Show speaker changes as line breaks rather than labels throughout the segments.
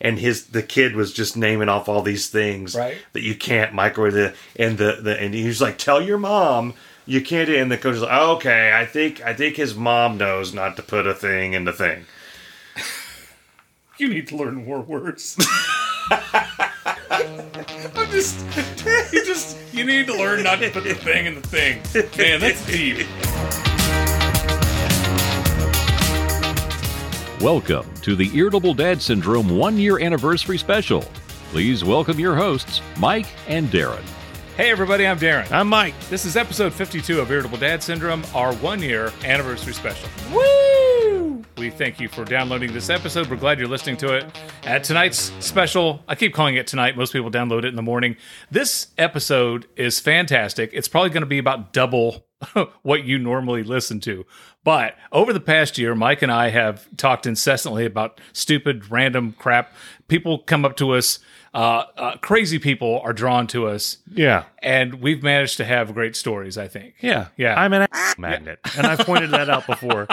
and his the kid was just naming off all these things
Right.
that you can't microwave the and the, the and he was like tell your mom you can't do-" and the coach was like okay i think i think his mom knows not to put a thing in the thing
You need to learn more words. I'm just, you just, you need to learn not to put the thing in the thing. Man, that's deep.
Welcome to the Irritable Dad Syndrome one year anniversary special. Please welcome your hosts, Mike and Darren.
Hey, everybody, I'm Darren.
I'm Mike.
This is episode 52 of Irritable Dad Syndrome, our one year anniversary special.
Woo!
We thank you for downloading this episode. We're glad you're listening to it. At tonight's special, I keep calling it tonight. Most people download it in the morning. This episode is fantastic. It's probably going to be about double what you normally listen to. But over the past year, Mike and I have talked incessantly about stupid, random crap. People come up to us, uh, uh, crazy people are drawn to us,
Yeah.
and we've managed to have great stories, I think.
Yeah.
Yeah.
I'm an a- magnet. And I've pointed that out before.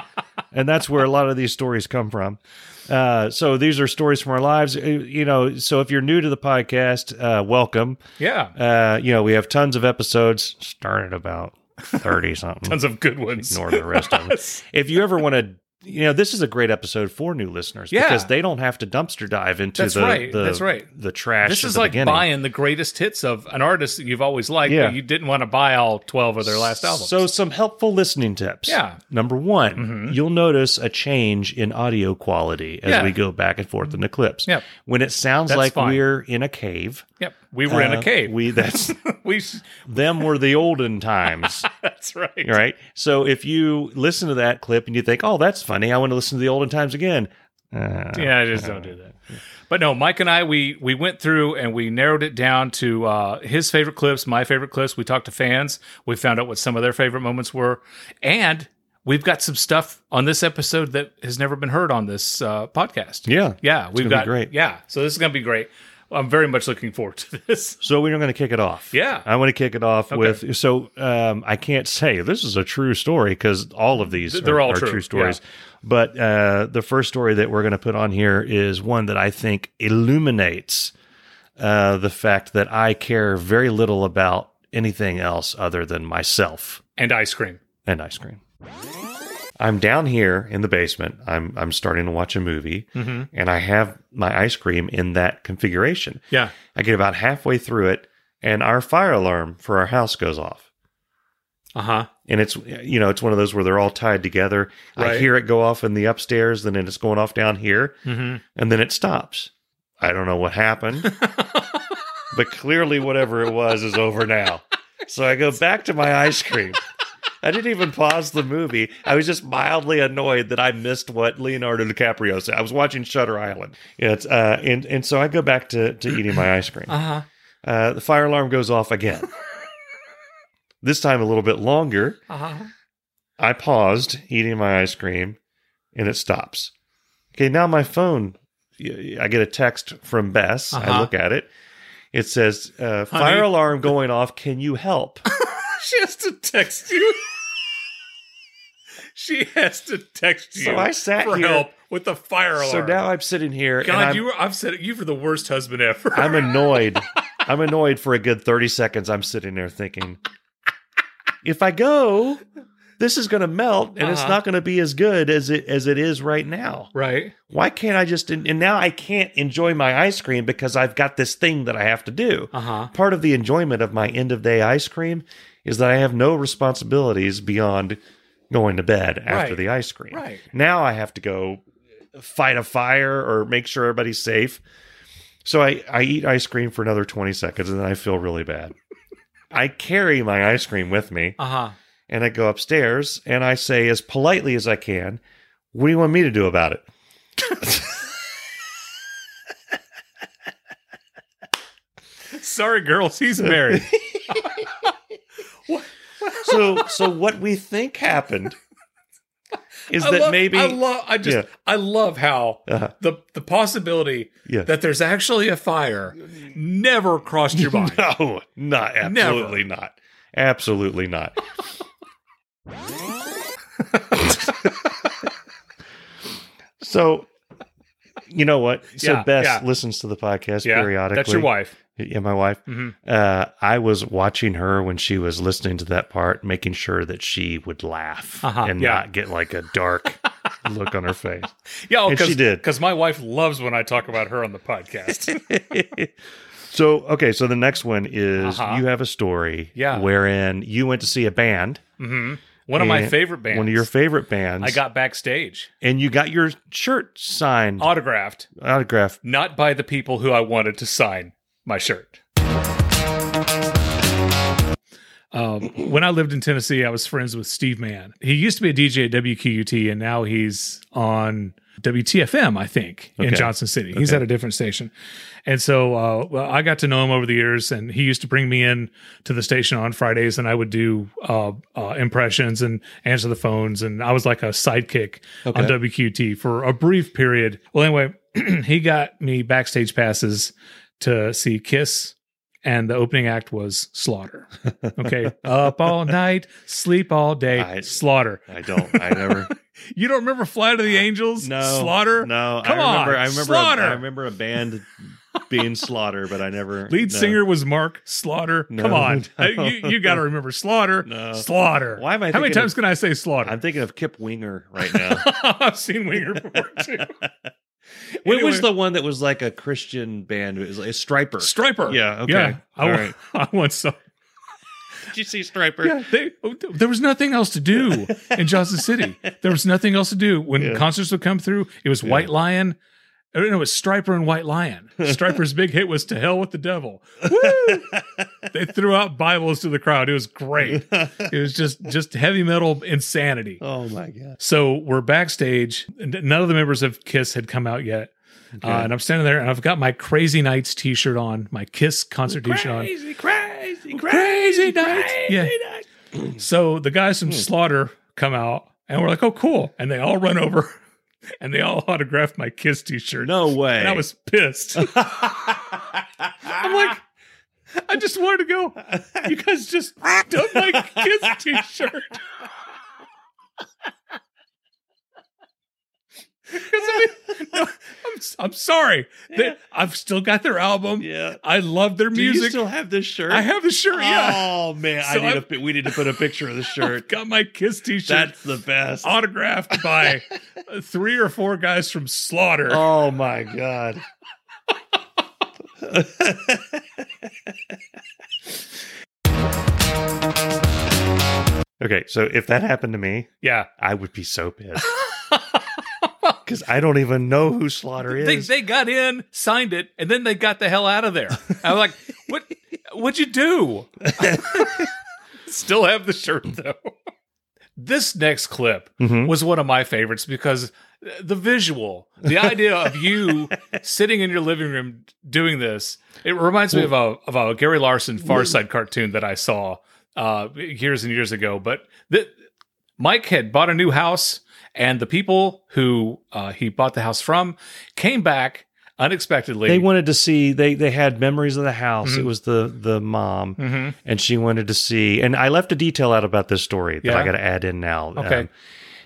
And that's where a lot of these stories come from. Uh, so these are stories from our lives. Uh, You know, so if you're new to the podcast, uh, welcome.
Yeah.
Uh, you know, we have tons of episodes, started about 30 something.
Tons of good ones.
ignore the rest of them. If you ever want to, you know, this is a great episode for new listeners
Yeah.
because they don't have to dumpster dive into
That's
the,
right.
the
That's right.
the trash.
This
at
is
the
like
beginning.
buying the greatest hits of an artist that you've always liked,
Yeah.
but you didn't want to buy all 12 of their last albums.
So some helpful listening tips.
Yeah. Mm-hmm.
Number one, you'll notice a change in audio quality as
Yeah.
we go back and forth in the clips.
Yep.
When it sounds
That's
like
fine.
we're in a cave.
yep, we were in
uh,
a cave. We,
We that's
we
them were the olden times.
that's right.
All right. So if you listen to that clip and you think, "Oh, that's funny. I want to listen to the olden times again." Uh,
Yeah, I just don't do that. But no, Mike and I we we went through and we narrowed it down to uh, his favorite clips, my favorite clips. We talked to fans. We found out what some of their favorite moments were, and we've got some stuff on this episode that has never been heard on this uh, podcast.
Yeah.
yeah, we've
gonna
got
be great.
Yeah, so this is gonna be great. I'm very much looking forward to this.
So we're going to kick it off.
Yeah.
I want to kick it off with. So um, I can't say this is a true story because all of these
Th- they're
are,
all
are
true,
true. stories. But uh, the first story that we're going to put on here is one that I think illuminates uh, the fact that I care very little about anything else other than myself
And ice cream.
and ice cream. I'm down here in the basement. I'm I'm starting to watch a movie, and I have my ice cream in that configuration.
Yeah.
I get about halfway through it, and our fire alarm for our house goes off.
Uh huh.
And it's you know it's one of those where they're all tied together. I
Right.
hear it go off in the upstairs, then it's going off down here,
Mm-hmm.
and then it stops. I don't know what happened, but clearly whatever it was is over now. So I go back to my ice cream. I didn't even pause the movie. I was just mildly annoyed that I missed what Leonardo DiCaprio said. I was watching Shutter Island. It's uh, and and so I go back to to eating my ice cream.
huh.
Uh, the fire alarm goes off again. this time a little bit longer.
Uh huh.
I paused eating my ice cream and it stops. Okay, now my phone, y- I get a text from Bess. I
Uh-huh.
look at it. It says, uh,
Honey.
fire alarm going off. Can you help?
She has to text you. she has to text you.
So I sat
for
here-
help with the fire alarm.
so now I'm sitting here. and
God,
I'm,
you were. I've said it. You were the worst husband ever.
I'm annoyed. I'm annoyed for a good 30 seconds. I'm sitting there thinking, if I go, this is going to melt and it's
Uh-huh.
not going to be as good as it as it is right now.
right.
Why can't I just and and now I can't enjoy my ice cream because I've got this thing that I have to do.
Uh huh.
Part of the enjoyment of my end of day ice cream is that I have no responsibilities beyond going to bed after
Right.
the ice cream.
Right.
Now I have to go fight a fire or make sure everybody's safe. So I, I eat ice cream for another 20 seconds and then I feel really bad. I carry my ice cream with me
Uh huh.
and I go upstairs and I say as politely as I can, What do you want me to do about it?
Sorry, girls. He's married.
So so what we think happened is
I
that
love,
maybe
I love. I just.
Yeah.
I love how
Uh-huh.
the the possibility
Yeah.
that there's actually a fire never crossed your mind.
No, Oh, not absolutely not. Absolutely not. so you know what? So
Yeah,
Bess
yeah.
listens to the podcast
Yeah,
periodically.
that's your wife.
Yeah, my wife.
Mhm.
Uh, I was watching her when she was listening to that part, making sure that she would laugh
Uh-huh,
and
yeah.
not get like a dark look on her face.
Yeah,
And
because
she did.
because my wife loves when I talk about her on the podcast.
So, okay, so the next one is
Uh-huh.
you have a story
Yeah.
wherein you went to see a band,
hmm One of my
And
favorite bands.
one of your favorite bands,
I got backstage,
and you got your shirt signed,
autographed,
autographed.
not by the people who I wanted to sign my shirt. Um, when I lived in Tennessee, I was friends with Steve Mann. He used to be a DJ at WQUT, and now he's on WTFM, I think, in
Okay.
Johnson City. He's at a different station. And so uh, well, I got to know him over the years, and he used to bring me in to the station on Fridays, and I would do uh, uh, impressions and answer the phones. And I was like a sidekick on WQT for a brief period. Well, anyway, he got me backstage passes to see Kiss, and the opening act was Slaughter. Okay. Up all night, sleep all day,
I-
Slaughter.
I don't. I never.
You don't remember Flight of the Angels?
No
Slaughter?
No,
Come
I remember.
on,
I remember.
Slaughter.
A, I remember a band being Slaughter, but I never
Lead
no.
singer was Mark Slaughter.
No,
Come on,
no.
you, you got to remember Slaughter.
No.
Slaughter.
Why am I
How many
thinking
times
of-
can I say Slaughter?
I'm thinking of Kip Winger right now.
I've seen Winger before too.
What was
Anyway.
the one that was like a Christian band? It was like Striper.
Striper.
Yeah. Okay.
Yeah. I,
All
wa-
right.
I want some.
Did you see Striper?
Yeah, they, oh, there was nothing else to do in Johnson City. There was nothing else to do when
Yeah.
concerts would come through. It was White Lion. or no, It was Striper and White Lion. Striper's big hit was "To Hell with the Devil." Woo! they threw out Bibles to the crowd. It was great. It was just just heavy metal insanity.
Oh my god.
So we're backstage. and None of the members of Kiss had come out yet. Uh, and I'm standing there and I've got my Crazy Nights t shirt on, my Kiss concert t shirt on.
Crazy, crazy,
Crazy Nights. Yeah.
nights.
So the guys
Hmm.
from Slaughter come out and we're like, oh, cool. And they all run over and they all autographed my Kiss t shirt.
No way.
And I was pissed. I'm like, I just wanted to go. You guys just done my Kiss t shirt. I mean, no, I'm, I'm sorry. They- I've still got their album.
yeah.
I love their
Do you
music.
still have this shirt?
I have the shirt. Yeah.
Oh man,
So
I need a
I've-
pi- we need to put a picture of the shirt.
Got my Kiss t shirt.
That's the best.
autographed by uh, three or four guys from Slaughter.
Oh my god. okay, so if that happened to me,
yeah.
I would be so pissed. Because I don't even know who Slaughter
They,
is.
they got in, signed it, and then they got the hell out of there. I was like, what what'd you do? Still have the shirt though. This next clip
Mhm.
was one of my favorites because the visual, the idea of you sitting in your living room doing this, it reminds me of a of a Gary Larson Far Side cartoon that I saw uh, years and years ago. But th- Mike had bought a new house, and the people who uh, he bought the house from came back unexpectedly.
They wanted to see they they had memories of the house.
Mhm.
It was the the mom
Mhm.
and she wanted to see and I left a detail out about this story that
Yeah?
I got to add in now. um,
Okay.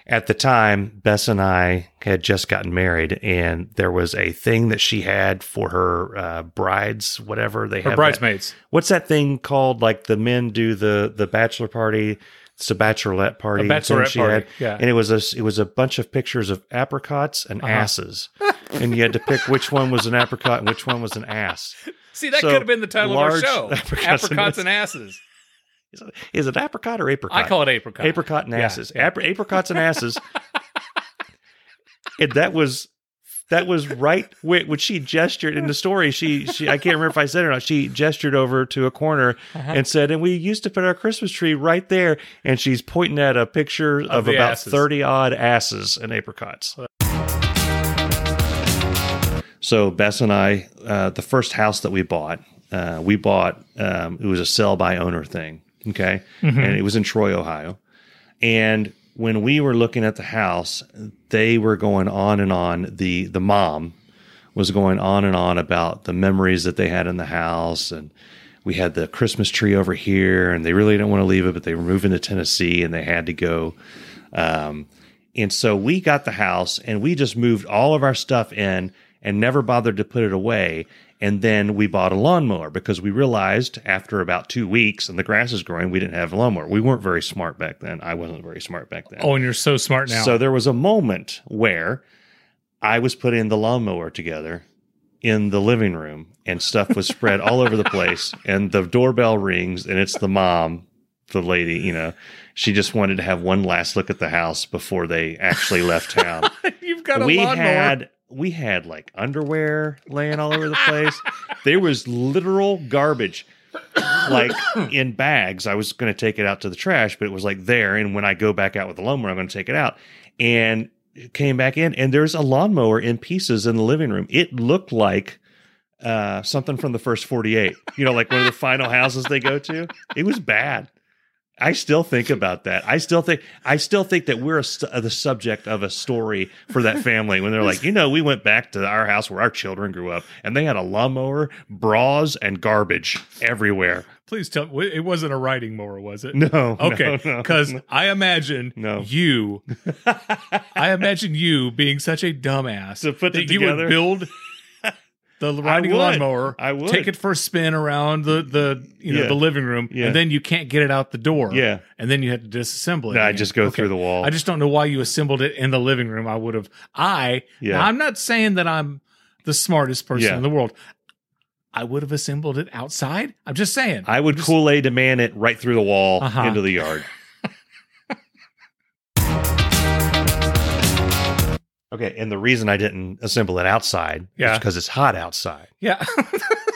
at the time, Bess and I had just gotten married, and there was a thing that she had for her uh, brides, whatever they
Her
have.
bridesmaids.
that- What's that thing called? Like the men do the the bachelor party. It's a bachelorette party. thing
bachelorette
she
party,
had.
yeah. Uh-huh.
And it was a it was a bunch of pictures of apricots and asses, and you had to pick which one was an apricot and which one was an ass.
See, that
So,
could have been the title of our
large
show:
apricots
apricots,
and
and asses.
Is it, is it apricot or apricot?
I call it apricot.
apricot and
Yeah,
asses Apri- apricots and asses and that was that was right when, when she gestured in the story she she i can't remember if i said it or not she gestured over to a corner
Uh-huh.
and said and we used to put our christmas tree right there and she's pointing at a picture of,
the
about
asses.
30 odd asses and apricots so Bess and I, uh, the first house that we bought, uh, we bought um, it was a sell by owner thing, okay,
Mm-hmm.
and it was in Troy, Ohio. And when we were looking at the house, they were going on and on. the The mom was going on and on about the memories that they had in the house, and we had the Christmas tree over here, and they really didn't want to leave it, but they were moving to Tennessee, and they had to go. Um, and so we got the house and we just moved all of our stuff in and never bothered to put it away. And then we bought a lawnmower because we realized after about two weeks and the grass is growing, we didn't have a lawnmower. We weren't very smart back then. I wasn't very smart back then.
Oh, and you're so smart now.
So there was a moment where I was putting the lawnmower together in the living room and stuff was spread all over the place and the doorbell rings and it's the mom, the lady, you know. She just wanted to have one last look at the house before they actually left town.
You've got a
we
lawnmower.
had we had like underwear laying all over the place. there was literal garbage like in bags. I was going to take it out to the trash, but it was like there. And when I go back out with the lawnmower, I'm going to take it out. And it came back in, and there's a lawnmower in pieces in the living room. It looked like uh, something from the first 48, you know, like one of the final houses they go to. It was bad. I still think about that. I still think I still think that we're a st- the subject of a story for that family when they're like, you know, we went back to our house where our children grew up, and they had a lawnmower, bras, and garbage everywhere.
Please tell w- it wasn't a riding mower, was it?
No,
Okay,
no, no.
because I imagine
No.
you, I imagine you being such a dumbass
To put it
that you would
together?
build the riding
would.
lawnmower.
I would.
take it for a spin around the the you know
Yeah.
the living room,
Yeah.
and then you can't get it out the door.
Yeah.
and then you have to disassemble it.
No, I
again.
just go through the wall.
I just don't know why you assembled it in the living room. I would have. I.
Yeah.
now, I'm not saying that I'm the smartest person
Yeah.
in the world. I would have assembled it outside. I'm just saying.
I would Kool Aid a man it right through the wall
Uh-huh.
into the yard. okay, and the reason I didn't assemble it outside
Yeah.
is because it's hot outside.
yeah.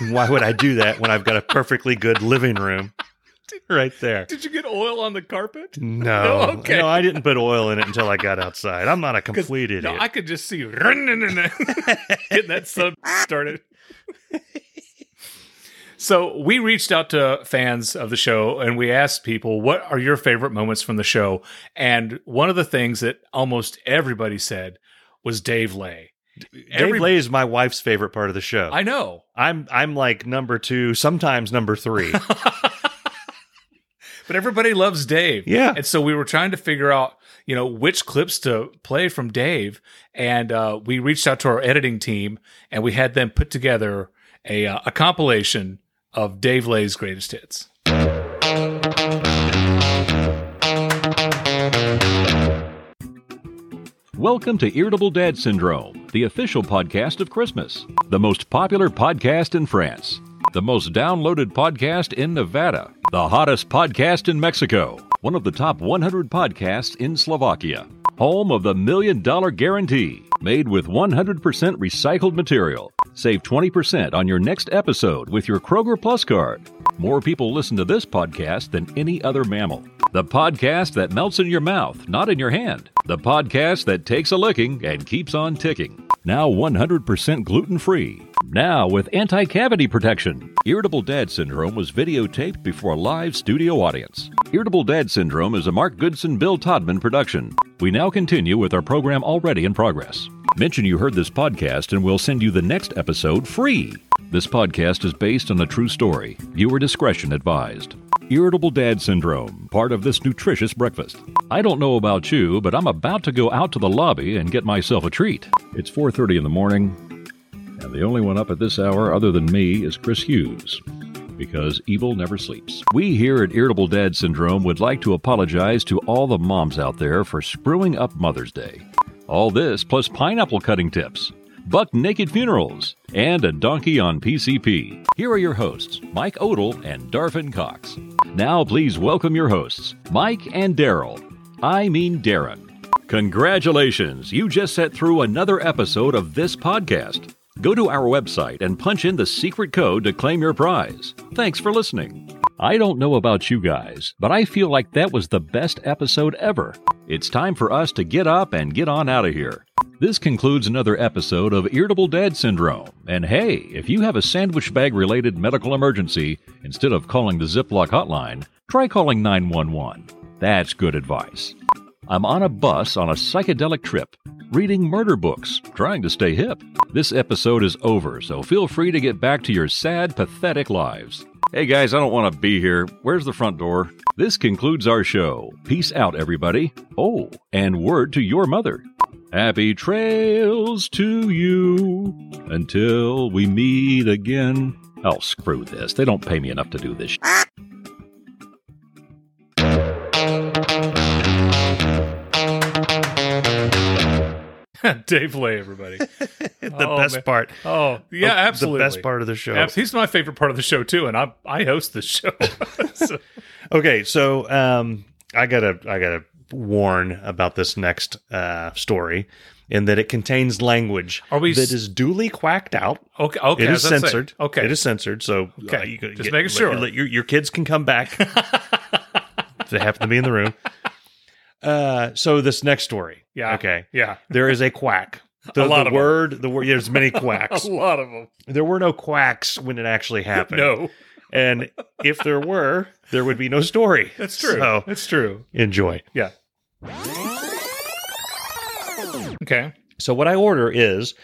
Why would I do that when I've got a perfectly good living room right there?
Did you get oil on the carpet?
No,
No, okay.
no, I didn't put oil in it until I got outside. I'm not a
'Cause-
complete idiot.
No, I could just see you getting that sub started. so we reached out to fans of the show and we asked people, what are your favorite moments from the show? And one of the things that almost everybody said was Dave Lay.
Dave
every-
Lay is my wife's favorite part of the show.
I know.
I'm I'm like number two, sometimes number three.
But everybody loves Dave.
Yeah.
And so we were trying to figure out, you know, which clips to play from Dave. And uh, we reached out to our editing team and we had them put together a, uh, a compilation of Dave Lay's greatest hits.
Welcome to Irritable Dad Syndrome, the official podcast of Christmas, the most popular podcast in France, the most downloaded podcast in Nevada, the hottest podcast in Mexico, one of the top 100 podcasts in Slovakia, home of the Million Dollar Guarantee, made with 100% recycled material. Save 20% on your next episode with your Kroger Plus card. More people listen to this podcast than any other mammal. The podcast that melts in your mouth, not in your hand. The podcast that takes a licking and keeps on ticking. Now 100% gluten free. Now with anti cavity protection. Irritable Dad Syndrome was videotaped before a live studio audience. Irritable Dad Syndrome is a Mark Goodson Bill Todman production. We now continue with our program already in progress. Mention you heard this podcast and we'll send you the next episode free. This podcast is based on a true story. Viewer discretion advised. Irritable Dad Syndrome, part of this nutritious breakfast. I don't know about you, but I'm about to go out to the lobby and get myself a treat. It's 4:30 in the morning, and the only one up at this hour other than me is Chris Hughes. Because evil never sleeps. We here at Irritable Dad Syndrome would like to apologize to all the moms out there for screwing up Mother's Day. All this plus pineapple cutting tips, buck naked funerals, and a donkey on PCP. Here are your hosts, Mike Odell and Darvin Cox. Now, please welcome your hosts, Mike and Daryl. I mean, Darren. Congratulations! You just sat through another episode of this podcast. Go to our website and punch in the secret code to claim your prize. Thanks for listening. I don't know about you guys, but I feel like that was the best episode ever. It's time for us to get up and get on out of here. This concludes another episode of Irritable Dad Syndrome. And hey, if you have a sandwich bag related medical emergency, instead of calling the Ziploc hotline, try calling 911. That's good advice. I'm on a bus on a psychedelic trip, reading murder books, trying to stay hip. This episode is over, so feel free to get back to your sad, pathetic lives. Hey guys, I don't want to be here. Where's the front door? This concludes our show. Peace out, everybody. Oh, and word to your mother. Happy trails to you until we meet again. Oh, screw this. They don't pay me enough to do this. Sh-
Dave Lay, everybody.
the
Oh,
best
man.
part.
Oh, yeah, absolutely.
The best part of the show.
Abs- He's my favorite part of the show too, and I I host this show. So-
Okay, so um, I gotta I gotta warn about this next uh, story, in that it contains language
Are we
that
s-
is duly quacked out.
okay, okay,
It
I
is
was gonna say,
censored.
okay,
it is censored. So uh,
Okay,
you could
just making sure.
let- let your, your kids can come back. if they happen to be in the room. Uh, so this next story.
Yeah.
Okay.
yeah,
There is a quack. The,
lot
the
of 'em.
word. The word. There's many quacks.
lot of them.
there were no quacks when it actually happened.
No,
And if there were, there would be no story.
that's true.
So
That's true.
enjoy.
Yeah. Okay.
So what I order is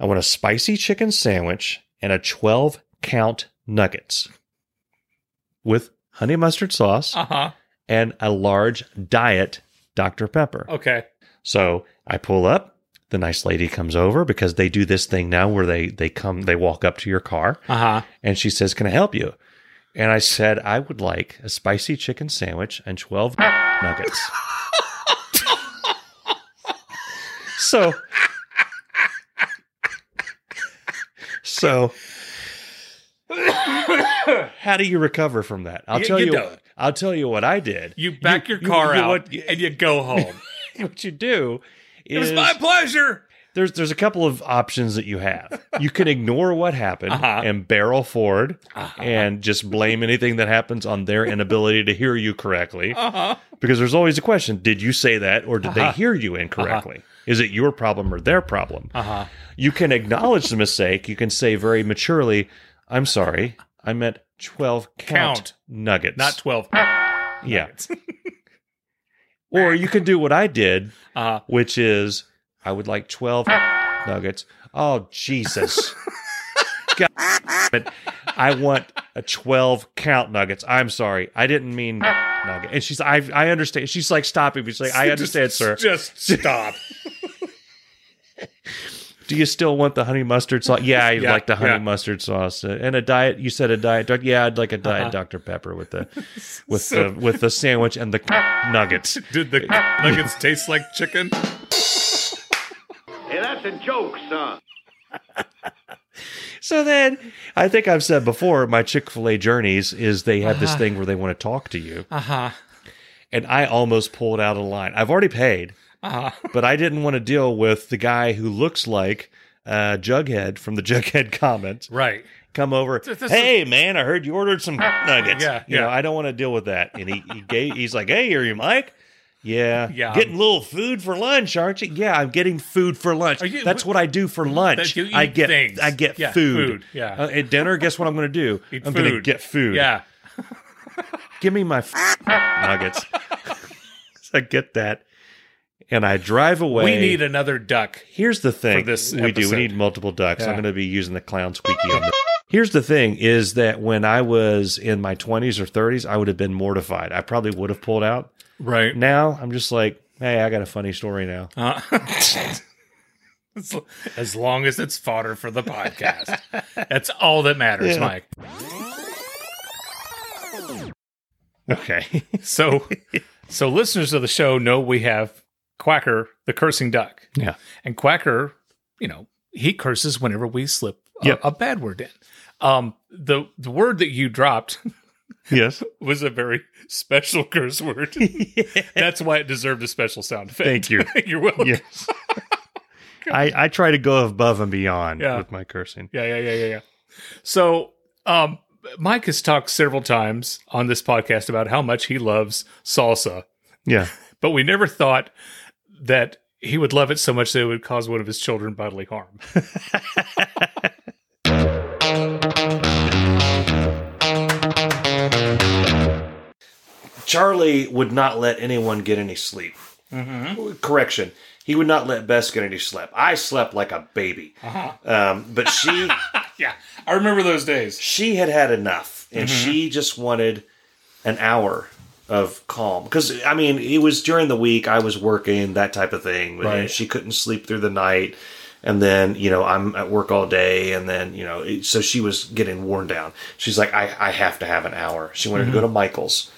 I want a spicy chicken sandwich and a 12 count nuggets with honey mustard sauce
Uh huh.
and a large diet Dr. Pepper.
Okay.
So I pull up. The nice lady comes over because they do this thing now where they they come they walk up to your car
Uh huh.
and she says, "Can I help you?" And I said, "I would like a spicy chicken sandwich and 12 nuggets." so So how do you recover from that? I'll
You-
tell
you
you,
don't.
I'll tell you what I did.
You back your
you-
car
you-
out
what- you-
and you go home.
what you do
it
is
was my pleasure.
there's there's a couple of options that you have. You can ignore what happened
Uh-huh.
and barrel forward
Uh-huh.
and just blame anything that happens on their inability to hear you correctly
Uh huh.
because there's always a question, did you say that or did
Uh-huh.
they hear you incorrectly? Is it your problem or their problem?
Uh huh.
You can acknowledge the mistake. You can say very maturely, "I'm sorry. I meant 12 count,
Count.
nuggets."
Not twelve.
yeah. Or you can do what I did,
Uh,
which is I would like 12 nuggets. Oh, Jesus. God damn it. I want a 12 count nuggets. I'm sorry. I didn't mean nugget. And she's, I, I understand. She's like stopping me. She's like, I understand,
just,
sir.
Just stop.
Do you still want the honey mustard sauce? Yeah, I'd
Yeah,
like the honey
yeah.
mustard sauce Uh, and a diet. You said a diet. doc- Yeah, I'd like a diet
Uh-huh.
Dr Pepper with the with the with the sandwich and the nuggets.
Did the nuggets taste like chicken?
Hey, that's a joke, son.
So then, I think I've said before, my Chick fil A journeys is they have this thing where they want to talk to you.
Uh huh.
And I almost pulled out of line. I've already paid,
Uh huh.
but I didn't want to deal with the guy who looks like uh, Jughead from the Jughead comment
Right.
come over.
Th- this
Hey, man, I heard you ordered some nuggets.
Yeah,
You
yeah.
know, I don't want to deal with that. And he, he gave, he's like, hey, are you Mike? Yeah.
Yeah,
Getting a little food for lunch, aren't you? Yeah, I'm getting food for lunch.
Are you-
That's what I do for lunch.
That you
I
eat
get
things.
I get
Yeah,
food.
food, yeah.
Uh, at dinner, guess what I'm going to do?
Eat
I'm going to
food.
get food.
Yeah.
Give me my f- nuggets. so I get that. And I drive away.
We need another duck.
Here's the thing.
for this
we do.
episode.
We need multiple ducks. I'm
Yeah.
going to be using the clown squeaky. on the- Here's the thing: is that when I was in my 20s or 30s, I would have been mortified. I probably would have pulled out.
Right.
Now I'm just like, hey, I got a funny story now.
Uh, as, as long as it's fodder for the podcast. That's all that matters,
Yeah.
Mike.
Okay.
So so listeners of the show know we have Quacker, the cursing duck.
Yeah.
And Quacker, you know, he curses whenever we slip a,
Yep.
a bad word in. Um the the word that you dropped
yes.
was a very special curse word. That's why it deserved a special sound effect.
Thank you.
You're welcome. Yeah.
Yes. I, I try to go above and beyond
Yeah.
with my cursing.
yeah, yeah, yeah, yeah, So, um, Mike has talked several times on this podcast about how much he loves salsa,
Yeah.
but we never thought that he would love it so much that it would cause one of his children bodily harm.
Charlie would not let anyone get any sleep. Correction. He would not let Bess get any sleep. I slept like a baby. Um, but she
yeah, I remember those days.
she had had enough and she just wanted an hour of calm because I mean it was during the week I was working that type of thing. But
Right.
She couldn't sleep through the night, and then you know I'm at work all day, and then you know it, so she was getting worn down. She's like, I I have to have an hour. She wanted to go to Michael's.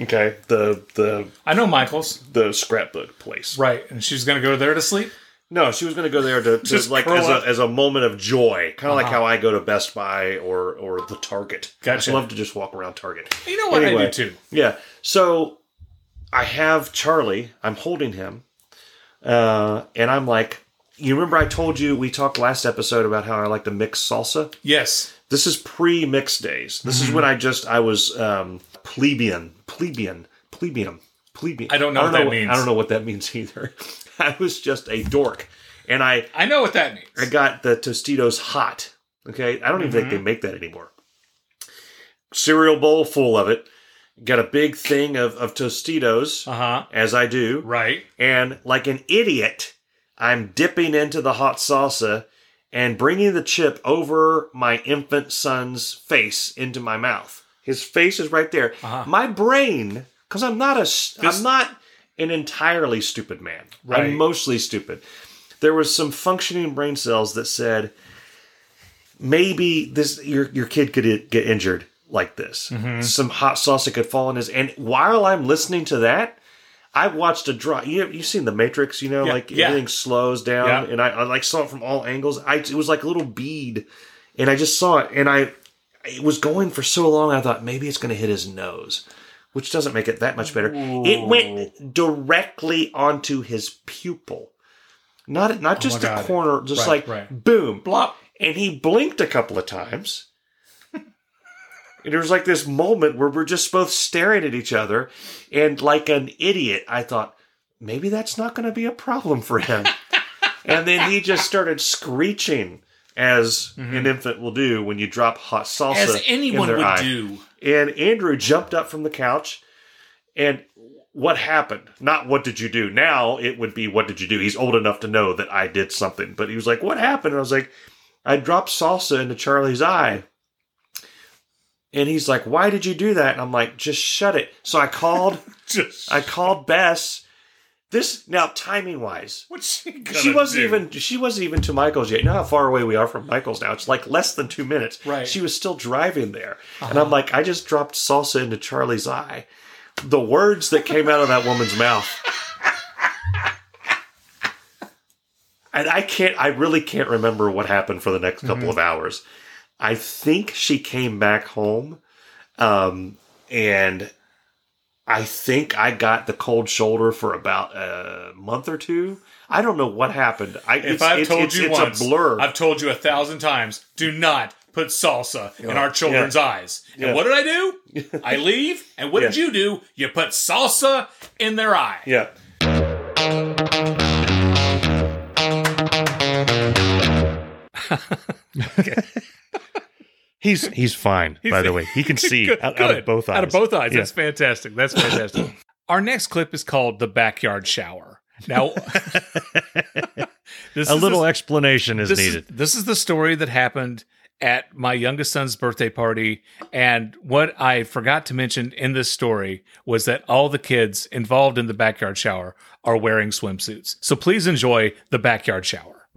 Okay, the the
I know Michael's
the scrapbook place.
right, and she's gonna go there to sleep.
No, she was going to go there to, to
Just
like
curl
as
up. Uh-huh.
a, as a moment of joy, kind of like how I go to Best Buy or or the Target. I just
Gotcha.
love to just walk around Target.
You know what I
Anyway.
do too.
Yeah. So I have Charlie. I'm holding him, uh, and I'm like, you remember I told you we talked last episode about how I like to mix salsa.
Yes,
This is pre-mix days. This is
Hmm.
when I just I was um, plebeian, plebeian, plebeian, plebeian.
I don't know what that means.
I don't know what that means either. I was just a dork, and I
I know what that means.
I got the Tostitos hot. Okay, I don't even think they
Mm-hmm.
make that anymore. Cereal bowl full of it. Got a big thing of, of Tostitos,
Uh huh.
as I do,
Right.
and like an idiot, I'm dipping into the hot salsa and bringing the chip over my infant son's face into my mouth. His face is right there.
Uh-huh.
My brain, because I'm not a,
This-
am not an entirely stupid man.
Right.
I'm mostly stupid. There was some functioning brain cells that said maybe this your your kid could i- get injured like this.
Mm-hmm.
Some hot salsa could fall in his. And while I'm listening to that, I watched a draw. You you've seen The Matrix, you know,
Yeah,
like
yeah.
everything slows down,
Yeah.
and I, I like saw it from all angles. I it was like a little bead, and I just saw it, and I it was going for so long. I thought maybe it's going to hit his nose, which doesn't make it that much better. It went directly onto his pupil, not not just a
Oh God.
corner, just
Right,
like
right.
boom,
Blop.
and he blinked a couple of times. and there was like this moment where we're just both staring at each other, and like an idiot, I thought maybe that's not going to be a problem for him. and then he just started screeching, as an infant will do when you drop hot salsa
Mm-hmm. As
in
anyone
their
would
eye.
do.
And Andrew jumped up from the couch, and what happened? Not what did you do? Now it would be what did you do? He's old enough to know that I did something. But he was like, "What happened?" And I was like, "I dropped salsa into Charlie's eye." And he's like, "Why did you do that?" And I'm like, "Just shut it." So I called.
Just
I called Bess. This now timing wise,
what's she gonna
she wasn't
do?
even she wasn't even to Michael's yet. You know how far away we are from Michael's now. It's like less than two minutes.
Right. Uh-huh.
She was still driving there, and I'm like, I just dropped salsa into Charlie's eye. The words that came out of that woman's mouth, and I can't. I really can't remember what happened for the next couple
Mm-hmm.
of hours. I think she came back home, um, and I think I got the cold shoulder for about a month or two. I don't know what happened. I,
If I've told you
it's
once,
a blur.
I've told you a thousand times. Do not put salsa in our children's eyes.
Yeah.
And what did I do? I leave. And what did
Yeah.
you do? You put salsa in their eye.
yeah. he's he's fine. by the way, he can see
Good,
out, out
good.
of both eyes.
Out of both eyes.
Yeah.
That's fantastic. That's fantastic. Our next clip is called the backyard shower. Now, this
A
is
little
the-
explanation is
this is-
needed.
this is the story that happened at my youngest son's birthday party. And what I forgot to mention in this story was that all the kids involved in the backyard shower are wearing swimsuits. So please enjoy the backyard shower.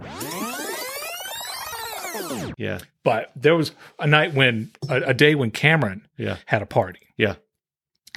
Yeah.
But there was a night when, a, a day when Cameron
Yeah.
had a party.
Yeah.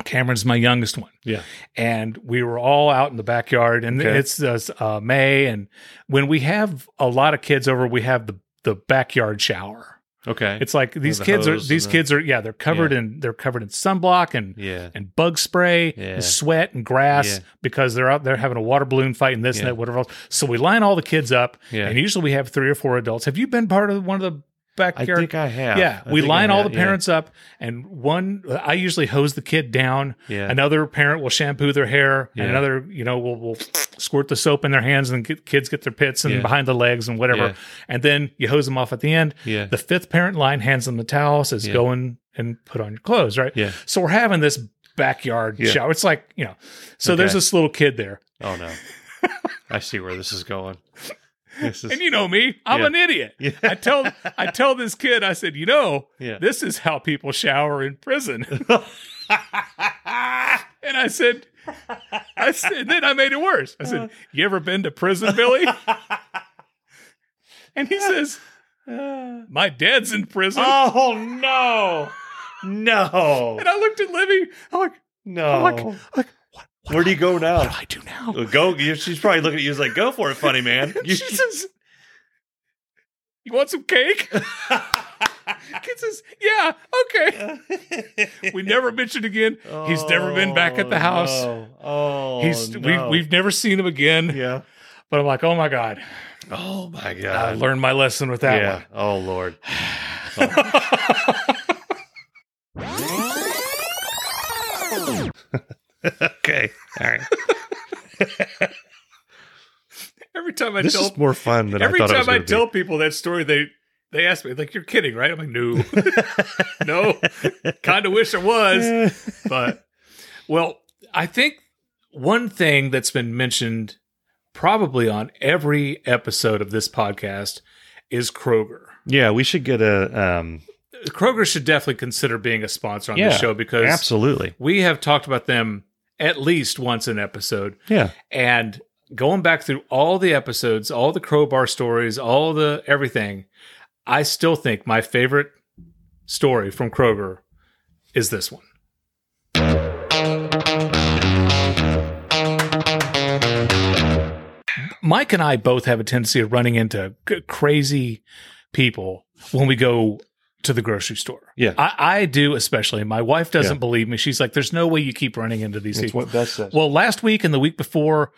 Cameron's my youngest one.
Yeah.
and we were all out in the backyard and
Okay.
it's uh, uh, may and when we have a lot of kids over we have the the backyard shower
Okay.
it's like these
the
kids are
hose and
these
the-
kids are yeah they're covered in they're covered in sunblock and
yeah.
and bug spray
Yeah.
and sweat and grass
Yeah.
because they're out there having a water balloon fight and this and
Yeah.
that whatever else so we line all the kids up
Yeah.
and usually we have three or four adults have you been part of one of the
I
backyard
think I have.
yeah,
I
we
think
line
I
all
have,
the parents up, and one I usually hose the kid down.
Yeah.
Another parent will shampoo their hair,
Yeah.
and another you know will will squirt the soap in their hands, and get, kids get their pits and
Yeah.
behind the legs and whatever.
Yeah.
And then you hose them off at the end.
Yeah.
The fifth parent line hands them the towel, says
Yeah.
go in and put on your clothes, right?
Yeah.
So we're having this backyard
Yeah.
shower. It's like you know, so there's
Okay.
this little kid there,
Oh no. I see where this is going. This is
and you know me, I'm
Yeah.
an idiot.
Yeah.
I tell I tell this kid, I said, you know,
Yeah.
this is how people shower in prison. And I said, I said, and then I made it worse. I
Uh.
said, You ever been to prison, Billy? And he says, My dad's in prison.
Oh no, no,
And I looked at Libby. I'm like,
no.
like-
Where do you go
What do
now? Uh,
I do now?
Go. She's probably looking at you. like, go for it, funny man. You,
she says, "You want some cake?" Kid says, "Yeah, okay." We never mentioned again. He's never been back at the house.
Oh, no. Oh,
He's
no.
we've, we've never seen him again.
yeah.
But I'm like, oh my god,
Oh my
I
god.
learned my lesson with that
yeah.
one.
Oh lord. okay. All right.
Every time I
This
tell
is more fun than
every
I thought
time I,
it was
tell people that story, they they ask me like, "You're kidding, right?" I'm like, "No, no." Kind of wish I was.
gonna be.
but well, I think one thing that's been mentioned probably on every episode of this podcast is Kroger.
yeah, we should get a um
Kroger should definitely consider being a sponsor on
Yeah,
this show because
absolutely.
we have talked about them at least once an episode.
Yeah.
And going back through all the episodes, all the crowbar stories, all the everything, I still think my favorite story from Kroger is this one. Mike and I both have a tendency of running into c- crazy people when we go to the grocery store.
Yeah.
I, I do especially. My wife doesn't
Yeah.
believe me. She's like, "There's no way you keep running into these people."
Beth says.
Well, last week and the week before,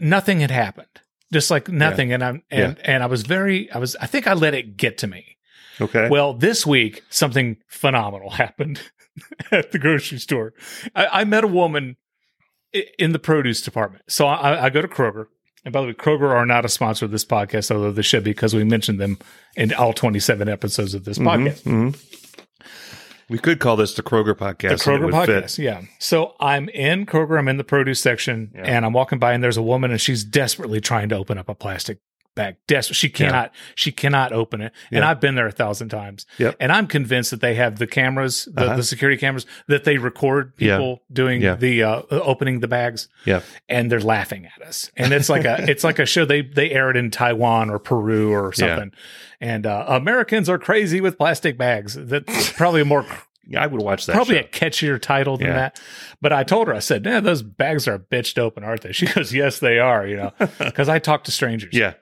nothing had happened. Just like nothing, and I'm and and I was very, I was, I think I let it get to me.
Okay.
Well, this week something phenomenal happened at the grocery store. I, I met a woman i- in the produce department, so I, I go to Kroger. And by the way, Kroger are not a sponsor of this podcast, although they should be because we mentioned them in all 27 episodes of this
Mm-hmm.
podcast.
we could call this the Kroger podcast.
The
and it
Kroger
would
podcast.
fit.
Yeah. So I'm in Kroger. I'm in the produce section, and I'm walking by, and there's a woman, and she's desperately trying to open up a plastic bag. Desperate. She cannot. She cannot open it. And I've been there a thousand times.
Yep. Uh-huh.
And I'm convinced that they have the cameras, the, the security cameras, that they record
Yeah.
people doing
Yeah.
the uh, opening the bags,
Yeah.
and they're laughing at us. And it's like a it's like a show they they air it in Taiwan or Peru or
Yeah.
something. And uh, Americans are crazy with plastic bags. That's probably a more
Yeah, I would watch that.
probably
show.
a catchier title than
Yeah.
that. But I told her, I said, "Yeah, those bags are bitched open, aren't they?" She goes, "Yes, they are." You know, because I talk to strangers.
yeah.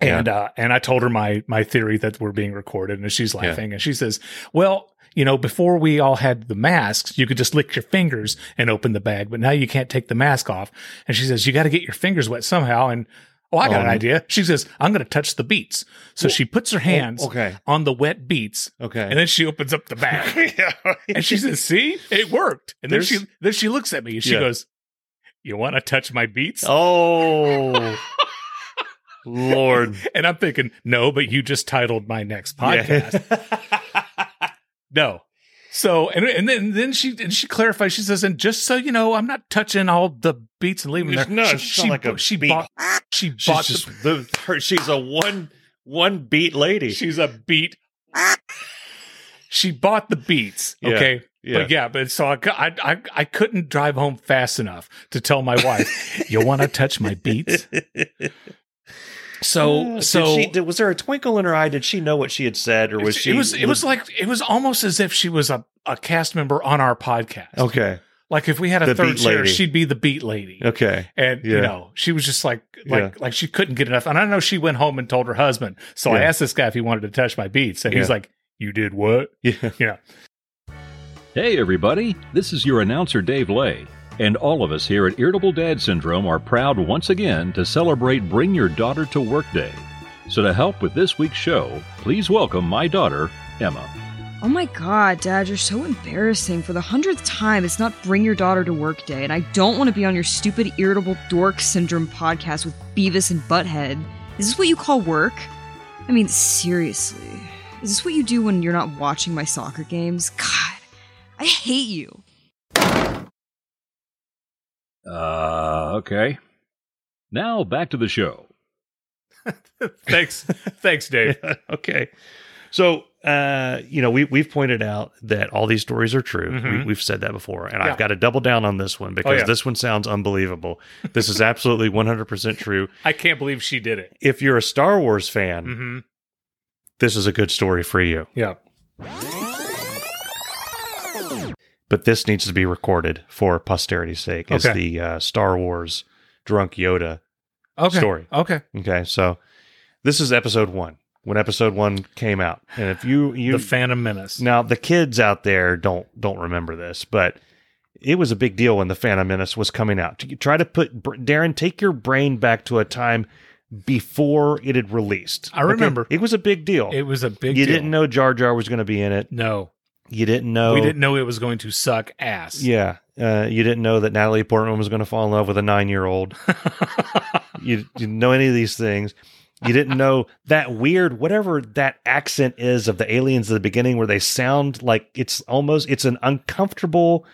and uh, and I told her my my theory that we're being recorded, and she's laughing, and she says, "Well." You know, before we all had the masks, you could just lick your fingers and open the bag, but now you can't take the mask off. And she says, You got to get your fingers wet somehow. And oh, I got an
Um, oh,
idea. She says, I'm going to touch the beets. So she puts her hands
okay.
on the wet beets
Okay.
and then she opens up the bag. And she says, "See, it worked." And then
There's-
she then she looks at me and she
Yeah.
goes, "You want to touch my beats?"
Oh Lord.
And I'm thinking, "No, but you just titled my next podcast." No. So and and then then she and she clarifies. She says, "And just so you know, I'm not touching all the beats and leaving them
There's
there."
no-
she,
it's not like a
she
beat.
bought she
She's
bought the,
just the, her, she's a one one beat lady.
she's a beat. she bought the beats.
Yeah.
Okay.
yeah.
But yeah, but so I, cou- I, I, I couldn't drive home fast enough to tell my wife, "You want to touch my beats?" So,
Did
oh, so
she, did, was there a twinkle in her eye? Did she know what she had said, or was she?
it was it was like it was almost as if she was a, a cast member on our podcast.
okay,
Like if we had a
The
third
beat
chair,
lady.
she'd be the beat lady.
okay,
And you
Yeah.
know, she was just like like
Yeah.
like she couldn't get enough. And I know she went home and told her husband. So I
Yeah.
asked this guy if he wanted to touch my beats, and he's
Yeah.
like, "You did what?"
yeah.
You know.
Hey, everybody, this is your announcer, Dave Lay, and all of us here at Irritable Dad Syndrome are proud once again to celebrate Bring Your Daughter to Work Day. So, to help with this week's show, please welcome my daughter, Emma.
Oh my god, Dad, you're so embarrassing. For the hundredth time, it's not Bring Your Daughter to Work Day, and I don't want to be on your stupid irritable dork syndrome podcast with Beavis and Butthead. Is this what you call work? I mean, seriously. Is this what you do when you're not watching my soccer games? God, I hate you.
Uh, okay. Now, back to the show.
Thanks, thanks, Dave.
okay. So uh, you know, we we've pointed out that all these stories are true.
Mhm.
We, we've said that before, and
Yeah. Oh,
I've got to double down on this one because
yeah.
this one sounds unbelievable. This is absolutely one hundred percent true.
I can't believe she did it.
If you're a Star Wars fan,
Mm-hmm.
this is a good story for you.
Yeah.
But this needs to be recorded for posterity's sake. It's
Okay.
the uh, Star Wars drunk Yoda
Okay.
story.
Okay.
Okay, so this is episode one. When episode one came out, and if you you
the Phantom Menace.
Now the kids out there don't don't remember this, but it was a big deal when the Phantom Menace was coming out. To try to put Br- Darren, take your brain back to a time before it had released.
I remember.
it was a big deal.
It was a big.
you
deal.
didn't know Jar Jar was going to be in it.
No,
You didn't know
we didn't know it was going to suck ass.
Yeah, uh, you didn't know that Natalie Portman was going to fall in love with a nine-year-old. you didn't know any of these things. You didn't know that weird whatever that accent is of the aliens at the beginning, where they sound like it's almost it's an uncomfortable,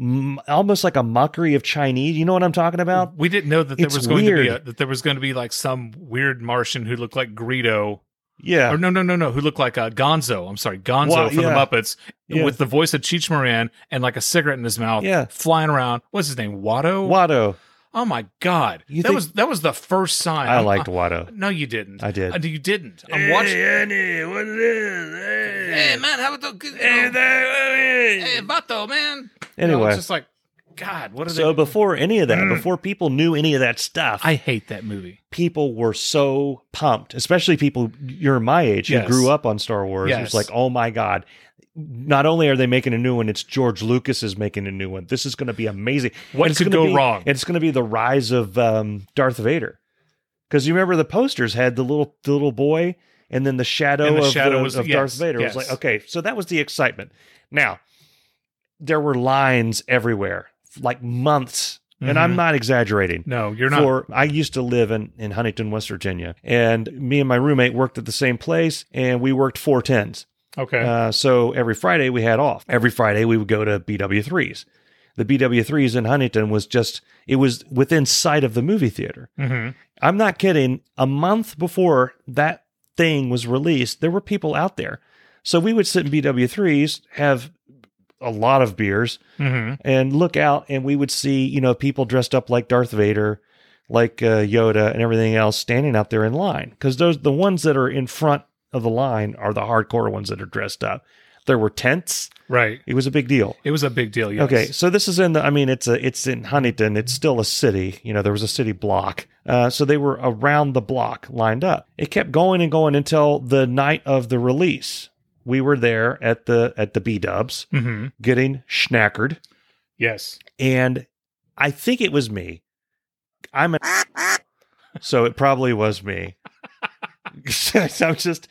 m- almost like a mockery of Chinese. You know what I'm talking about?
we didn't know that there
It's
was going to be a,
weird.
that there was going to be like some weird Martian who looked like Greedo.
Yeah,
Or no, no, no, no, who looked like uh, Gonzo. I'm sorry, Gonzo
Well,
from the
yeah.
Muppets,
Yeah.
with the voice of Cheech Marin and like a cigarette in his mouth,
Yeah.
flying around. What's his name? Watto.
Watto.
Oh my god,
You
that
think-
was that was the first sign.
I
I'm-
liked
I-
Watto.
no, you didn't.
I did.
Uh, you didn't. I'm watching.
Annie, what it is?
man, how about the Vato, man?
Anyway,
it's just like, God, what are
so
they?
before any of that, before people knew any of that stuff,
Mm. I hate that movie.
people were so pumped, especially people you're my age
Yes.
who grew up on Star Wars.
Yes.
It's like, oh my god! Not only are they making a new one, it's George Lucas is making a new one. This is going to be amazing.
What
And it's
could
gonna
go
be-
wrong?
And it's going to be the rise of um, Darth Vader. Because you remember the posters had the little the little boy, and then the shadow
And the
of,
shadow
the-
was-
of
yes,
Darth Vader.
yes.
It was like, okay, so that was the excitement. Now there were lines everywhere, like months, and I'm
Mhm.
not exaggerating
No, you're not.
for I used to live in, in Huntington, West Virginia, and me and my roommate worked at the same place, and we worked four tens.
okay.
Uh, so every Friday we had off. Every Friday we would go to BW threes. The BW threes in Huntington was just it was within sight of the movie theater.
Mhm.
I'm not kidding. A month before that thing was released, there were people out there. So we would sit in BW threes, have a lot of beers,
Mhm.
and look out and we would see you know people dressed up like darth vader like uh, yoda and everything else standing out there in line because those the ones that are in front of the line are the hardcore ones that are dressed up there were tents
Right.
it was a big deal
It was a big deal. Yes.
okay so this is in the i mean it's a it's in huntington it's still a city you know there was a city block uh, so they were around the block lined up it kept going and going until the night of the release we were there at the at the b-dubs
hmm
getting schnackered
Yes.
and I think it was me. I'm an so it probably was me. So I'm just,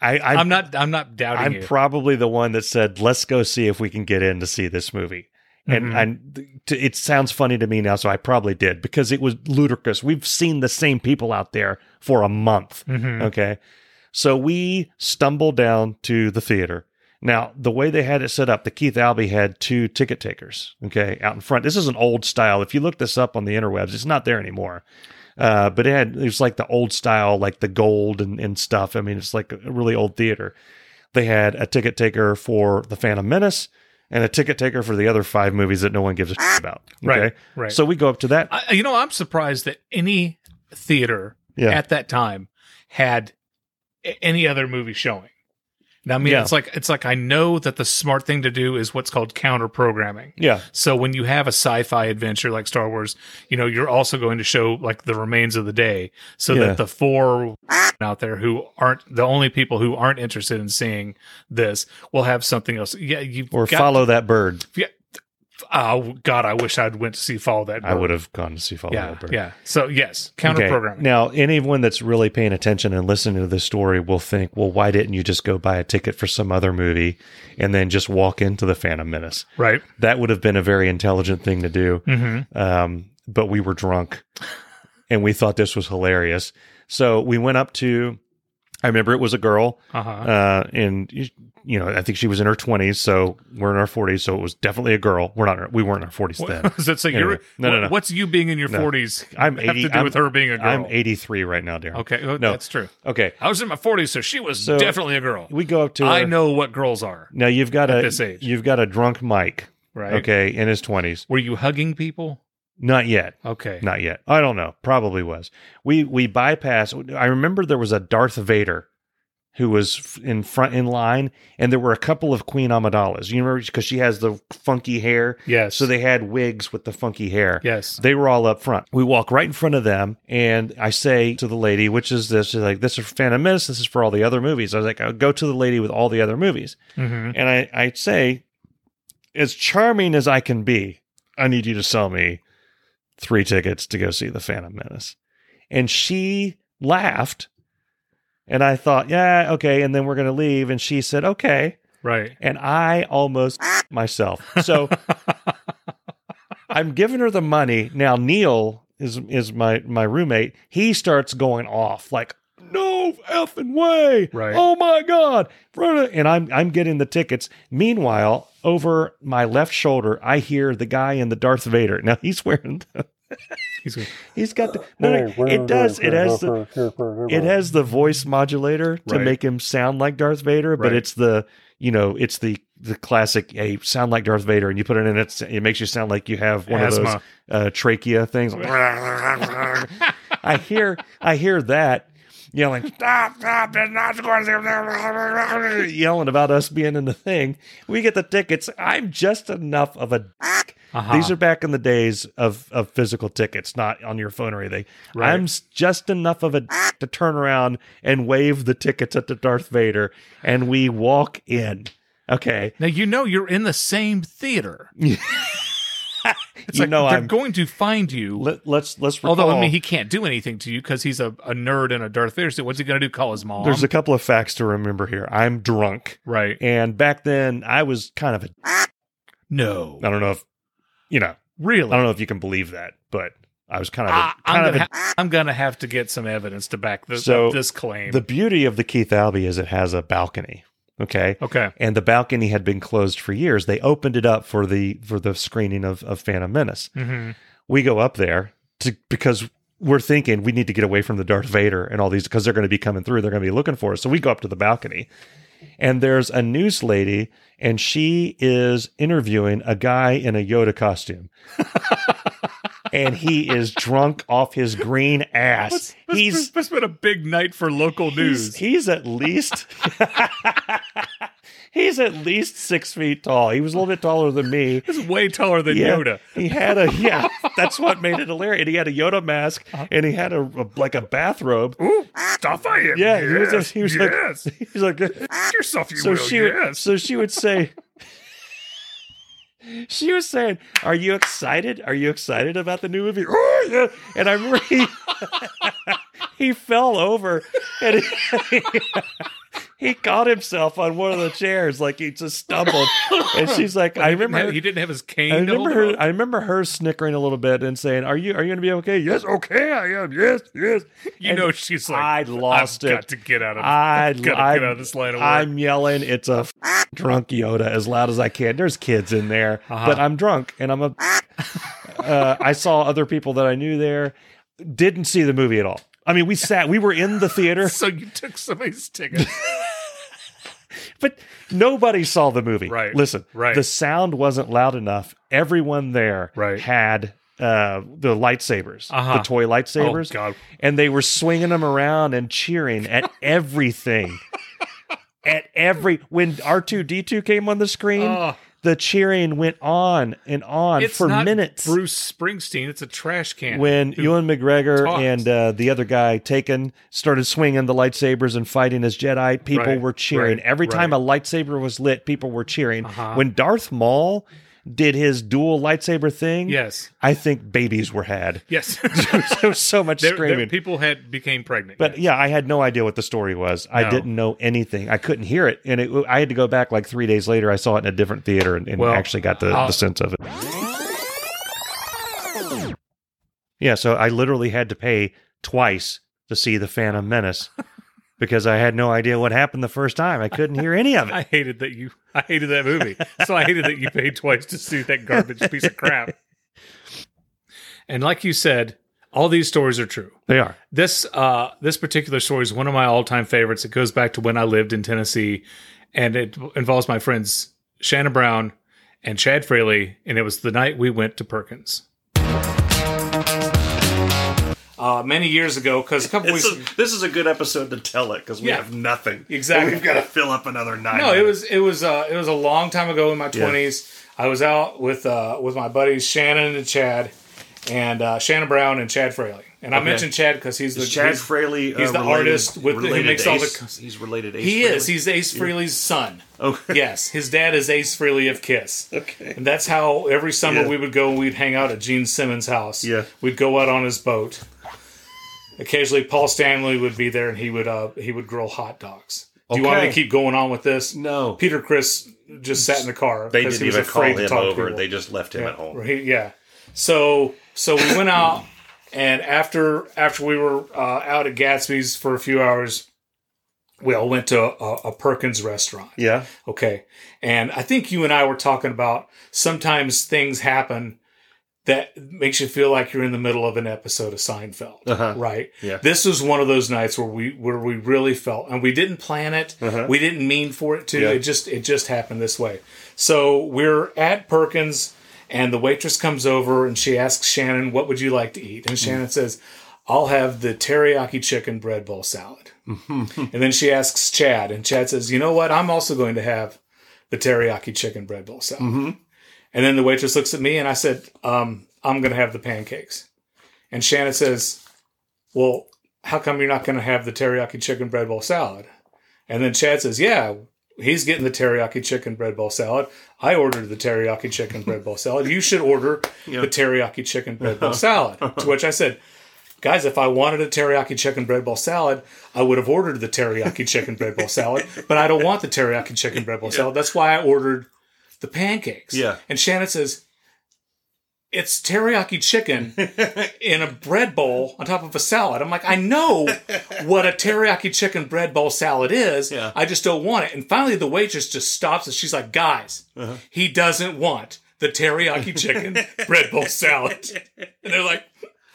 I,
I'm,
I'm,
not. I'm not doubting
I'm
you.
probably the one that said, "Let's go see if we can get in to see this movie." And
Mhm.
and th- to, it sounds funny to me now, so I probably did because it was ludicrous. We've seen the same people out there for a month.
Mhm.
Okay. So we stumbled down to the theater. Now, the way they had it set up, the Keith Albee had two ticket takers, okay, out in front. This is an old style. If you look this up on the interwebs, it's not there anymore. Uh, but it had it was like the old style, like the gold and, and stuff. I mean, it's like a really old theater. They had a ticket taker for the Phantom Menace and a ticket taker for the other five movies that no one gives a shit about.
Right,
okay?
right.
So we go up to that.
I, you know, I'm surprised that any theater
Yeah.
at that time had a- any other movie showing. Now, I mean,
Yeah.
it's like it's like I know that the smart thing to do is what's called counter programming.
yeah.
So when you have a sci-fi adventure like Star Wars, you know you're also going to show like the remains of the day, so
Yeah.
that the four out there who aren't the only people who aren't interested in seeing this will have something else. Yeah, you
Or follow that bird.
Oh God, I wish I'd went to see follow that.
I
Bird.
would have gone to see Follow
Yeah,
That Bird.
yeah. So yes, counter
Okay.
programming.
Now, anyone that's really paying attention and listening to this story will think, well, why didn't you just go buy a ticket for some other movie and then just walk into The Phantom Menace?
Right.
That would have been a very intelligent thing to do.
Mm-hmm.
Um, but we were drunk and we thought this was hilarious. So we went up to I remember it was a girl,
Uh-huh.
uh, and you you know I think she was in her twenties, so we're in our forties, so it was definitely a girl. We're not we weren't in our forties then.
What- so, so
Anyway,
you're
no, no,
what-
no.
What's you being in your
No.
forties?
I'm
have
80
to do
I'm-
with her being a girl.
I'm 83 right now, Darren.
Okay, well,
No.
that's true.
Okay.
I was in my forties, so she was
So-
definitely a girl.
We go up to.
I
her.
know what girls are,
Now you've got
at
a
this age.
you've got a drunk Mike.
right?
Okay, in his 20s.
Were you hugging people?
Not yet.
Okay.
Not yet. I don't know. Probably was. We we bypass. I remember there was a Darth Vader who was f- in front in line, and there were a couple of Queen Amidala's. You remember because she has the funky hair.
Yes.
So they had wigs with the funky hair.
Yes.
They were all up front. We walk right in front of them, and I say to the lady, "Which is this?" She's like, "This is for Phantom Menace. This is for all the other movies." I was like, "I'll go to the lady with all the other movies,"
hmm
and I I say, as charming as I can be, I need you to sell me three tickets to go see the Phantom Menace, and she laughed, and I thought, "Yeah, okay," and then we're gonna leave, and she said, "Okay."
Right.
and I almost myself. So I'm giving her the money. Now Neil is is my my roommate. He starts going off like no effing way.
Right.
Oh my god. And I'm I'm getting the tickets. Meanwhile, over my left shoulder, I hear the guy in the Darth Vader. Now he's wearing
He's good.
He's got the no, no, it does it has the it has the voice modulator to
Right.
make him sound like Darth Vader, but
Right.
it's the you know it's the the classic hey sound like Darth Vader and you put it in it it makes you sound like you have one of those
Asthma.
uh, trachea things. I hear I hear that yelling stop stop it's not going to-" yelling about us being in the thing. We get the tickets. I'm just enough of a
Uh-huh.
these are back in the days of, of physical tickets, not on your phone or anything.
Right.
I'm s- just enough of a d- to turn around and wave the tickets at the Darth Vader, and we walk in. Okay,
now you know you're in the same theater. It's
you
like
know
they're
I'm.
going to find you.
let, let's let's recall.
Although I mean, he can't do anything to you because he's a, a nerd and a Darth Vader. So what's he going to do? Call his mom?
there's a couple of facts to remember here. I'm drunk,
right?
and back then I was kind of a.
No,
I don't know if you know. I
really.
don't know if you can believe that, but I was kind of a,
I,
kind
am
of a
gonna ha- Ah, I'm gonna have to get some evidence to back this
So,
up this claim.
The beauty of the Keith Albee is it has a balcony. Okay.
okay,
And the balcony had been closed for years. They opened it up for the for the screening of, of Phantom Menace.
hmm
We go up there to because we're thinking we need to get away from the Darth Vader and all these because they're going to be coming through. They're going to be looking for us. So we go up to the balcony, and there's a news lady, and she is interviewing a guy in a Yoda costume. and he is drunk off his green ass. he's
He's it's been a big night for local
He's,
news.
he's at least he's at least six feet tall. He was a little bit taller than me.
He's way taller than
Yeah,
Yoda.
He had a yeah. That's what made it hilarious. And he had a Yoda mask, and he had a, a- like a bathrobe.
Uh-huh. Ooh, stuff I am.
Yeah, he was just- he was like- He's like
yourself. You
so she would- so she would say. She was saying, "Are you excited? Are you excited about the new movie?" "Oh, yeah." And I remember he, he fell over and he, he caught himself on one of the chairs, like he just stumbled. And she's like, "I remember."
he didn't have his cane.
I
to
remember
hold
her.
up.
I remember her snickering a little bit and saying, "Are you are you going to be okay?" Yes, okay, I am. Yes, yes.
you
and
know, she's like,
I lost
I've
it.
Got to get out of.
I,
I've gotta
I'm-
get out of this line of work.
I'm yelling, it's a f- drunk Yoda as loud as I can. There's kids in there,
Uh-huh.
but I'm drunk and I'm a. uh, I saw other people that I knew there. Didn't see the movie at all. I mean, we sat, we were in the theater,
so you took somebody's ticket.
but nobody saw the movie.
Right.
Listen,
Right.
the sound wasn't loud enough. Everyone there
Right.
had uh, the lightsabers,
Uh-huh.
the toy lightsabers.
Oh God!
and they were swinging them around and cheering at everything. at every when R2D2 came on the screen,
Oh,
the cheering went on and on
it's
for
not
minutes.
Bruce Springsteen. It's a trash can.
when
Who-
Ewan McGregor
talks.
and uh, the other guy Taken started swinging the lightsabers and fighting as Jedi, people
Right,
were cheering.
right,
Every time
right.
a lightsaber was lit, people were cheering.
Uh-huh.
When Darth Maul did his dual lightsaber thing,
yes,
I think babies were had.
yes,
there was so much
there,
screaming.
there, people had became pregnant.
But
yes.
yeah, I had no idea what the story was. I
No.
didn't know anything. I couldn't hear it, and it, I had to go back like three days later. I saw it in a different theater and, and
Well,
actually got the,
I'll-
the sense of it. Yeah, so I literally had to pay twice to see the Phantom Menace because I had no idea what happened the first time. I couldn't hear any of it.
I hated that you. I hated that movie. so I hated that you paid twice to see that garbage piece of crap. And like you said, all these stories are true.
They are.
This uh, this particular story is one of my all time favorites. It goes back to when I lived in Tennessee, and it involves my friends Shannon Brown and Chad Fraley, and it was the night we went to Perkins. Uh, many years ago, because a couple
This
weeks
is, this is a good episode to tell it because we
Yeah.
have nothing.
Exactly.
And we've got to fill up another nine.
No, it was it was uh, it was a long time ago in my twenties. I was out with uh, with my buddies Shannon and Chad, and uh, Shannon Brown and Chad Fraley. And I mentioned Chad because he's the
Is Chad
he's-
Fraley. uh,
he's the artist with the- who
related to
makes all the
Ace?
cos-
He's related. to Ace
He
Frehley?
is. He's Ace Frehley's son.
Okay.
Yes, his dad is Ace Frehley of Kiss.
Okay.
And that's how every summer
Yeah.
we would go and we'd hang out at Gene Simmons' house.
Yeah.
We'd go out on his boat. Occasionally, Paul Stanley would be there, and he would uh, he would grill hot dogs. Do you want me to
Okay.
keep going on with this?
No.
Peter Chris just sat in the car.
They
'cause
didn't
he was
even call
afraid
him
to talk to
over.
people.
They just left him at home.
Right, yeah. So so we went out, and after after we were uh, out at Gatsby's for a few hours, we all went to a, a Perkins restaurant.
Yeah.
Okay, and I think you and I were talking about sometimes things happen that makes you feel like you're in the middle of an episode of Seinfeld,
Uh-huh.
right?
Yeah.
This was one of those nights where we where we really felt, and we didn't plan it, we didn't mean for it to.
Uh-huh. Yeah.
It just it just happened this way. So we're at Perkins, and the waitress comes over and she asks Shannon, "What would you like to eat?"
Mm.
And Shannon says, "I'll have the teriyaki chicken bread bowl salad." and then she asks Chad, and Chad says, "You know what? I'm also going to have the teriyaki chicken bread bowl salad." And then the waitress looks at me and I said, um, I'm going to have the pancakes. And Shannon says, Well, how come you're not going to have the teriyaki chicken bread bowl salad? And then Chad says, Yeah, he's getting the teriyaki chicken bread bowl salad. I ordered the teriyaki chicken bread bowl salad. You should order the teriyaki chicken bread bowl salad. to which I said, Guys, if I wanted a teriyaki chicken bread bowl salad, I would have ordered the teriyaki chicken bread bowl salad, but I don't want the teriyaki chicken bread bowl salad. That's why I ordered the pancakes.
Yeah.
And Shannon says, it's teriyaki chicken in a bread bowl on top of a salad. I'm like, I know what a teriyaki chicken bread bowl salad is.
Yeah.
I just don't want it. And finally, the waitress just stops and she's like, guys,
Uh-huh.
he doesn't want the teriyaki chicken bread bowl salad. And they're like,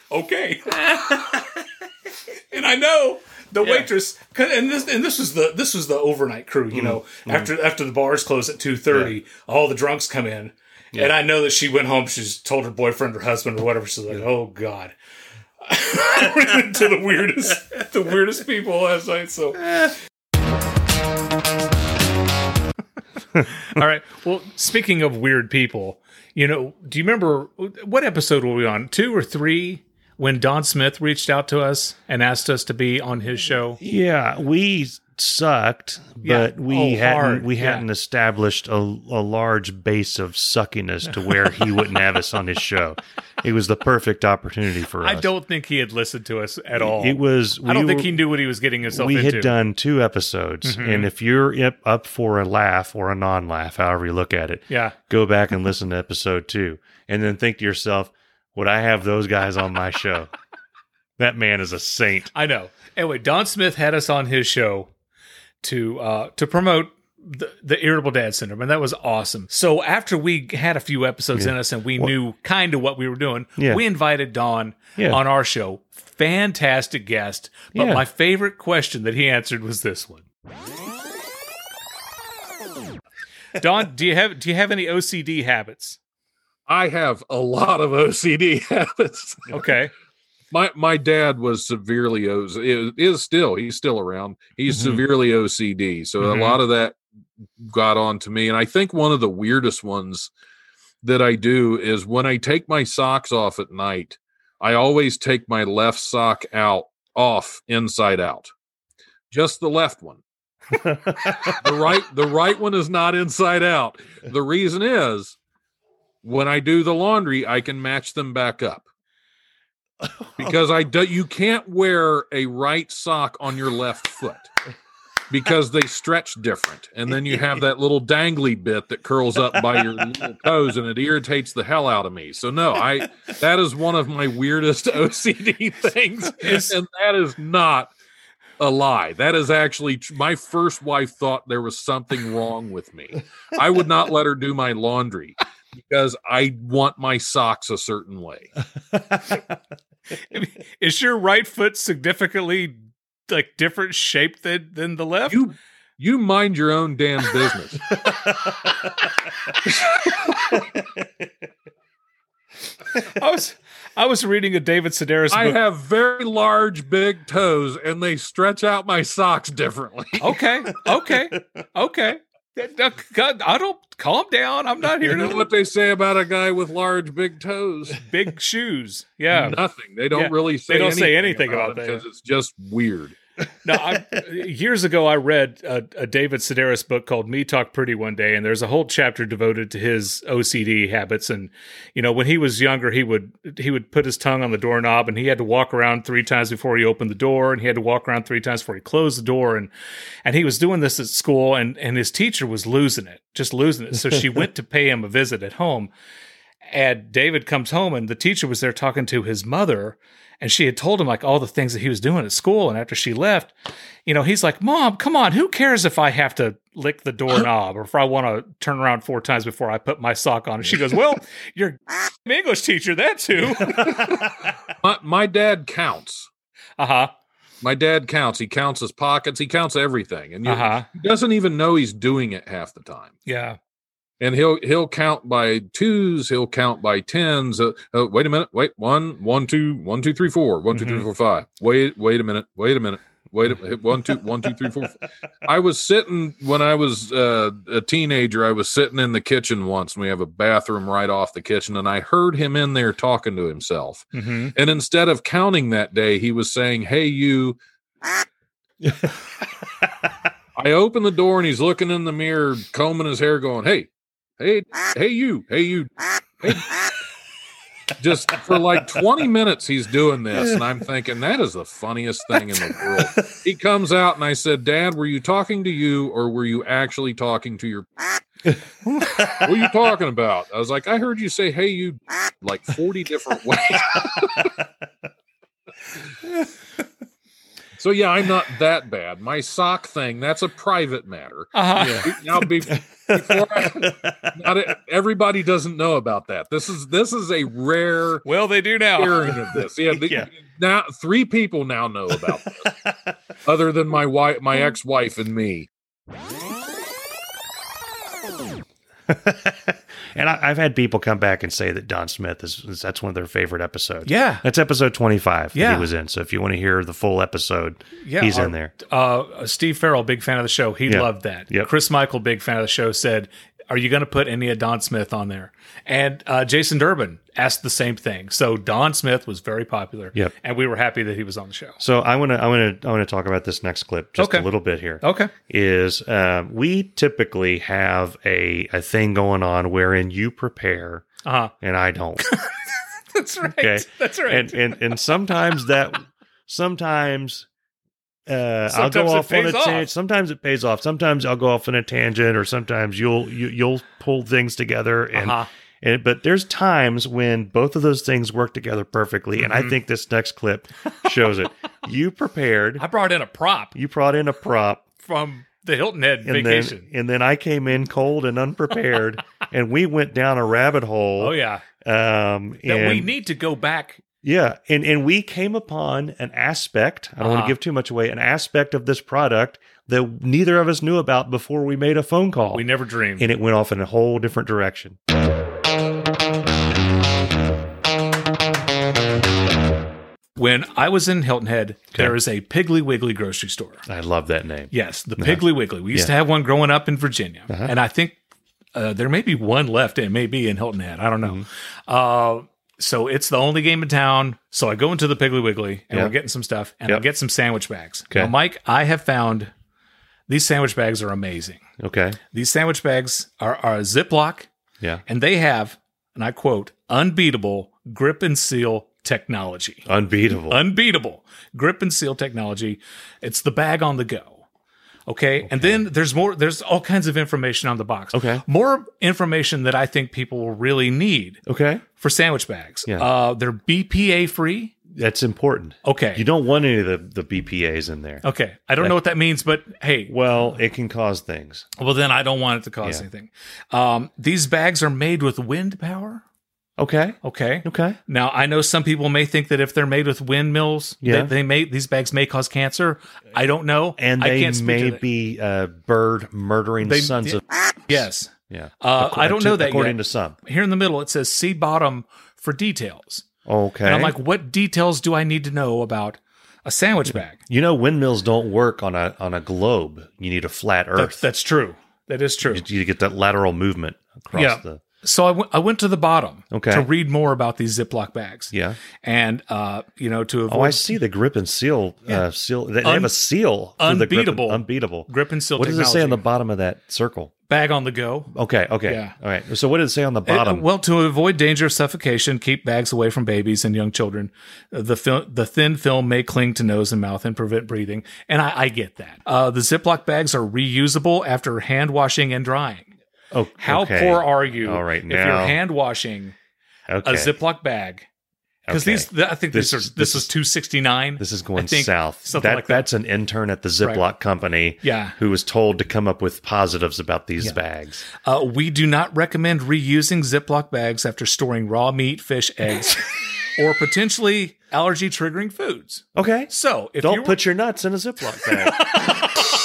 okay. and I know the waitress, 'cause- and this and this was the this was the overnight crew. You know, after after the bars close at two thirty, all the drunks come in, and I know that she went home. She's told her boyfriend or husband or whatever. She's like, oh god. I ran into the weirdest, the weirdest people last night. So, all right. Well, speaking of weird people, you know, do you remember what episode were we on? Two or three? When Don Smith reached out to us and asked us to be on his show.
Yeah, we sucked, but
Yeah.
we
Oh,
hadn't
hard.
we
Yeah.
hadn't established a, a large base of suckiness to where he wouldn't have us on his show. It was the perfect opportunity for us.
I don't think he had listened to us at all.
It was.
I don't
we
think
were-
he knew what he was getting himself
We
into. Mm-hmm.
had done two episodes, and if you're up- up for a laugh or a non-laugh, however you look at it,
yeah.
go back and listen to episode two, and then think to yourself, "Would I have those guys on my show?" that man is a saint.
I know. Anyway, Don Smith had us on his show to uh, to promote the, the irritable dad syndrome, and that was awesome. So after we had a few episodes in us and we knew kind of what we were doing,
Yeah.
we invited Don
Yeah.
on our show. Fantastic guest. But
Yeah.
my favorite question that he answered was this one. Don, do you have do you have any OCD habits?
I have a lot of OCD habits.
Okay.
My my dad was severely OCD. Is still he's still around. He's
Mhm.
severely OCD, so
Mhm.
a lot of that got on to me. And I think one of the weirdest ones that I do is when I take my socks off at night. I always take my left sock out off inside out, just the left one. the right the right one is not inside out. The reason is when I do the laundry, I can match them back up. Because I do you can't wear a right sock on your left foot because they stretch different. And then you have that little dangly bit that curls up by your little toes and it irritates the hell out of me. So no, I that is one of my weirdest OCD things.
It's-
and that is not a lie. That is actually tr- my first wife thought there was something wrong with me. I would not let her do my laundry because I want my socks a certain way.
Is your right foot significantly like different shape than than the left?
You you mind your own damn business.
I was I was reading a David Sedaris book.
I have very large big toes and they stretch out my socks differently.
okay, okay, okay. That- that- God, I don't calm down. I'm not here
You know
to
what they say about a guy with large big toes?
big shoes. Yeah,
Nothing. They don't
Yeah.
really say
don't say anything about that.
because it's just weird.
no. I, years ago, I read a, a David Sedaris book called "Me Talk Pretty" one day, and there's a whole chapter devoted to his OCD habits. And you know, when he was younger, he would he would put his tongue on the doorknob, and he had to walk around three times before he opened the door, and he had to walk around three times before he closed the door, and and he was doing this at school, and and his teacher was losing it, just losing it. So she went to pay him a visit at home. And David comes home, and the teacher was there talking to his mother, and she had told him like all the things that he was doing at school. And after she left, you know, he's like, Mom, come on, who cares if I have to lick the doorknob or if I want to turn around four times before I put my sock on? And she goes, Well, you're an English teacher, Uh-huh, that too.
My, my dad counts.
Uh huh.
My dad counts. He counts his pockets. He counts everything, and you,
Uh huh.
he doesn't even know he's doing it half the time.
Yeah.
And he'll he'll count by twos. He'll count by tens. Uh, uh, wait a minute. Wait one one two one two three four one two three
Mhm.
four five. Wait wait a minute. Wait a minute. Wait a one two one two three four. f- I was sitting when I was uh, a teenager. I was sitting in the kitchen once. And we have a bathroom right off the kitchen, and I heard him in there talking to himself.
Mm-hmm.
And instead of counting that day, he was saying, Hey, you. I open the door and he's looking in the mirror, combing his hair, going, Hey, hey, hey, you, hey, you. Hey. Just for like 20 minutes, he's doing this. And I'm thinking, That is the funniest thing in the world. He comes out and I said, Dad, were you talking to you or were you actually talking to your. What are you talking about? I was like, I heard you say, Hey, you, like 40 different ways. So yeah, I'm not that bad. My sock thing—that's a private matter.
Uh huh.
Now, be, before I, not e- everybody doesn't know about that. This is this is a rare
Well, they do now.
hearing of this. Yeah, the-
Yeah.
now three people now know about this, other than my wife, my ex-wife, and me.
and I, I've had people come back and say that Don Smith is, is that's one of their favorite episodes.
Yeah.
That's episode 25 that
Yeah.
he was in. So if you want to hear the full episode,
Yeah.
he's
our-
in there.
Uh, Steve Farrell, big fan of the show. He
Yeah.
loved that.
Yep.
Chris Michael, big fan of the show, said, Are you going to put any of Don Smith on there? And uh, Jason Durbin asked the same thing. So Don Smith was very popular.
Yep.
And we were happy that he was on the show.
So I want to I want to I want to talk about this next clip just
Okay.
a little bit here.
Okay.
Is um, we typically have a a thing going on wherein you prepare
Uh huh.
and I don't.
That's right.
Okay.
That's right.
and and and sometimes that sometimes uh, I'll
Sometimes
go
it
off on a
pays off.
tangent. Sometimes it pays off. Sometimes I'll go off on a tangent, or sometimes you'll you, you'll pull things together. And,
uh-huh.
and but there's times when both of those things work together perfectly, and
Mm-hmm.
I think this next clip shows it. you prepared.
I brought in a prop
You brought in a prop,
from the Hilton Head
and
vacation.
then and then I came in cold and unprepared, and we went down a rabbit hole.
oh yeah.
um,
That
and
we need to go back.
Yeah, and and we came upon an aspect. I don't want
Uh-huh.
to give too much away. An aspect of this product that neither of us knew about before we made a phone call,
We never dreamed.
and it went off in a whole different direction.
when I was in Hilton Head, there is a Piggly Wiggly grocery store.
I love that name.
Yes, the Piggly Wiggly. We used
Uh-huh. Yeah. Uh-huh.
to have one growing up in Virginia, and I think uh, there may be one left. It may be in Hilton Head. I don't
Mm-hmm.
know. Uh, so it's the only game in town. So I go into the Piggly Wiggly, and
Yeah.
we're getting some stuff, and I
Yep.
get some sandwich bags.
Okay.
Now, Mike, I have found these sandwich bags are amazing.
Okay.
These sandwich bags are, are a Ziploc,
Yeah.
and they have, and I quote, unbeatable grip and seal technology.
Unbeatable.
Unbeatable grip and seal technology. It's the bag on the go. Okay? And then there's more, there's all kinds of information on the box.
Okay.
More information that I think people will really need
okay.
for sandwich bags.
Yeah.
Uh, they're BPA free.
That's important.
Okay.
You don't want any of the, the BPAs in there.
okay. I don't know what that means, but hey,
Well, it can cause things.
well, then I don't want it to cause
Yeah.
anything. Um, these bags are made with wind power.
Okay.
Okay.
Okay.
Now, I know some people may think that if they're made with windmills,
Yeah.
that they may these bags may cause cancer. I don't know.
And
I
they
can't speak to
may
that.
be uh, bird murdering
They-
sons of.
Yes.
Yeah.
Uh, I don't know that
According
yet.
to some.
Here in the middle, it says see bottom for details.
Okay.
And I'm like, what details do I need to know about a sandwich bag?
you know, windmills don't work on a on a globe. You need a flat
That-
Earth.
that's true. That is true.
you, you get that lateral movement across
Yeah.
the.
So I went- I went to the bottom
Okay.
to read more about these Ziploc bags.
Yeah.
And, uh, you know, to
Oh, I
avoid
see the grip and seal. Uh, seal. They, they
Un-
have a seal. for the grip and-
unbeatable.
unbeatable.
grip and seal
What does
technology.
it say on the bottom of that circle?
bag on the go?
Okay. Okay.
Yeah.
All right. So what did it say on the
Uh,
bottom?
well, to avoid danger of suffocation, keep bags away from babies and young children. Uh, The fil- the thin film may cling to nose and mouth and prevent breathing. And I, I get that. Uh, the Ziploc bags are reusable after hand washing and drying.
oh,
How
okay.
poor are you
All right,
if
now-
you're hand washing
Okay.
a Ziploc bag? Because
Okay.
these, th- I think
This-
these are,
this
this is 269.
This is going
I think
south.
Something
That-
like that.
That's an intern at the Ziploc company
Yeah.
who was told to come up with positives about these bags.
Uh, we do not recommend reusing Ziploc bags after storing raw meat, fish, eggs, or potentially allergy triggering foods.
Okay.
So if you
Don't
were-
put your nuts in a Ziploc bag.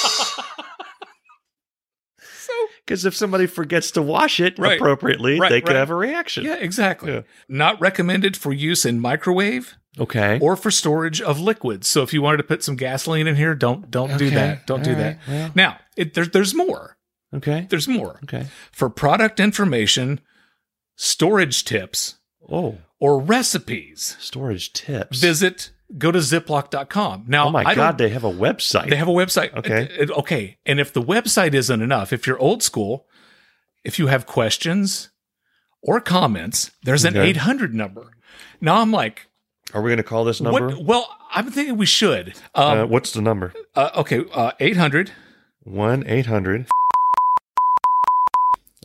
Because if somebody forgets to wash it
Right.
appropriately,
Right,
they could
right.
have a reaction.
Yeah, exactly.
Yeah.
Not recommended for use in microwave
Okay.
or for storage of liquids. So if you wanted to put some gasoline in here, don't don't do
Okay.
that. Don't do
All
that.
right. Well,
Now, it, there, there's more.
okay.
There's more.
Okay.
For product information, storage tips,
Oh,
or recipes,
storage tips.
visit go to ziploc.com. Now,
oh my
I don't-
God, they have a website.
They have a website.
Okay.
Uh, uh, Okay. And if the website isn't enough, if you're old school, if you have questions or comments, there's an
Okay.
800 number. Now I'm like,
Are we going to call this number?
what? Well, I'm thinking we should. Um,
uh, what's the number?
uh, okay. Uh, 800.
1 800.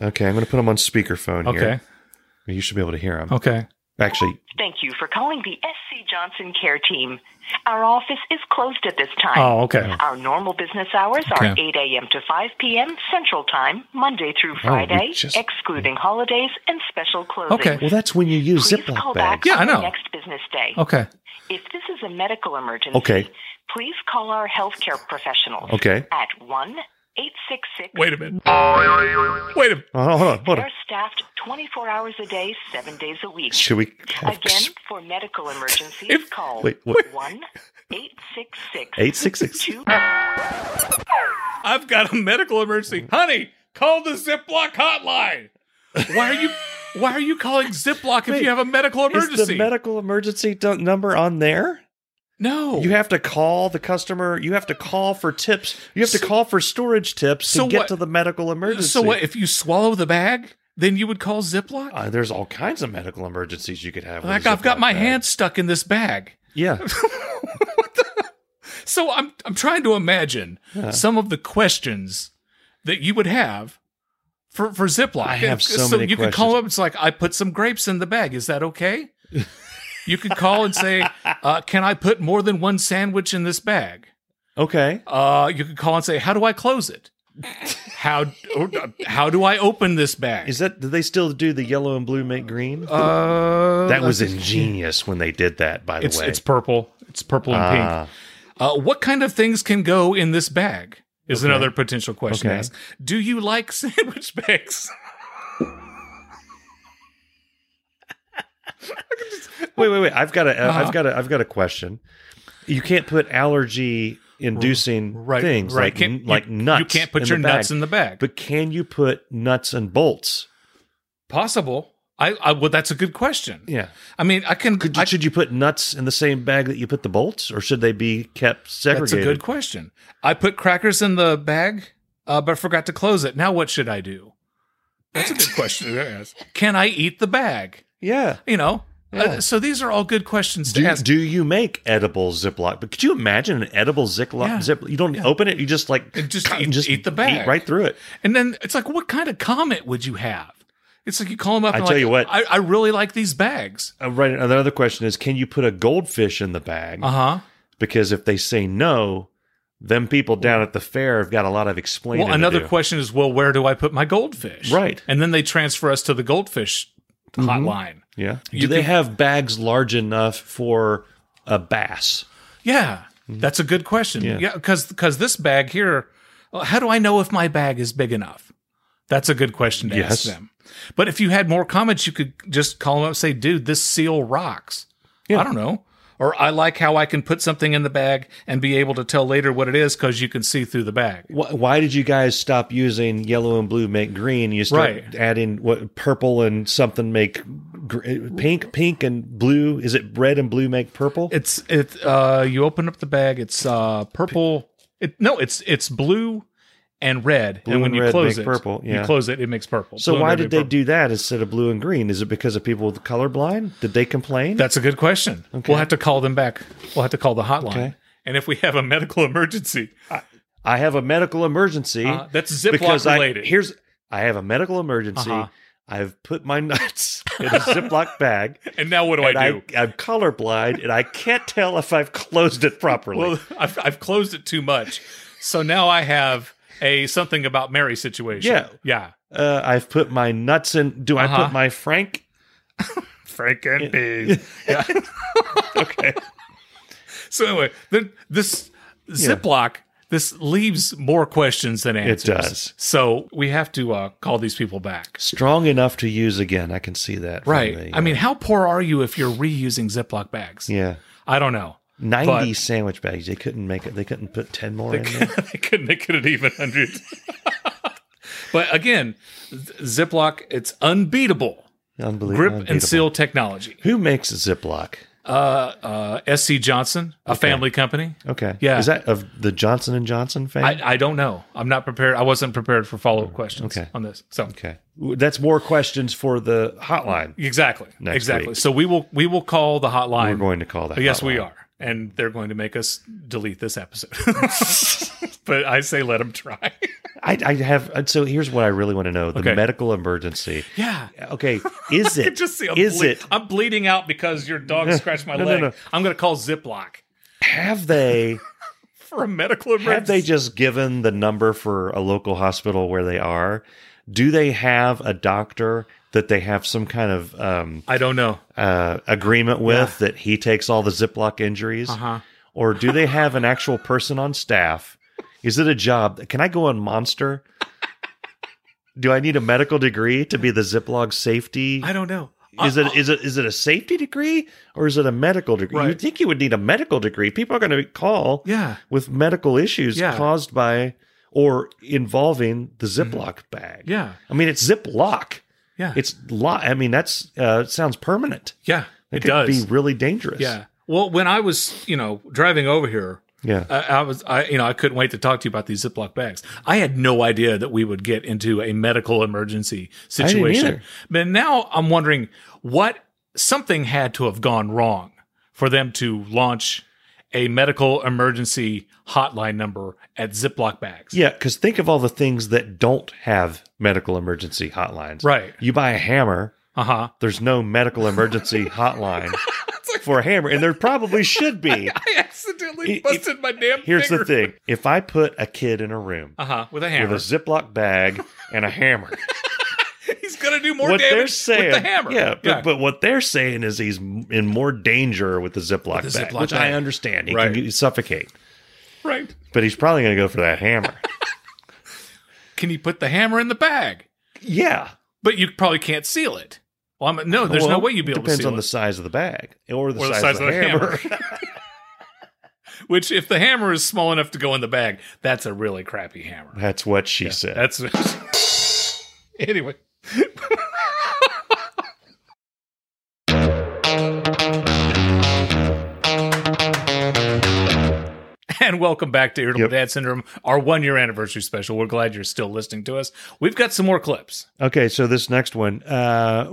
Okay, I'm going to put them on speakerphone
Okay.
here. You should be able to hear them.
Okay.
Actually,
Thank you for calling the SC Johnson Care Team. Our office is closed at this time.
Oh, okay.
Our normal business hours are
Okay.
8 a.m. to 5 p.m. Central Time, Monday through Friday,
Oh, just-
excluding holidays and special closings.
Okay.
well, that's when you use
Please
Ziploc
call
bags.
back
Yeah, I
on the
know.
next business day.
Okay.
If this is a medical emergency,
Okay.
please call our healthcare professionals
Okay.
at 1 866
Wait a minute. Wait a minute.
Oh, hold on, hold on.
They're staffed 24 hours a day, 7 days a week.
Should we? uh,
Again, for medical emergencies,
If-
call
Wait, what?
1 866
866.
I've got a medical emergency. Honey, call the Ziploc hotline. Why are you? Why are you calling Ziploc if
Wait,
you have a medical
Is
emergency?
the medical emergency do- number on there?
no.
You have to call the customer. You have to call for tips. You have to call for storage tips
So
to get
what-
to the medical emergency.
So what if you swallow the bag? Then you would call Ziploc.
Uh, there's all kinds of medical emergencies you could have. with
like
a
I've got
Ziploc
my
bag.
hand stuck in this bag.
Yeah.
So I'm I'm trying to imagine some of the questions that you would have for for Ziploc.
I have so many
you could call up. It's like I put some grapes in the bag. Is that okay? you could call and say, uh, "Can I put more than one sandwich in this bag?"
Okay.
Uh, you could call and say, "How do I close it? How or, uh, how do I open this bag?"
Is that? Do they still do the yellow and blue make green?
uh,
that was ingenious when they did that. By the
It's
way,
it's purple. It's purple and pink.
Ah,
Uh, what kind of things can go in this bag? Is another potential question to
Okay.
ask. Do you like sandwich bags?
Wait, wait, wait! I've got a,
Uh-huh.
have got a, I've got a question. You can't put allergy-inducing
Right,
things
right.
like
Can't-
n-
you-
like nuts.
You can't put
in
your
the bag.
nuts in the bag.
But can you put nuts and bolts?
Possible. I, I well, that's a good question.
Yeah.
I mean, I can.
Could you,
I,
should you put nuts in the same bag that you put the bolts, or should they be kept
that's a
segregated?
good question. I put crackers in the bag, uh, but forgot to close it. Now what should I do? That's a good question to ask. Can I eat the bag?
yeah.
You know. Uh, so these are all good questions to
Do,
ask.
do you make edible Ziploc? But could you imagine an edible Ziploc?
Yeah.
Zip, you don't open it. You just like
And just eat- eat the bag.
right through it.
And then it's like, what kind of comment would you have? It's like you call them up.
I
and
tell
like,
you what.
I, I really like these bags.
Uh, right. Another question is, can you put a goldfish in the bag?
Uh huh.
Because if they say no, them people down at the fair have got a lot of explaining.
Well, another
to do.
question is, well, where do I put my goldfish?
Right. Mm-hmm.
And then they transfer us to the goldfish hotline.
Yeah. Do
You
they
can-
have bags large enough for a bass?
Yeah, that's a good question.
Mm-hmm. Yeah.
Yeah, because because this bag here, uh, how do I know if my bag is big enough? That's a good question to
Yes.
ask them. But if you had more comments, you could just call them up and say, "Dude, this seal rocks." I don't know. Or I like how I can put something in the bag and be able to tell later what it is because you can see through the bag.
Why, why did you guys stop using yellow and blue make green? You start
Right.
adding what purple and something make gr- pink, pink and blue. Is it red and blue make purple?
It's it. Uh, you open up the bag. It's uh purple. It no. It's it's blue and red.
Blue
and when
and
you
red
close
make
it,
purple, yeah.
you close it. It makes purple.
so
Blue and
why
red
did
make
they
purple.
do that instead of blue and green? Is it because of people with colorblind? Did they complain?
That's a good question.
Okay.
We'll have to call them back. We'll have to call the hotline.
Okay.
And if we have a medical emergency,
I have a medical emergency.
uh, that's Ziploc
because
related.
I here's I have a medical emergency.
Uh-huh.
I've put my nuts in a Ziploc bag.
and now what do
and
I do?
I, am colorblind, and I can't tell if I've closed it properly.
well, I've, I've closed it too much. So now I have a something about Mary situation.
Yeah.
Yeah.
uh, I've put my nuts in. Do I
Uh-huh.
put my Frank?
Frank and Bean. Yeah. okay. So anyway, the, this Ziploc this leaves more questions than answers.
does.
So we have to uh, call these people back.
Strong enough to use again. I can see that. from
Right.
the,
I mean,
uh,
how poor are you if you're reusing Ziploc bags?
yeah,
I don't know.
ninety sandwich bags. They couldn't make it. They couldn't put ten more in there.
they couldn't make it an even hundred. but again, Z- Ziploc, it's unbeatable
Unbelievable.
grip
Unbeatable.
and seal technology.
Who makes Ziploc?
Uh, uh, SC Johnson, a family company.
Okay.
Yeah.
Is that of the Johnson and Johnson fame?
I, I don't know. I'm not prepared. I wasn't prepared for follow up questions
Mm, Okay.
on this. So
okay. That's more questions for the hotline.
exactly,
Next
exactly.
week.
So we will we will call the hotline.
We're going to call that.
yes, we
hotline.
are, and they're going to make us delete this episode. but I say let them try.
I, I have. uh, So here's what I really want to know: the
Okay.
medical emergency.
yeah.
Okay, is
I
it?
could just see I'm
is
ble-
it?
I'm bleeding out because your dog scratched my
No, no,
leg.
no.
I'm going to call Ziploc
Have they?
for a medical emergency.
Have they just given the number for a local hospital where they are? Do they have a doctor that they have some kind of um,
I don't know.
uh, agreement with that he takes all the Ziploc injuries?
Uh-huh.
Or do they have an actual person on staff? Is it a job? Can I go on Monster? Do I need a medical degree to be the Ziploc safety?
I don't uh-uh. know.
Is it is it is it a safety degree or is it a medical degree?
Right.
You'd think you would need a medical degree. People are going to call
Yeah.
with medical issues
Yeah. Mm-hmm.
caused by or involving the Ziploc bag.
Yeah.
I mean it's Ziploc.
Yeah.
It's lock. I mean that's uh, it sounds permanent.
yeah. It,
It, could
does.
be really dangerous.
yeah. Well, when I was, you know, driving over here,
yeah.
I, I was, I, you know, I couldn't wait to talk to you about these Ziploc bags. I had no idea that we would get into a medical emergency
didn't
situation.
either.
But now I'm wondering what something had to have gone wrong for them to launch a medical emergency hotline number at Ziploc bags.
Yeah, because think of all the things that don't have medical emergency hotlines.
Right.
You buy a hammer.
Uh huh.
There's no medical emergency hotline for a hammer, and there probably should be.
I accidentally
It-
busted my damn
Here's the thing: if I put a kid in a room
Uh huh.
with
With a
a
hammer.
Ziploc bag and a hammer,
He's going to do more
what they're
damage
saying,
with the hammer.
yeah, but- But, what they're saying is he's m- in more danger with the Ziploc
With the
bag,
Ziploc
which I
bag.
understand. He
Right.
can get- suffocate,
right.
but he's probably going to go for that hammer.
Can you put the hammer in the bag?
yeah,
But you probably can't seal it. Well, I'm, no, there's no
Well,
way you'd be able to
Depends
seal
on the
it.
size of the bag or the, size, of the, hammer.
Which, if the hammer is small enough to go in the bag, that's a really crappy hammer.
That's what she said.
That's anyway. And welcome back to Irritable
Yep.
Dad Syndrome, our one year anniversary special. We're glad you're still listening to us. We've got some more clips.
okay, so this next one, uh,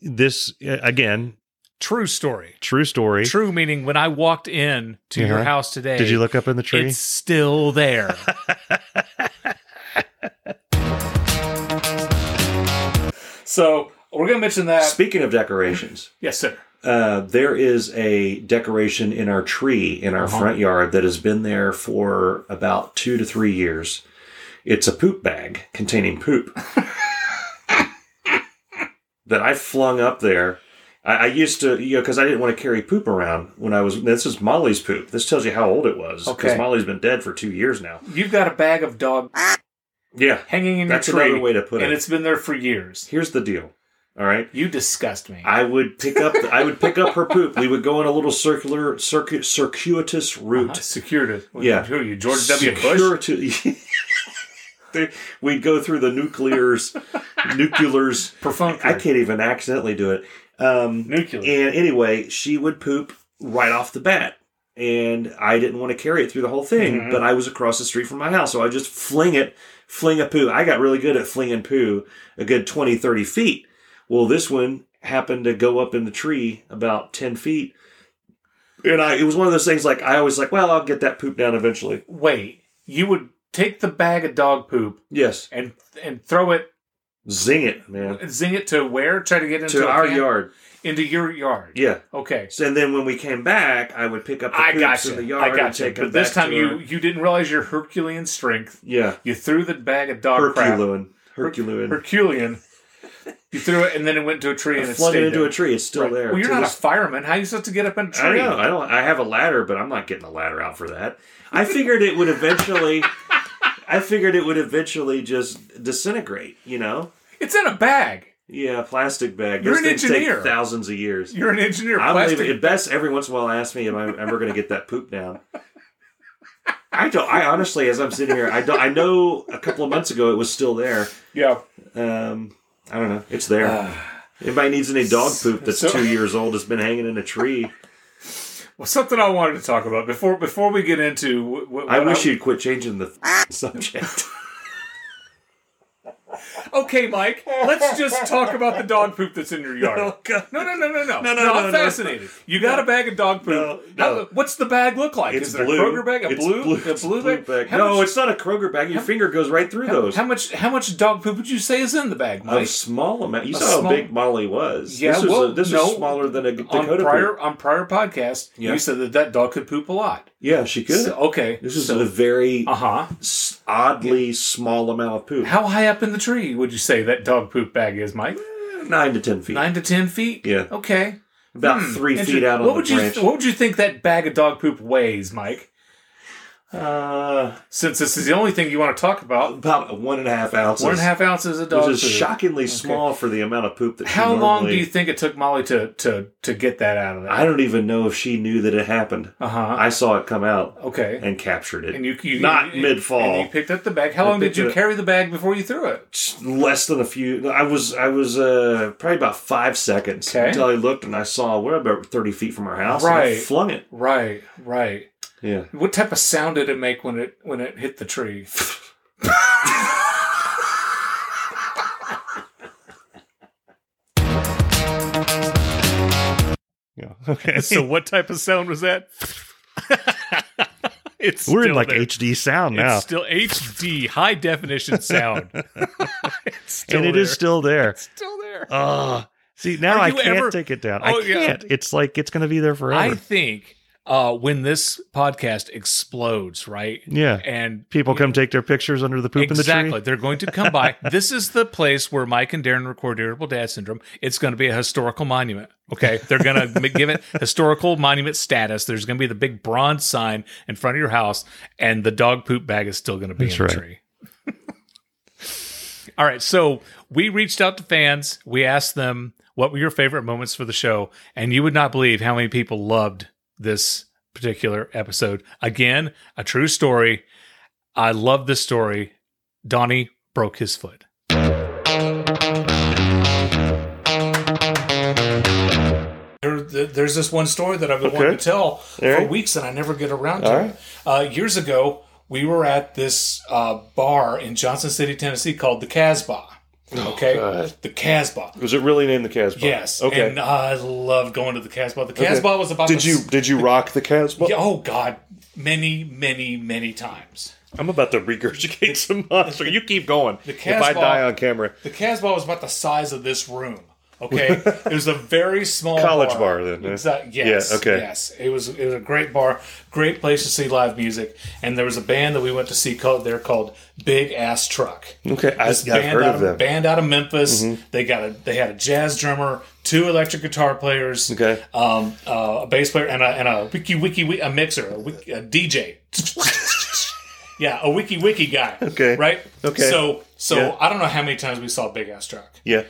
this uh, again,
True story.
true story.
True meaning when I walked in to your
Uh-huh.
house today.
Did you look up in the tree?
It's still there. So we're gonna mention that.
Speaking of decorations,
yes, sir.
uh, there is a decoration in our tree in our front yard that has been there for about two to three years. It's a poop bag containing poop that I flung up there. I, I used to, you know, because I didn't want to carry poop around when I was. This is Molly's poop. This tells you how old it was because
Okay.
Molly's been dead for two years now.
You've got a bag of dog
Yeah,
hanging in
that's
your tree,
another way to put
and
it.
it's been there for years.
Here's the deal. All right.
You disgust me.
I would pick up. I would pick up her poop. We would go on a little circular, circu- circuitous route.
Uh-huh. Secured it.
Yeah.
Who are you, George W. Bush?
Security- They- We'd go through the nuclears, nuclears. I
Perfunctory.
can't even accidentally do it. Um,
Nuclear.
and anyway, she would poop right off the bat, and I didn't want to carry it through the whole thing. But I was across the street from my house, so I just fling it, fling a poo. I got really good at flinging poo, a good 20, 30 feet. Well, this one happened to go up in the tree about ten feet. And I, it was one of those things like I always like, well, I'll get that poop down eventually.
Wait, you would take the bag of dog poop
Yes.
and and throw it,
Zing it, man.
zing it to where? Try to get into
To
a
our
can?
yard.
into your yard.
Yeah.
Okay.
So, and then when we came back, I would pick up the
I
poops
got you.
in the yard
I
and
got you.
take them
But this
back
time
to
you
her.
you didn't realize your Herculean strength.
Yeah.
You threw the bag of dog Oh, crap.
Herculean. Herculean.
Herculean. You threw it and then it went to a tree and it
Flooded
stayed
into
there.
a tree. It's still
Right.
there.
Well, you're
to
not
this-
a fireman. How are you supposed to get up in a
I
tree?
know. I don't. I have a ladder, but I'm not getting a ladder out for that. I figured it would eventually. I figured it would eventually just disintegrate. You know.
It's in a bag.
Yeah, plastic bag.
You're
Those
an
things take
engineer.
thousands of years.
You're an engineer.
I'm
plastic.
leaving. At best, every once in a while, ask me, "Am I ever going to get that poop down?" I don't. I honestly, as I'm sitting here, I don't. I know a couple of months ago it was still there.
Yeah.
Um, I don't know. It's there. Anybody needs any dog poop that's
Ah. So-
two years old has been hanging in a tree.
Well, something I wanted to talk about before before we get into. What, what
I wish you'd quit changing the subject.
Okay, Mike. Let's just talk about the dog poop that's in your yard.
Oh, God.
No, no, no, no, no.
No, no,
I'm
no, no.
fascinated. You got a bag of dog poop.
No,
How-
no.
what's the bag look like?
It's
Is it
blue.
a Kroger bag? A
It's
blue? A blue,
It's
bag? How
no,
much-
it's not a Kroger bag. Your finger goes right through
how,
those.
How much? How much dog poop would you say is in the bag,
a
Mike?
small amount. You
A
saw
small-
how big Molly was.
Yeah,
this was
well,
a, this
no.
was smaller than a
on
Dakota
prior
poop.
on prior podcast,
Yeah.
you said that that dog could poop a lot.
Yeah, she could.
So, okay.
this is a very
Uh
Uh-huh.
huh.
s- oddly small amount of poop.
How high up in the tree would you say that dog poop bag is, Mike?
Nine to ten feet.
Nine to ten feet.
Yeah.
Okay.
About
Hmm.
three
Interesting.
feet out
what
on
would
the branch.
You, what would you think that bag of dog poop weighs, Mike?
uh,
Since this is the only thing you want to talk about,
about one and a half ounces.
one and a half ounces of dog
which is
poop.
shockingly small for the amount of poop that. she
How long do
normally-
you think it took Molly to to to get that out of there?
I don't even know if she knew that it happened.
Uh huh.
I saw it come out
okay.
and captured it.
Oh. And you, you
not
you-
mid fall.
And you picked up the bag. How
I
long did
picked
you
it up.
carry the bag before you threw it?
less than a few. I was I was uh, probably about five seconds
Okay.
until I looked and I saw we're about thirty feet from our house. And I
Right.
flung it.
Right, right.
Yeah,
What type of sound did it make when it when it hit the tree?
Yeah. Okay.
so, what type of sound was that? it's
We're in like
H.
HD sound now,
still HD, high definition sound. it's still
and it is still there.
still there.
Uh see now
Are
I
you
can't
ever-
take it down.
Oh,
I
yeah.
can't. It's like it's gonna be there forever.
I think uh, when this podcast explodes, right?
yeah.
And
People come take their pictures under the poop
exactly,
in the tree.
they're going to come by. this is the place where Mike and Darren record Irritable Dad Syndrome. It's going to be a historical monument. Okay, they're going to give it historical monument status. There's going to be the big bronze sign in front of your house, and the dog poop bag is still going to be
That's
in
right.
the tree. All right, so we reached out to fans. We asked them what were your favorite moments for the show, and you would not believe how many people loved this particular episode. Again, a true story. I love this story. Donnie broke his foot. There, there- there's this one story that I've been wanting to tell for weeks, and I never get around to it. Uh, years ago, we were at this uh, bar in Johnson City, Tennessee, called the Casbah.
Oh,
Okay, the Casbah.
was it really named the Casbah?
Yes.
Okay.
And I love going to the Casbah. The Casbah was about.
did
the
you did you rock the Casbah?
yeah, oh God, many, many, many times.
I'm about to regurgitate some monster. You keep going.
The
if I
Casbah-
die on camera,
The Casbah was about the size of this room. Okay, it was a very small
College bar then, huh?
Exactly. Yes.
Yeah, okay.
Yes, it was. It was a great bar, great place to see live music, and there was a band that we went to see called there called Big Ass Truck.
okay, I,
This
I've heard
out
of them. Mm-hmm.
Band out of Memphis. They got a. They had a jazz drummer, two electric guitar players,
Okay.
um, uh, a bass player, and a and a wiki wiki wi- a mixer, a, wiki, a DJ. yeah, a wiki wiki guy.
Okay.
Right.
Okay.
So so
Yeah.
I don't know how many times we saw Big Ass Truck.
yeah,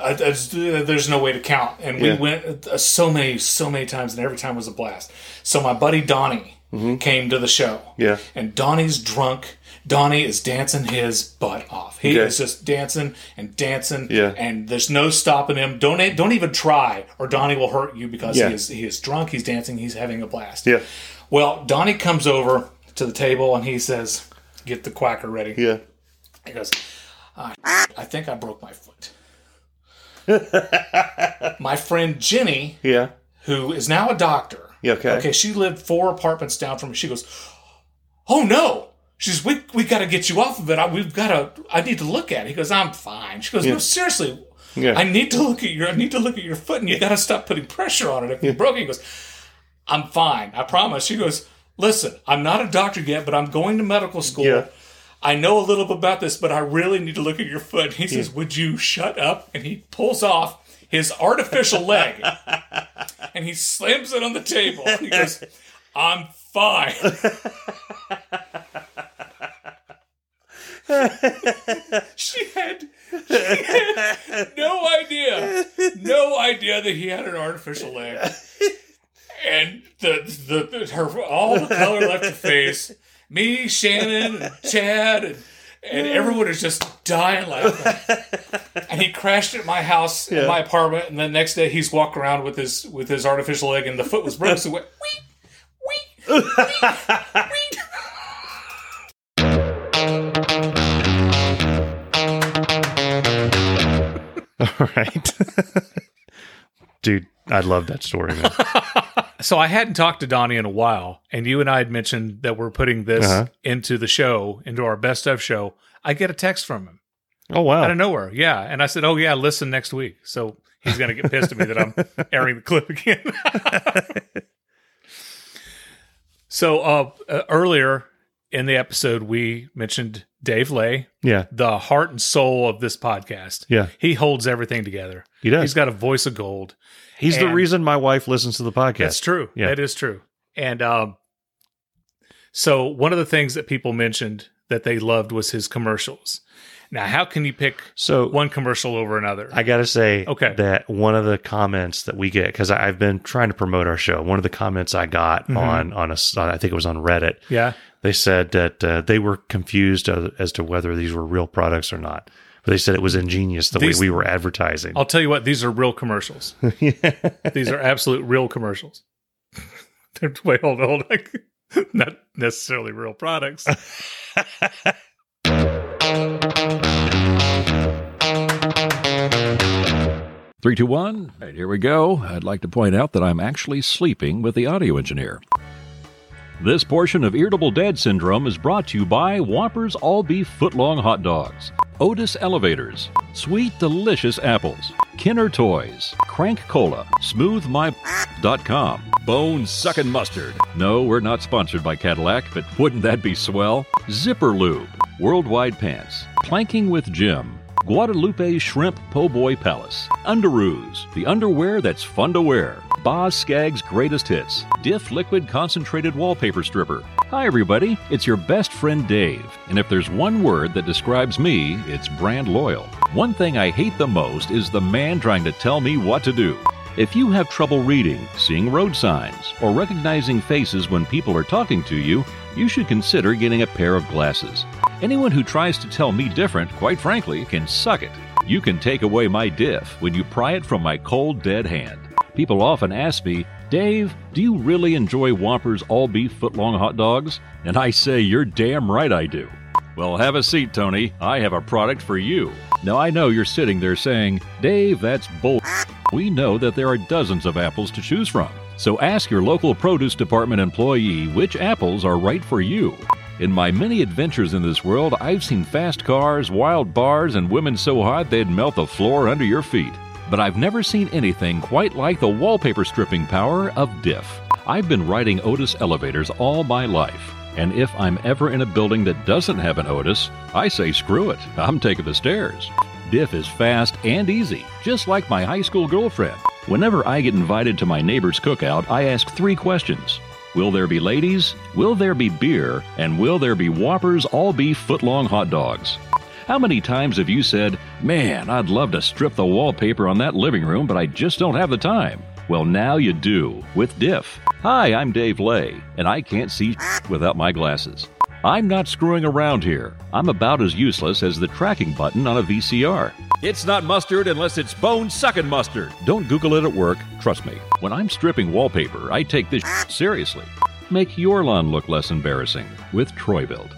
I, I just, there's no way to count. And we
Yeah.
went uh, so many, so many times, and every time was a blast. So my buddy Donnie came to the show.
Yeah.
And Donnie's drunk. Donnie is dancing his butt off. He
Okay.
is just dancing and dancing.
Yeah.
And there's no stopping him. Don't e- don't even try, or Donnie will hurt you because
Yeah.
he is he is drunk. He's dancing. He's having a blast.
yeah,
Well, Donnie comes over to the table and he says, "Get the quacker ready."
yeah.
He goes, "Ah, I think I broke my foot. my friend Jenny,
Yeah.
who is now a doctor,
Yeah, okay.
she lived four apartments down from me. She goes, Oh no. She says, We, we got to get you off of it. I, we've got to, I need to look at it. He goes, I'm fine. She goes, No, seriously. I need to look at your I need to look at your foot and you got to stop putting pressure on it if you broke it. He goes, I'm fine. I promise. She goes, Listen, I'm not a doctor yet, but I'm going to medical school.
Yeah.
I know a little bit about this, but I really need to look at your foot. And he says, Would you shut up? And he pulls off his artificial leg and he slams it on the table. He goes, I'm fine. she had she had no idea. No idea that he had an artificial leg. And the, the, the her all the color left her face. Me, Shannon, and Chad, and, and everyone is just dying laughing. And he crashed at my house, in my apartment, and the next day he's walked around with his with his artificial leg, and the foot was broken. So it went, wee, wee, wee, wee.
All right. Dude, I love that story. Man.
So I hadn't talked to Donnie in a while, and you and I had mentioned that we're putting this
Uh-huh.
into the show, into our best of show. I get a text from him
Oh,
out
wow.
of nowhere. Yeah, and I said, "Oh yeah, listen next week." So he's gonna get pissed at me that I'm airing the clip again. so uh, uh, earlier in the episode, we mentioned Dave Lay,
Yeah,
the heart and soul of this podcast.
Yeah.
he holds everything together.
he does.
He's got a voice of gold.
He's the
and-
reason my wife listens to the podcast.
That's true.
Yeah.
That is true. And um, so one of the things that people mentioned that they loved was his commercials. Now, how can you pick
So
one commercial over another?
I gotta say
Okay.
that one of the comments that we get because I've been trying to promote our show. One of the comments I got
Mm-hmm.
on on a s- on- I think it was on Reddit.
yeah.
They said that uh, they were confused as, as to whether these were real products or not, but they said it was ingenious the
These-
way we were advertising.
I'll tell you what, these are real commercials. these are absolute real commercials. They're- Wait, hold on, hold on. Not necessarily real products.
Three, two, one. All right, here we go. I'd like to point out that I'm actually sleeping with the audio engineer. This portion of Irritable Dad Syndrome is brought to you by Whopper's All Beef Footlong Hot Dogs, Otis Elevators, Sweet Delicious Apples, Kinner Toys, Crank Cola, SmoothMy.com, Bone Suckin' Mustard. No, we're not sponsored by Cadillac, but wouldn't that be swell? Zipper Lube, Worldwide Pants, Planking with Jim, Guadalupe Shrimp Po' Boy Palace, Underoos, the underwear that's fun to wear, Boz Skaggs Greatest Hits, Diff Liquid Concentrated Wallpaper Stripper. Hi, everybody, it's your best friend Dave, and if there's one word that describes me, it's brand loyal. One thing I hate the most is the man trying to tell me what to do. If you have trouble reading, seeing road signs, or recognizing faces when people are talking to you, you should consider getting a pair of glasses. Anyone who tries to tell me different, quite frankly, can suck it. You can take away my diff when you pry it from my cold, dead hand. People often ask me, Dave, do you really enjoy Whoppers all beef footlong hot dogs? And I say, you're damn right I do. Well, have a seat, Tony. I have a product for you. Now, I know you're sitting there saying, Dave, that's bull. We know that there are dozens of apples to choose from. So ask your local produce department employee which apples are right for you. In my many adventures in this world, I've seen fast cars, wild bars, and women so hot they'd melt the floor under your feet. But I've never seen anything quite like the wallpaper stripping power of Diff. I've been riding Otis elevators all my life. And if I'm ever in a building that doesn't have an Otis, I say screw it, I'm taking the stairs. Diff is fast and easy, just like my high school girlfriend. Whenever I get invited to my neighbor's cookout, I ask three questions Will there be ladies? Will there be beer? And will there be Whoppers all beef footlong hot dogs? How many times have you said, Man, I'd love to strip the wallpaper on that living room, but I just don't have the time? Well, now you do with Diff. Hi, I'm Dave Lay, and I can't see without my glasses. I'm not screwing around here. I'm about as useless as the tracking button on a VCR. It's not mustard unless it's bone sucking mustard. Don't Google it at work, trust me. When I'm stripping wallpaper, I take this seriously. Make your lawn look less embarrassing with Troybuild.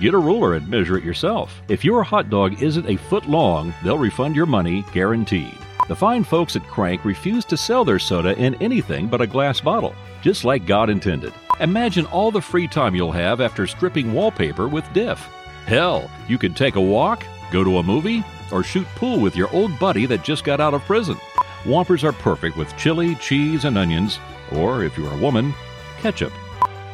Get a ruler and measure it yourself. If your hot dog isn't a foot long, they'll refund your money guaranteed. The fine folks at Crank refuse to sell their soda in anything but a glass bottle, just like God intended. Imagine all the free time you'll have after stripping wallpaper with Diff. Hell, you could take a walk, go to a movie, or shoot pool with your old buddy that just got out of prison. Whoppers are perfect with chili, cheese, and onions, or if you're a woman, ketchup.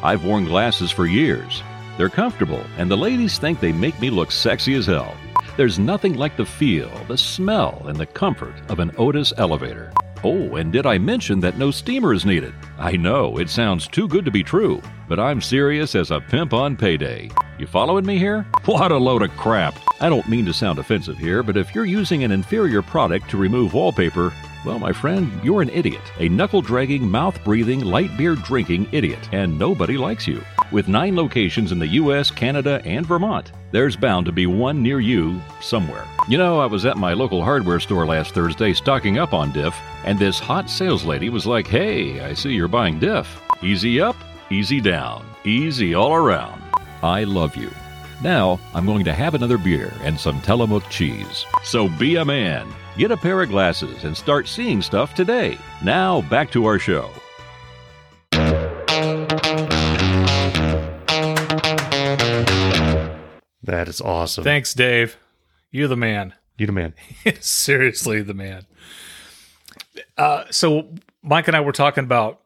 I've worn glasses for years. They're comfortable, and the ladies think they make me look sexy as hell. There's nothing like the feel, the smell, and the comfort of an Otis elevator. Oh, and did I mention that no steamer is needed? I know, it sounds too good to be true, but I'm serious as a pimp on payday. You following me here? What a load of crap! I don't mean to sound offensive here, but if you're using an inferior product to remove wallpaper, well, my friend, you're an idiot. A knuckle dragging, mouth breathing, light beer drinking idiot, and nobody likes you. With nine locations in the US, Canada, and Vermont, there's bound to be one near you somewhere. You know, I was at my local hardware store last Thursday stocking up on Diff, and this hot sales lady was like, Hey, I see you're buying Diff. Easy up, easy down, easy all around. I love you. Now, I'm going to have another beer and some Tillamook cheese. So be a man, get a pair of glasses, and start seeing stuff today. Now, back to our show.
That is awesome.
Thanks, Dave. You're the man.
you the man.
Seriously, the man. Uh, so Mike and I were talking about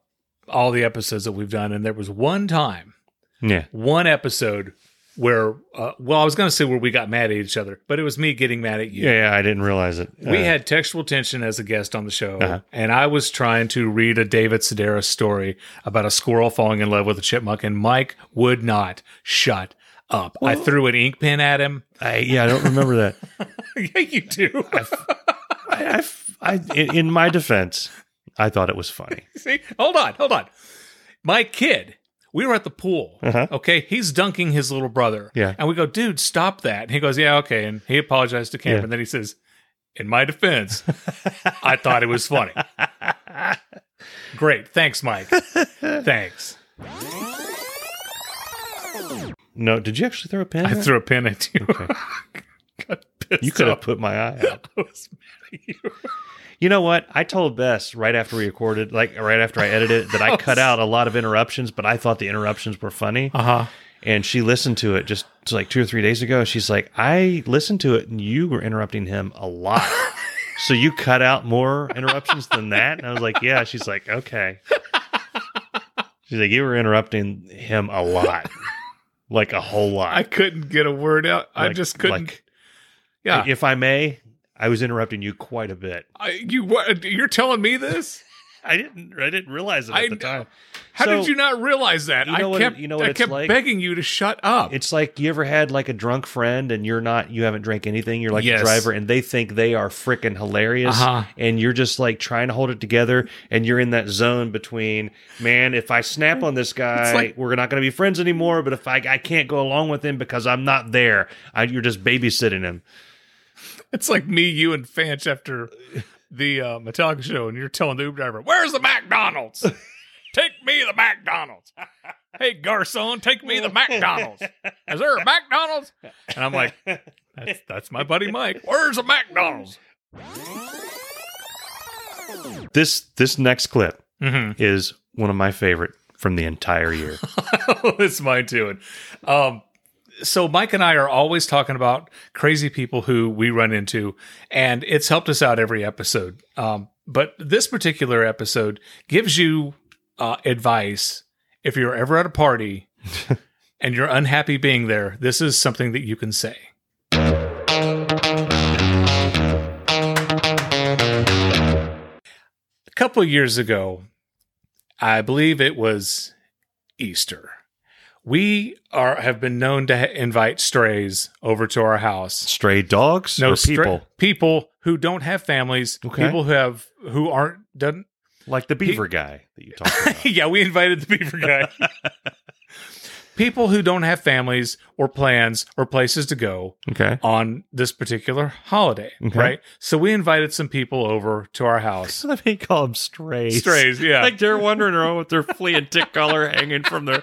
all the episodes that we've done, and there was one time,
Yeah.
one episode where, uh, well, I was going to say where we got mad at each other, but it was me getting mad at you.
Yeah, yeah, I didn't realize it.
We
Uh,
had textual tension as a guest on the show, and I was trying to read a David Sedaris story about a squirrel falling in love with a chipmunk, and Mike would not shut up. I threw an ink pen at him.
I, yeah, I don't remember that.
yeah, you do.
I, I f- I- in, in my defense, I thought it was funny.
See, hold on, hold on. My kid, we were at the pool. Okay, he's dunking his little brother.
Uh-huh. Yeah.
and we go, dude, stop that. And he goes, yeah, okay. And he apologized to camp,
Yeah.
and then he says, in my defense, I thought it was funny. Great, thanks, Mike. thanks.
No, did you actually throw a pen?
I
at it?
threw a pen at you. Got pissed
you could have
off.
put my eye out.
I was mad at you.
You know what? I told Bess right after we recorded, like right after I edited it, that I cut out a lot of interruptions, but I thought the interruptions were funny.
Uh huh.
And she listened to it just it's like two or three days ago. She's like, I listened to it and you were interrupting him a lot. so you cut out more interruptions than that? And I was like, Yeah. She's like, Okay. She's like, You were interrupting him a lot. Like a whole lot.
I couldn't get a word out. I
Like-
just couldn't.
like-
yeah,
If I may, I was interrupting you quite a bit.
I, you. What, you're telling me this?
I didn't I didn't realize it at
I
the
kn-
time.
How
So-
did you not realize that?
You know
I
what-
kept,
you know what
I
it's
kept
like?
begging you to shut up.
It's like you ever had like a drunk friend and you're not you haven't drank anything, you're like
Yes.
the driver and they think they are freaking hilarious
Uh-huh.
and you're just like trying to hold it together and you're in that zone between man, if I snap on this guy,
like-
we're not going to be friends anymore, but if I I can't go along with him because I'm not there. I, you're just babysitting him.
It's like me, you, and Fanch after the uh, Metallica show, and you're telling the Uber driver, "Where's the McDonald's? take me the McDonald's. hey, garçon, take me the McDonald's. Is there a McDonald's?" And I'm like, "That's that's my buddy Mike. Where's the McDonald's?"
This this next clip
Mm-hmm.
is one of my favorite from the entire year.
it's mine too. And um, so Mike and I are always talking about crazy people who we run into, and it's helped us out every episode. Um, but this particular episode gives you uh, advice if you're ever at a party and you're unhappy being there. This is something that you can say. A couple of years ago, I believe it was Easter. We are have been known to ha- invite strays over to our house.
Stray dogs or
stra-
people
people who don't have families,
Okay.
people who have who aren't done.
like the beaver guy that you talked about.
yeah, we invited the beaver guy. people who don't have families or plans or places to go
Okay.
on this particular holiday,
Okay.
right? So we invited some people over to our house.
So let me call them strays.
Strays, yeah.
Like they're wandering around with their flea and tick collar hanging from their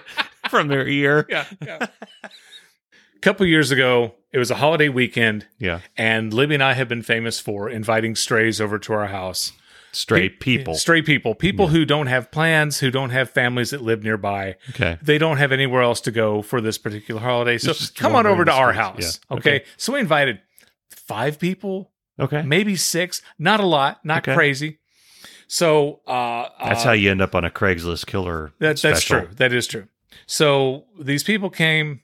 from their ear.
yeah. yeah. a couple years ago, it was a holiday weekend,
Yeah.
and Libby and I have been famous for inviting strays over to our house.
Stray
Pe-
people.
Stray people, people who don't have plans, who don't have families that live nearby.
Okay.
They don't have anywhere else to go for this particular holiday. So
just
come on over to
wandering the
our
streets.
house.
Yeah.
Okay? So we invited five people,
Okay.
maybe six, not a lot, not
Okay.
crazy. So uh,
That's
uh,
how you end up on a Craigslist killer.
that, that's
special.
true. That is true. So these people came,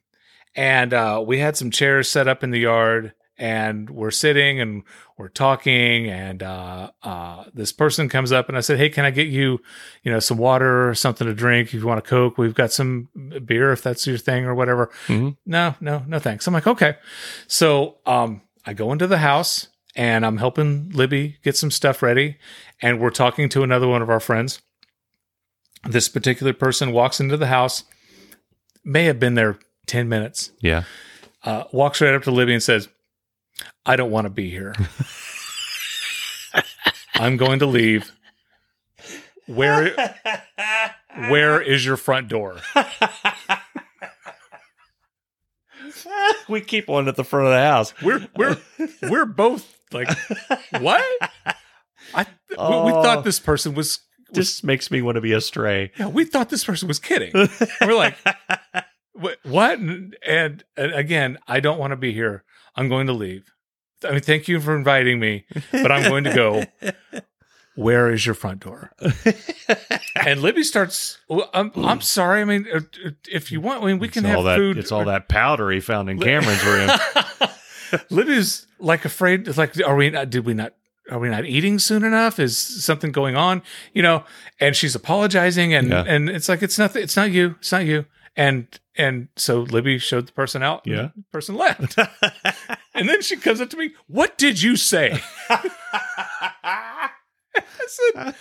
and uh, we had some chairs set up in the yard, and we're sitting and we're talking, and uh, uh, this person comes up, and I said, "Hey, can I get you, you know, some water or something to drink? If you want a Coke, we've got some beer if that's your thing or whatever."
Mhm.
No, no, no, thanks. I'm like, okay. So um, I go into the house, and I'm helping Libby get some stuff ready, and we're talking to another one of our friends this particular person walks into the house, may have been there 10 minutes,
Yeah.
uh, walks right up to Libby and says, I don't want to be here. I'm going to leave. Where where is your front door?
we keep one at the front of the house.
We're we're we're both like what? I we- we
Oh.
thought this person was
This makes me want to be a stray.
yeah, we thought this person was kidding. And we're like, "Wha- what? And, and again, I don't want to be here. I'm going to leave. I mean, thank you for inviting me, but I'm going to go. Where is your front door? and Libby starts. Well, I'm, I'm sorry. I mean, uh, uh, if you want, I mean, we
Hmm. It's
can
all
have
that
food.
it's all that powder he found in Cameron's room.
Libby's like afraid. it's Like, are we? Not, did we not? Are we not eating soon enough? Is something going on? You know, and she's apologizing, and
Yeah.
and it's like it's nothing. It's not you. It's not you. And and so Libby showed the person out. and
Yeah.
the person left. and then she comes up to me. What did you say? I said,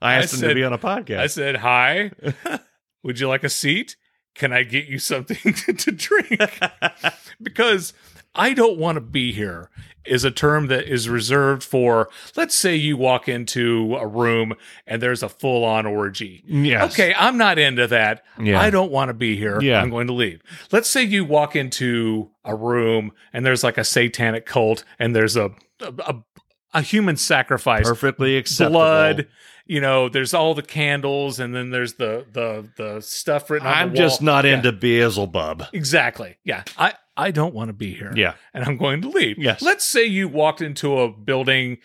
I asked
I
him to
said-
be on a podcast.
I said, hi. Would you like a seat? Can I get you something to, to drink? because I don't want to be here is a term that is reserved for, let's say you walk into a room and there's a full on orgy.
yes.
Okay, I'm not into that.
Yeah.
I don't want to be here.
Yeah.
I'm going to leave. Let's say you walk into a room and there's like a satanic cult and there's a a, a, a human sacrifice
Perfectly acceptable.
blood. You know, there's all the candles, and then there's the the the stuff written. On
I'm
the wall.
just not
Yeah.
into Beelzebub.
exactly. Yeah, I I don't want to be here.
Yeah.
and I'm going to leave.
Yes.
Let's say you walked into a building.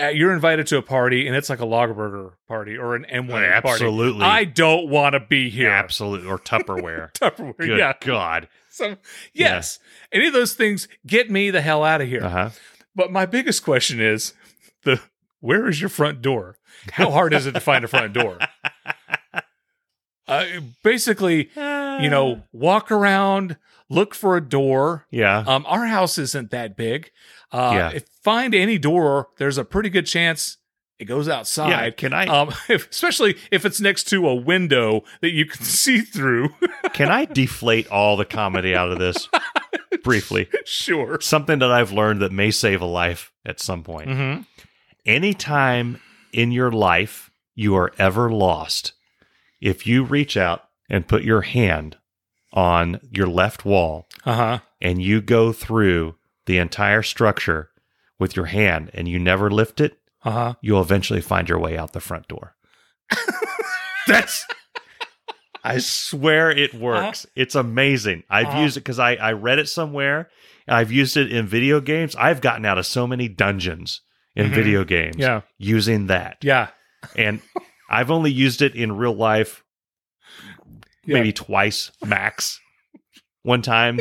Uh, you're invited to a party, and it's like a Lagerburger party or an M1 party.
Absolutely.
I don't want to be here.
Absolutely. Or Tupperware.
Tupperware,
Good
yeah.
God.
So yes, any of those things get me the hell out of here.
Uh-huh.
But my biggest question is the where is your front door? How hard is it to find a front door? Uh, basically, you
Ah.
know, walk around, look for a door.
Yeah.
Um, our house isn't that big. Uh,
Yeah.
if find any door, there's a pretty good chance it goes
yeah.
outside.
Can I
Um, if, especially if it's next to a window that you can see through.
can I deflate all the comedy out of this briefly?
sure.
Something that I've learned that may save a life at some point.
Mm-hmm.
Anytime in your life you are ever lost, if you reach out and put your hand on your left wall
Uh
Uh-huh.
huh.
and you go through the entire structure with your hand and you never lift it,
Uh
Uh-huh.
huh.
you'll eventually find your way out the front door.
That's
I swear it works. It's amazing. I've
Uh-huh.
used it because I, I read it somewhere. I've used it in video games. I've gotten out of so many dungeons in
Mhm.
video games
Yeah.
using that.
Yeah.
And I've only used it in real life
Yeah.
maybe twice max. One time,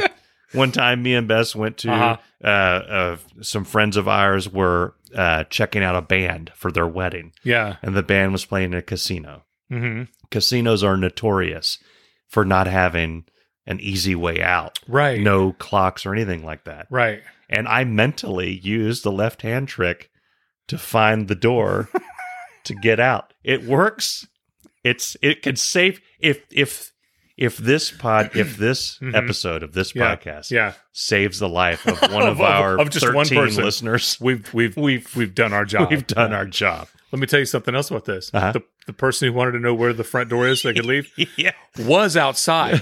one time, me and Bess went to uh
Uh-huh.
uh, some friends of ours were uh, checking out a band for their wedding,
Yeah.
and the band was playing in a casino
hmm
casinos are notorious for not having an easy way out,
Right.
no clocks or anything like that.
Right.
And I mentally used the left hand trick to find the door to get out. It works. It's it can save if if if this pod if this
Mhm.
episode of this
Yeah.
podcast
Yeah.
saves the life of one of,
Of- of-
our
of just
13
one person.
listeners,
We've we've we've we've done our job.
we've done our job.
Let me tell you something else about this.
Uh-huh.
The the person who wanted to know where the front door is so they could leave
yeah.
was outside.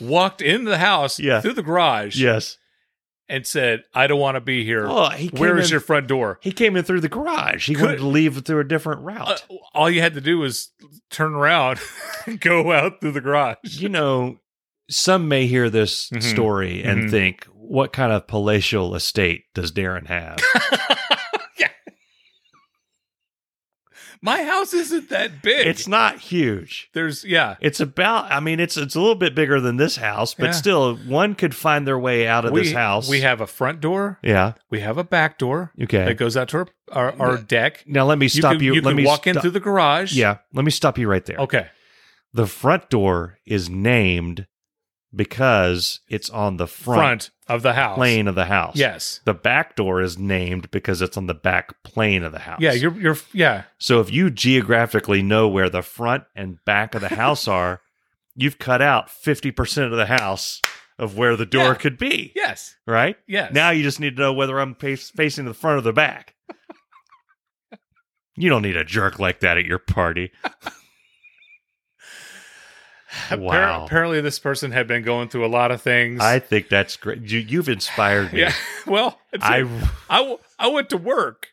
Walked into the house
Yeah.
through the garage
Yes.
and said, I don't want to be here.
Oh, he came
where is
in-
your front door?
He came in through the garage. He
Could-
wanted to leave through a different route.
Uh, all you had to do was turn around and go out through the garage.
you know, some may hear this
Mhm.
story and
Mhm.
think, what kind of palatial estate does Darren have?
My house isn't that big.
it's not huge.
There's, yeah.
It's about I mean it's it's a little bit bigger than this house, but
Yeah.
still one could find their way out of
we,
this house.
We have a front door.
Yeah.
We have a back door
Okay.
that goes out to our, our, our deck.
now let me stop
you. Can,
you.
you
let
can
me
walk in
sto-
through the garage.
Yeah, let me stop you right there.
Okay.
The front door is named because it's on the front,
Front, of the house.
plane of the house.
Yes.
The back door is named because it's on the back plane of the house.
Yeah. You're. You're. Yeah.
So if you geographically know where the front and back of the house are, you've cut out 50% of the house of where the door
Yeah.
could be,
Yes.
right?
Yes.
Now you just need to know whether I'm face- facing the front or the back. you don't need a jerk like that at your party.
Appar-
wow.
apparently, this person had been going through a lot of things.
I think that's great. You, you've inspired me.
Yeah. Well,
I
I. I, w- I went to work,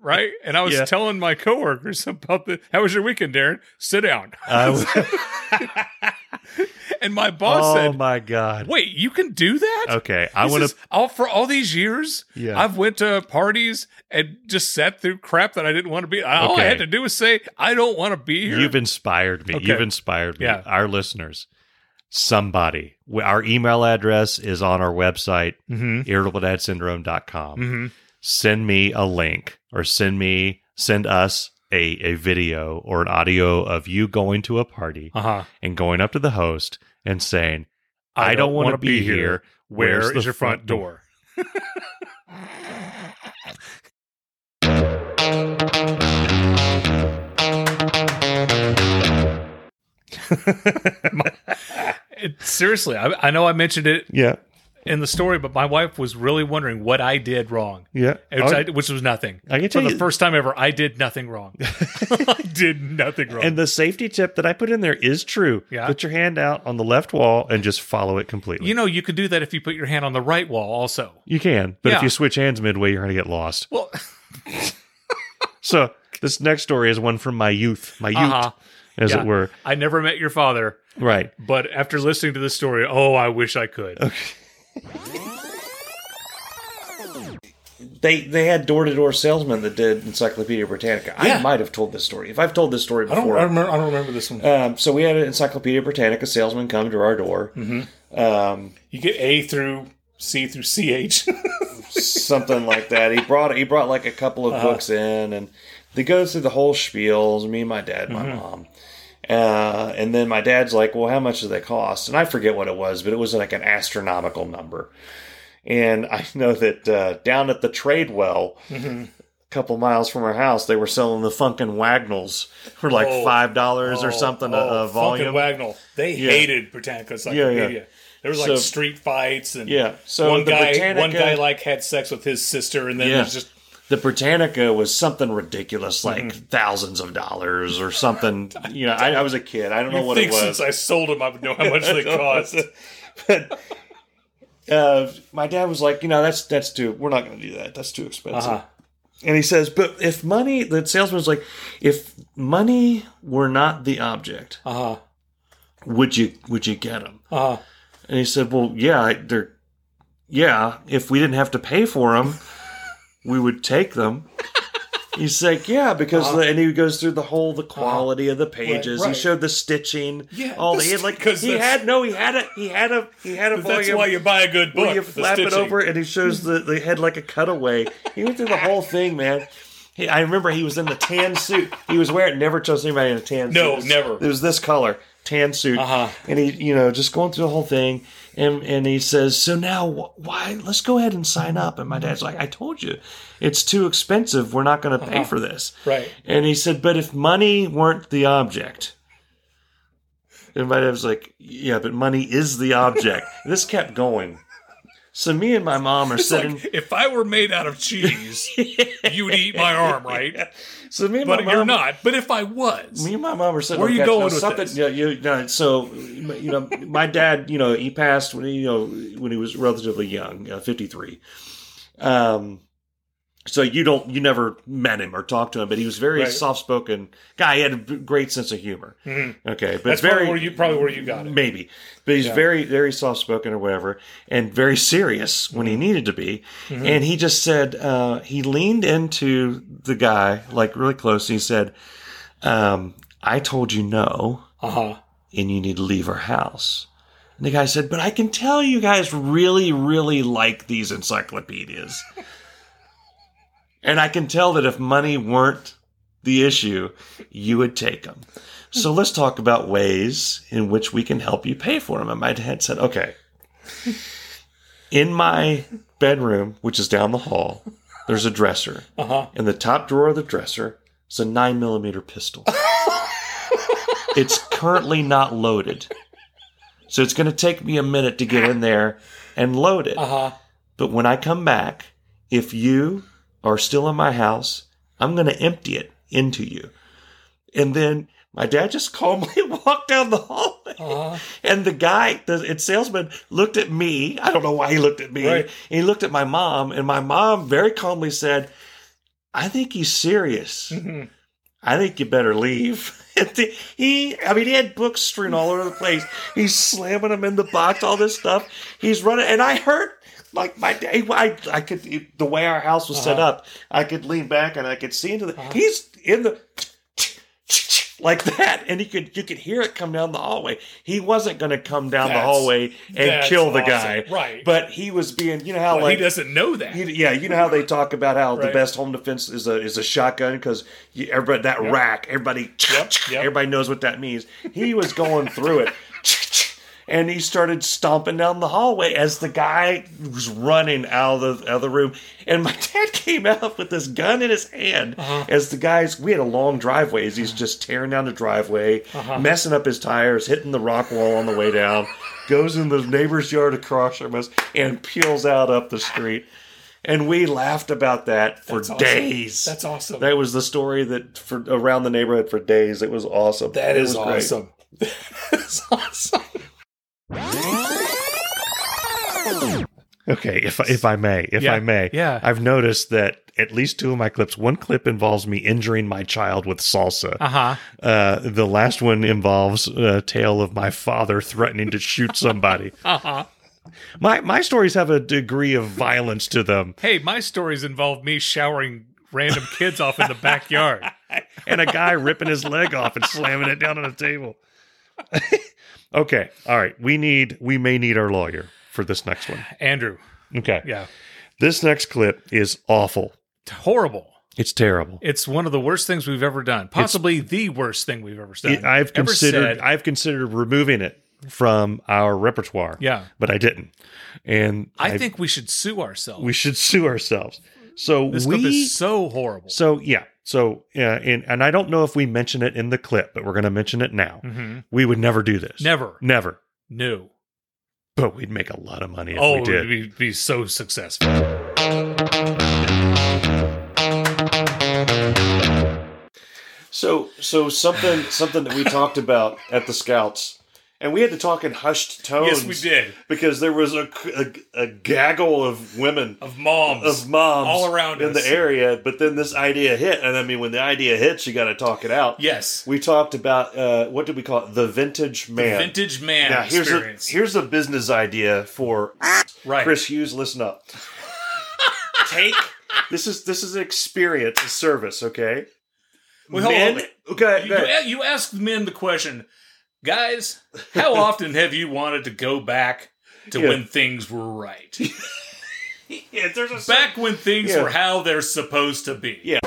right? And I was
Yeah.
telling my coworkers about the how was your weekend, Darren? Sit down.
I w-
and my boss
oh
said,
my god.
"Wait, you can do that?"
Okay, I
He
want to
says, all for all these years.
Yeah.
I've went to parties and just sat through crap that I didn't want to be. All
Okay.
I had to do was say, "I don't want to be here."
You've inspired me.
Okay.
You've inspired me.
Yeah.
Our listeners, somebody. W- Our email address is on our website,
mm-hmm.
irritabledadsyndrome.com.
Mm-hmm.
Send me a link or send me, send us a, a video or an audio of you going to a party
Uh huh.
and going up to the host and saying, I, don't, want to be here.
Where
Where's
is
the
your front door? It- seriously, I, I know I mentioned it
Yeah.
in the story, but my wife was really wondering what I did wrong,
Yeah.
which,
Oh,
I, which was nothing.
I can
For
tell
the
you-
first time ever, I did nothing wrong. I did nothing wrong.
and the safety tip that I put in there is true.
Yeah.
Put your hand out on the left wall and just follow it completely.
you know, you can do that if you put your hand on the right wall, also.
You can, but if
Yeah.
you switch hands midway, you're going to get lost.
Well,
So this next story is one from my youth, my youth,
uh-huh.
as
Yeah.
it were.
I never met your father,
Right.
but after listening to this story, oh, I wish I could.
They they had door to door salesmen that did Encyclopedia Britannica. I
Yeah.
might have told this story. If I've told this story
I don't,
before,
I, remember, I don't remember this one.
um, so we had an Encyclopedia Britannica salesman come to our door. Um,
You get A through C through CH.
something like that. He brought he brought like a couple of
Uh-huh.
books in, and they go through the whole spiel. Me, my dad, my
Mm-hmm.
mom, uh, and then my dad's like, "Well, how much do they cost?" And I forget what it was, but it was like an astronomical number. And I know that uh, down at the trade well,
Mm-hmm.
a couple miles from our house, they were selling the Funkin' Wagnalls for like
Oh.
five dollars or
Oh,
something a,
oh, Funk
a Uh, volume.
and Wagnall. They hated Britannica Encyclopedia.
Yeah, yeah.
There was like
So-
street fights and
Yeah, so
one
the
guy one
Britannica-
guy like had sex with his sister and then
Yeah.
there's just
the Britannica was something ridiculous, like thousands of dollars or something. You know, I, I was a kid. I don't know
you
what
think
it was.
since I sold them I would know how much they cost.
uh, my dad was like, you know, that's that's too. We're not going to do that. That's too expensive.
Uh-huh.
And he says, but if money, the salesman's like, if money were not the object,
Uh huh.
would you would you get them?
Uh huh.
And he said, well, yeah, I- they're, yeah, if we didn't have to pay for them, we would take them. He's like, yeah, because the, and he goes through the whole the quality of the pages.
Uh-huh. right.
He showed the stitching,
Yeah,
all
the
the, he had like
'cause
he
that's-
had no, he had a he had a he had a
That's
volume
why you buy a good book.
where you
the
flap it
stitching.
over and he shows the, the head like a cutaway. He went through the whole thing, man. He, I remember he was in the tan suit. He was wearing never trust anybody in a tan suit.
No,
It was-
never.
It was this color, tan suit.
Uh-huh.
And he, you know, just going through the whole thing. And and he says, so now wh- why? Let's go ahead and sign up. And my dad's like, I told you, it's too expensive. We're not going to
Uh-huh.
pay for this.
Right.
And he said, but if money weren't the object. And my dad was like, yeah, but money is the object. And this kept going. So me and my mom are sitting.
Like, if I were made out of cheese, you'd eat my arm, right?
so me and
But
my mom,
you're not. But if I was,
Me and my mom were sitting.
Where
on
you
the couch,
going
now,
with
something?
this?
Yeah, you know, so you know, my dad, you know, he passed when he, you know, when he was relatively young, uh, fifty three. Um, so you don't, you never met him or talked to him, but he was a very
Right.
soft spoken guy. He had a b- great sense of humor. Okay, but
Mm-hmm. that's
very
probably where you probably where you got it.
maybe but he's very very soft spoken or whatever and very serious when he needed to be and he just said uh, he leaned into the guy like really close and he said um, i told you no
Uh huh.
and you need to leave our house and the guy said but i can tell you guys really really like these encyclopedias and i can tell that if money weren't the issue you would take them so let's talk about ways in which we can help you pay for them. And my dad said, okay. In my bedroom, which is down the hall, there's a dresser. In the top drawer of the dresser is a nine millimeter pistol. it's currently not loaded. So it's going to take me a minute to get in there and load it.
Uh huh.
But when I come back, if you are still in my house, I'm going to empty it into you. And then my dad just calmly walked down the hallway. And the guy, the it's salesman, looked at me. I don't know why he looked at me.
Right.
He looked at my mom, and my mom very calmly said, I think he's serious.
Mm-hmm.
I think you better leave. And the- he, I mean, he had books strewn all over the place. He's slamming them in the box, all this stuff. He's running, and I heard like my day. I, I could the way our house was set
Uh-huh.
up. I could lean back and I could see into the. He's in the like that, and he could you could hear it come down the hallway. He wasn't going to come down the
That's-
hallway and
that's
kill the
awesome.
guy,
Right.
But he was being, you know how
Well,
like
he doesn't know that.
you, yeah, you know how they talk about how the
Right.
best home defense is a is a shotgun because everybody that rack, everybody,
Yep, yep.
everybody knows what that means. He was going through it, and he started stomping down the hallway as the guy was running out of the other room. And my dad came out with this gun in his hand
Uh-huh.
as the guys. We had a long driveway. As he's just tearing down the driveway,
Uh-huh.
messing up his tires, hitting the rock wall on the way down. Goes in the neighbor's yard across from us and peels out up the street. And we laughed about that for
That's awesome.
days.
That's awesome.
That was the story that for around the neighborhood for days. It was awesome.
That
It
is
was great.
awesome. That's awesome.
Okay, if if I may, if
Yeah,
I may,
yeah.
I've noticed that at least two of my clips. One clip involves me injuring my child with salsa.
Ah.
Uh
Uh-huh.
huh.
Uh, the last one involves a tale of my father threatening to shoot somebody.
Uh
Uh-huh.
huh.
my my stories have a degree of violence to them,
Hey, my stories involve me showering random kids off in the backyard.
and a guy ripping his leg off and slamming it down on a table. okay, all right. We need we may need our lawyer for this next one.
Andrew.
Okay,
Yeah.
this next clip is awful.
Horrible.
It's terrible.
It's one of the worst things we've ever done. Possibly the worst thing we've ever done.
It- I've
ever
considered
said.
I've considered removing it from our repertoire.
Yeah.
but I didn't, and
I, think we should sue ourselves.
we should sue ourselves. So
this clip
we
is so horrible.
so yeah so yeah and and I don't know if we mention it in the clip, but we're going to mention it now.
Mhm.
We would never do this.
Never.
never.
No.
But we'd make a lot of money if
Oh,
we did.
we'd be so successful.
So so something something that we talked about at the Scouts And we had to talk in hushed tones.
Yes, we did.
Because there was a, a, a gaggle of women
Of moms.
of moms
all around
in
us.
the area. But then this idea hit, and I mean, when the idea hits, you got to talk it out.
Yes.
we talked about uh, what did we call it? The vintage man.
Vintage man
Now here's a
experience.
here's a business idea for
right.
Chris Hughes. Listen up. Take this is this is an experience, a service. Okay,
Wait, hold on.
men. Okay,
You, you, you ask men the question, guys, how often have you wanted to go back to
Yeah.
when things were right?
yeah, there's a
back when things
Yeah.
were how they're supposed to be.
Yeah.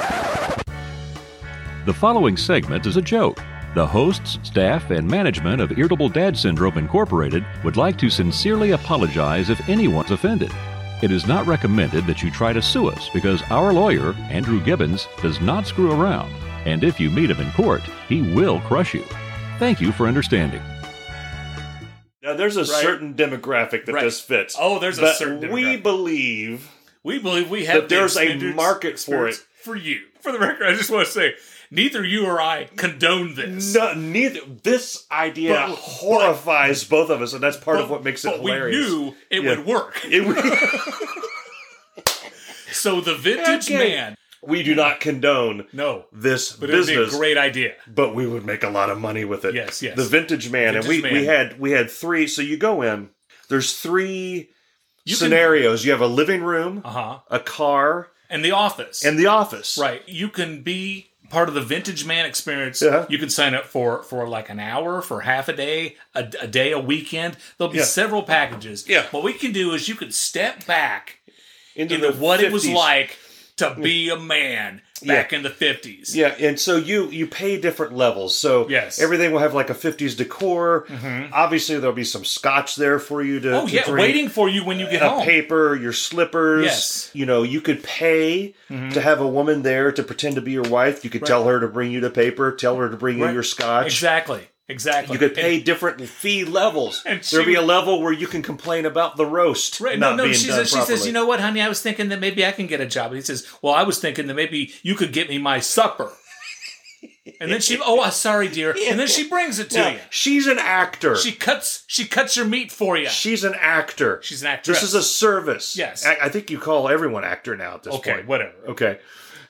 The following segment is a joke. The hosts, staff, and management of Irritable Dad Syndrome Incorporated would like to sincerely apologize if anyone's offended. It is not recommended that you try to sue us because our lawyer, Andrew Gibbons, does not screw around, and if you meet him in court, he will crush you. Thank you for understanding.
now there's a certain demographic that
Right.
this fits.
Oh, there's a
But
certain
we
demographic.
believe
We believe we have
That there's
the
a
standards,
market for it.
spirits For you. For the record, I just want to say, neither you or I condone this.
no, neither. This idea
But-
horrifies both of us, and that's part
But-
of what makes
but
it hilarious.
we knew it
Yeah.
would work.
It-
So the vintage
Okay.
man,
we do not condone
no,
this
but it would
business,
be a great idea.
but we would make a lot of money with it.
Yes, yes.
The vintage man, and we,
Vintage
we
man.
had we had three. So you go in. There's three
You can-
scenarios. you have a living room,
Uh huh.
a car,
And the office.
and the office.
Right. You can be part of the vintage man experience.
Yeah.
You can sign up for for like an hour, for half a day, a, a day, a weekend. There'll be
Yeah.
several packages.
Yeah.
What we can do is you can step back
into,
into
the
what it was
50s.
like to be a man back in the fifties.
Yeah, and so you you pay different levels. So
Yes. Mm-hmm.
everything will have like a 50s decor. Obviously, there'll be some scotch there for you to.
Oh
to
yeah,
drink.
waiting for you when you get
a
home.
paper, your slippers.
Yes. Mm-hmm.
You know, you could pay to have a woman there to pretend to be your wife. You could tell her to bring you the paper, tell her to bring you
Right.
your scotch.
Exactly. Exactly.
You could pay
And-
different fee levels.
And she
There'll be a
would-
level where you can complain about the roast
Right,
not
no, no.
being
She
done
says, she
properly.
says, you know what, honey? I was thinking that maybe I can get a job. And he says, well, I was thinking that maybe you could get me my supper. And then she, oh, I'm sorry, dear. And then she brings it to
Yeah,
you.
she's an actor.
She cuts, she cuts your meat for you.
she's an actor.
She's an actress.
This is a service.
Yes.
I, I think you call everyone actor now at this
okay,
point.
whatever.
Okay.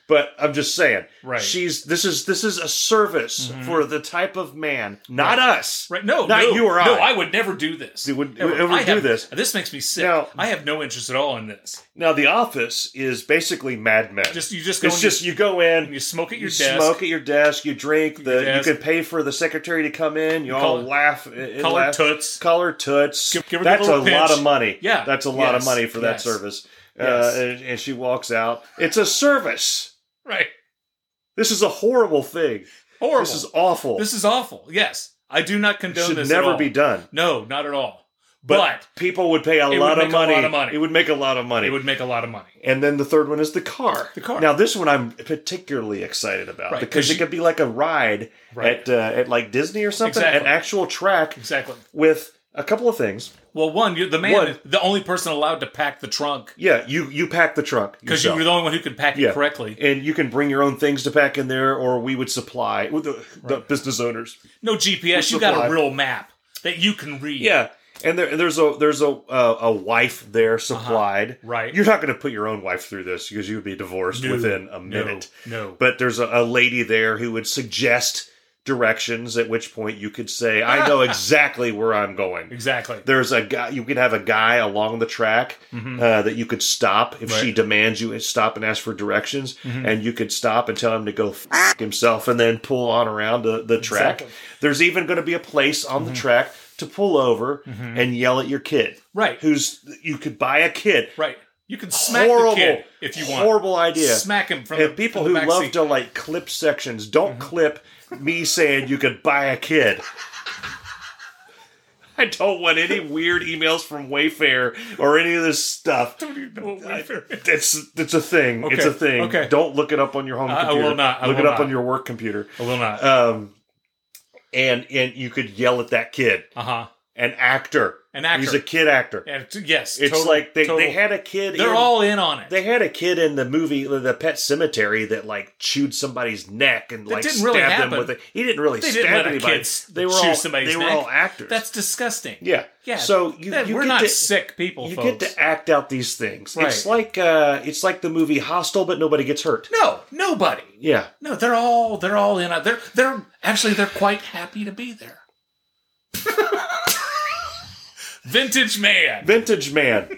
But I'm just saying,
Right. Mm-hmm.
She's this is this is a service for the type of man, not us,
Right? No,
not
no,
you or
No,
I.
I would never do this.
You wouldn't- you would ever
I
do
have-
this.
This makes me sick.
Now-
I have no interest at all in this.
Now, The Office is basically Mad Men.
Just you just go
it's
and
just
you,
you go in,
and you smoke at your
you
desk.
smoke at your desk, you drink. The
desk.
you can pay for the secretary to come in. You all
call-
laugh. and
call her
laugh.
toots.
Call her toots.
Give- give her the
That's a
little
lot
pinch.
of money.
Yeah.
that's a lot of
Yes.
money for that
Yes.
service.
Yes.
Uh, and, and she walks out. It's a service.
Right.
This is a horrible thing.
Horrible.
This is awful.
This is awful. Yes, I do not
It
condone
should
this. at
never
all.
be done.
No, not at all.
But,
But,
people would pay a
would
lot, of
make a lot
money.
of money.
It would make a lot of money.
it would make a lot of money.
And then the third one is the car.
The car.
Now this one I'm particularly excited about
Right,
because
'cause
it
you-
could be like a ride
Right.
at uh, at like Disney or something,
Exactly.
an actual track
Exactly.
with a couple of things.
Well, one, you're the man,
One.
the only person allowed to pack the trunk
Yeah, you you pack the trunk
because you
yourself.
were the only one who could pack
Yeah.
it correctly.
and you can bring your own things to pack in there, or we would supply with the, the business owners.
No GPS. You
supply.
got a real map that you can read.
Yeah, and there, there's a there's a uh, a wife there supplied.
Uh-huh. Right.
You're not going to put your own wife through this because you would be divorced
No,
within a
no,
minute.
no.
But there's a, a lady there who would suggest directions. At which point you could say, "I know exactly where I'm going."
Exactly.
There's a guy. You could have a guy along the track
Mm-hmm.
uh, that you could stop if she demands you stop and ask for directions,
Mm-hmm.
and you could stop and tell him to go f- himself, and then pull on around the, the track. There's even going to be a place on
Mm-hmm.
the track to pull over and yell at your kid,
Right.
Who's you could buy a kid.
Right. You can smack
horrible,
the kid if you want.
horrible idea.
Smack him from
and
the,
people
from
who
the back
love
seat. Mm-hmm.
to like clip sections don't clip me saying you could buy a kid. I don't want any weird emails from Wayfair or any of this stuff. It's it's a thing. It's
Okay,
a thing.
okay.
Don't look it up on your home
I- I
computer.
will not, I
look
will
it up
not.
on your work computer.
I will not.
Um, and and you could yell at that kid
Uh huh.
an actor.
An actor.
He's a kid actor.
Yeah, t- yes,
it's
total-
like they,
total-
they had a kid.
They're
in-
all in on it.
They had a kid in the movie The Pet Cemetery that like chewed somebody's neck and
That
like
didn't
stabbed
really
them
happen.
with it. He didn't really
They
stab
didn't let a
anybody.
kid s-
they were
chew
all
somebody's
they were
neck.
all actors.
That's disgusting.
yeah.
Yeah.
So you,
that-
you
we're
get
not
to,
sick people,
You
folks.
get to act out these things. It's
Right.
like uh it's like the movie Hostel, but nobody gets hurt.
no, nobody.
Yeah.
No, they're all they're all in. on- They're they're actually they're quite happy to be there. Vintage man.
Vintage man.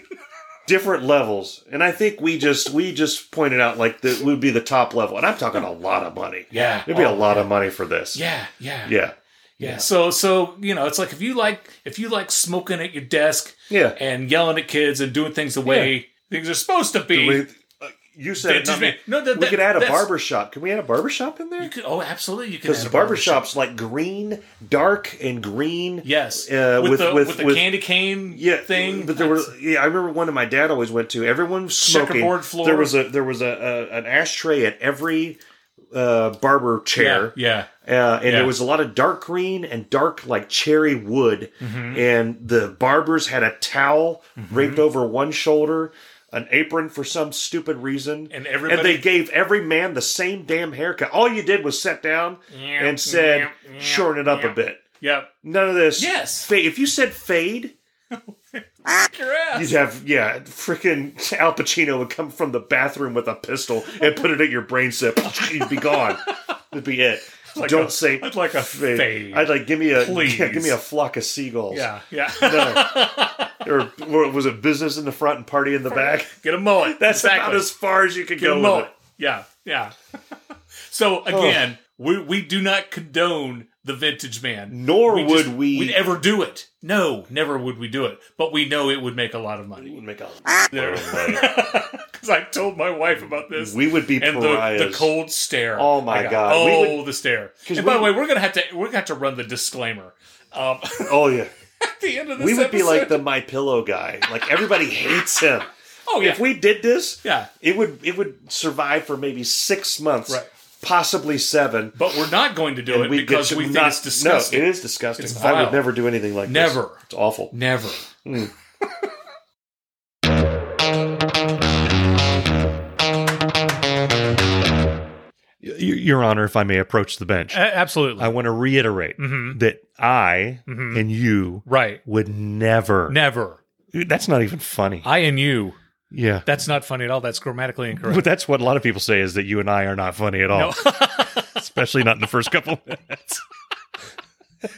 Different levels. And I think we just we just pointed out like that would be the top level. And I'm talking a lot of money.
Yeah.
It'd be a
Oh,
lot of money for this.
Yeah, yeah, yeah,
Yeah.
So so you know, it's like if you like if you like smoking at your desk
Yeah.
and yelling at kids and doing things the way things are supposed to be.
We- uh, you said it,
vintage
not me.
man. No, that,
we
that-
could add a
that's-
barber shop. Can we add a barber shop in
You
there?
could, oh, absolutely, you could.
Because
add
the
a barber shop.
barbershop's like green, dark and green.
Yes,
Uh,
with,
with-
the,
with-
with, the
with-
candy cane
Yeah,
thing.
But there were yeah. I remember one that my dad always went to. Everyone was smoking.
Checkerboard floor.
There was a there was a, a an ashtray at every uh, barber chair.
Yeah,
Uh, and
Yeah.
there was a lot of dark green and dark like cherry wood,
Mm-hmm.
and the barbers had a towel draped over one shoulder, an apron for some stupid reason,
And everybody-
they gave every man the same damn haircut. All you did was sit down and said, shorten it up a bit.
yeah,
None of this.
Yes.
fa- if you said fade,
yeah.
You'd have, yeah, freaking Al Pacino would come from the bathroom with a pistol and put it at your brain sip. You'd be gone. That'd be it. Don't say.
I'd like a
fade.
fade.
I'd like give me a
Please.
yeah, give me a flock of seagulls.
Yeah, yeah.
Or, or was it business in the front and party in the back?
Get a mullet.
That's
exactly.
about as far as you could
Get a
go with
mullet.
it. Oh.
Yeah, yeah. so again, we we do not condone the vintage man.
Nor would
just-
we.
We'd ever do it. No, never would we do it. But we know it would make a lot of money.
would make a.
Because I told my wife about this.
We would be
and
pariahs.
the, the cold stare.
Oh my
I got.
God. We
Oh,
would-
the stare.
'Cause
And by
we-
the way, we're gonna have to we're gonna have to run the disclaimer. Um,
Oh yeah,
at the end of this
we would be like
episode.
the My Pillow guy. Like everybody hates him.
oh yeah
If we did this,
yeah.
It would it would survive for maybe six months,
Right.
possibly seven.
But we're not going to do it
get
because
to
we think
not-
it's disgusting.
No, it is disgusting.
It's
I would
vile.
never do anything like this.
Never.
It's awful.
Never.
Your Honor, if I may approach the bench,
absolutely.
I want to reiterate
Mm-hmm.
Mhm.
that I
Mhm.
and you
right.
would never.
Never.
That's not even funny.
I and you.
yeah.
That's not funny at all. That's grammatically incorrect.
But that's what a lot of people say is that you and I are not funny at all, especially not in the first couple minutes.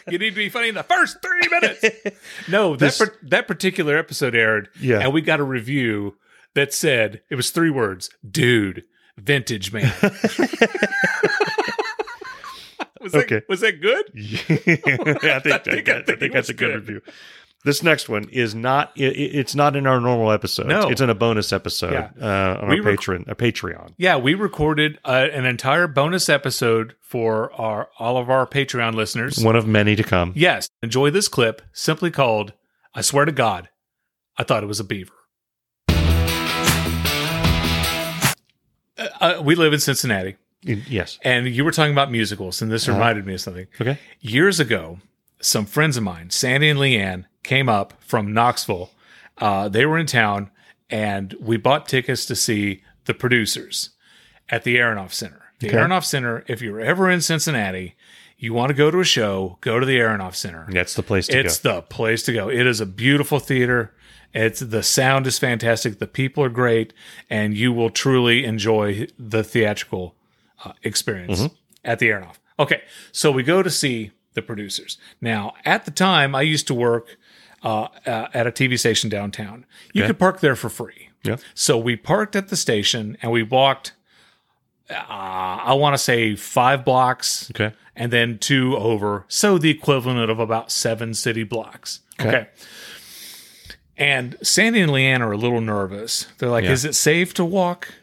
you need to be funny in the first three minutes. No, that
This-
par- that particular episode aired,
Yeah.
and we got a review that said it was three words, dude, vintage man. was
Okay.
that was that good?
Yeah, I think, I
think-
got- I
I think
think
it
that's
was
a good,
good.
review. This next one is not. It, it- it's not in our normal episode.
No.
it's in a bonus episode uh, on
We
our
rec-
patron, a Patreon.
Yeah, we recorded uh, an entire bonus episode for our all of our Patreon listeners.
One of many to come.
Yes, enjoy this clip, simply called "I swear to God, I thought it was a beaver." Uh, uh, we live in Cincinnati.
In- yes. Uh-huh.
And you were talking about musicals, and this reminded me of something.
Okay.
Years ago, some friends of mine, Sandy and Leanne, came up from Knoxville. Uh, they were in town, and we bought tickets to see the producers at the Aronoff Center. The Aronoff Center, if you're ever in Cincinnati, you want to go to a show, go to the Aronoff Center.
That's the place to
It's
go.
the place to go. It is a beautiful theater. It's the sound is fantastic. The people are great, and you will truly enjoy the theatrical uh, experience
Mm-hmm.
at the Aronoff. Okay, so we go to see the producers. Now, at the time, I used to work uh, uh, at a TV station downtown. You could park there for free.
Yeah.
So we parked at the station and we walked. Uh, I want to say five blocks
Okay.
and then two over. So the equivalent of about seven city blocks. Okay. And Sandy and Leanne are a little nervous. They're like, is it safe to walk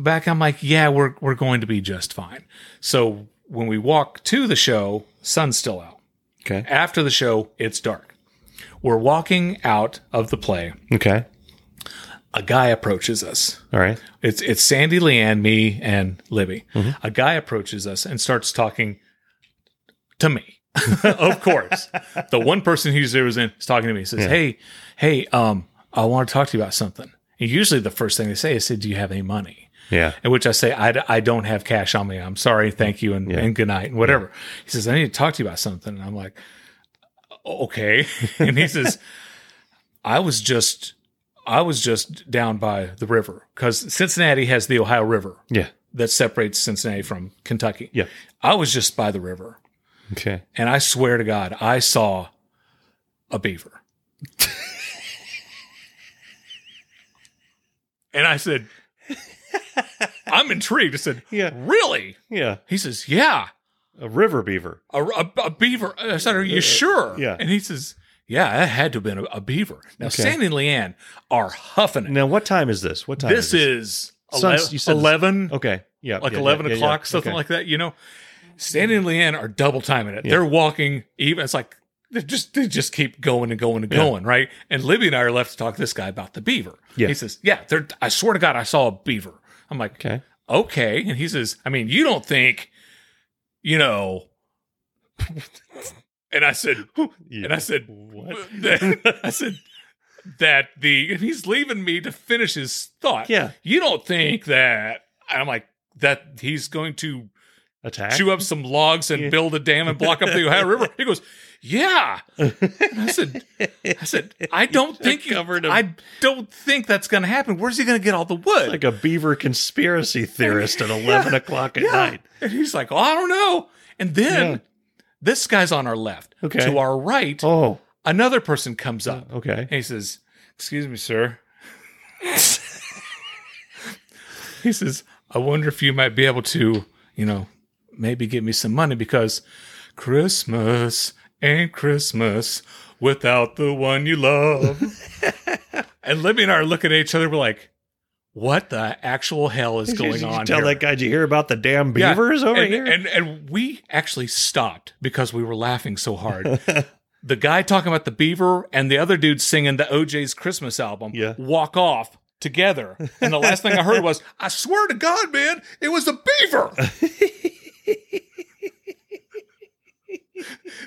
back? I'm like, yeah, we're, we're going to be just fine. So when we walk to the show, sun's still out.
Okay.
After the show, it's dark. We're walking out of the play.
Okay.
A guy approaches us.
All right.
It's it's Sandy, Leanne, me, and Libby. A guy approaches us and starts talking to me. of course. The one person who zeroes in is talking to me. He says, "Hey, hey, um, I want to talk to you about something." And usually, the first thing they say is, "Say, do you have any money?"
Yeah.
In which I say, I, d- I don't have cash on me. I'm sorry. Thank you. And, and good night and whatever. He says, I need to talk to you about something. And I'm like, okay. and he says, I was just, I was just down by the river because Cincinnati has the Ohio River
Yeah.
that separates Cincinnati from Kentucky.
Yeah.
I was just by the river
Okay.
and I swear to God, I saw a beaver. and I said, I'm intrigued. I said,
Yeah.
Really?
Yeah.
He says, Yeah,
A river beaver.
a, a- a beaver. I said, Are you sure?
Uh, yeah.
And he says, Yeah, that had to have been a, a beaver. Now,
Okay.
Sandy and Leanne are huffing it.
Now, what time is this? What time?
this
is
is
Sun-
11,
you said-
11
okay. Yeah.
like
yeah,
11
yeah, yeah,
o'clock,
yeah.
something
Okay.
like that, you know. Sandy and Leanne are double timing it.
Yeah.
They're walking even. It's like they just they just keep going and going and going, right? And Libby and I are left to talk to this guy about the beaver.
Yeah.
He says, "Yeah, they're, I swear to God, I saw a beaver." I'm like,
Okay.
"Okay," and he says, "I mean, you don't think, you know?" and I said,
Yeah.
and I said, "What?" I said that the and he's leaving me to finish his thought.
Yeah.
you don't think that? And I'm like that he's going to
Attack.
chew up some logs and build a dam and block up the Ohio River. He goes, "Yeah." And I said, "I said I don't think you,
covered him.
I don't think that's going to happen. Where's he going to get all the wood?"
like a beaver conspiracy theorist at 11 o'clock at
Yeah.
night.
And he's like, "Oh, I don't know." And then
Yeah.
this guy's on our left.
Okay.
To our right,
Oh, Uh,
another person comes up.
okay.
And he says, Excuse me, sir. he says, I wonder if you might be able to, you know, maybe get me some money because Christmas ain't Christmas without the one you love. and Libby and I are looking at each other. We're like, what the actual hell is
Did
going
you
on
Tell
here?
that guy, did you hear about the damn
Yeah,
beavers over
and,
here?
And, and we actually stopped because we were laughing so hard. the guy talking about the beaver and the other dude singing the OJ's Christmas album
Yeah.
walk off together. And the last thing I heard was, I swear to God, man, it was a beaver.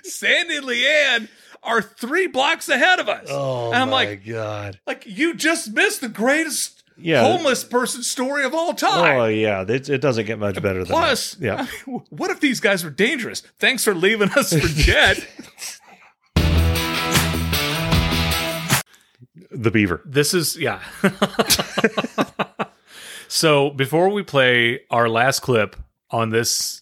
Sandy and Leanne are three blocks ahead of us.
oh,
and I'm
my
like,
God.
like, you just missed the greatest
Yeah.
homeless person story of all time.
Oh, yeah. It, it doesn't get much better than
Plus,
that. Yeah.
I mean, what if these guys were dangerous? Thanks for leaving us for dead.
The beaver.
this is yeah. so before we play our last clip on this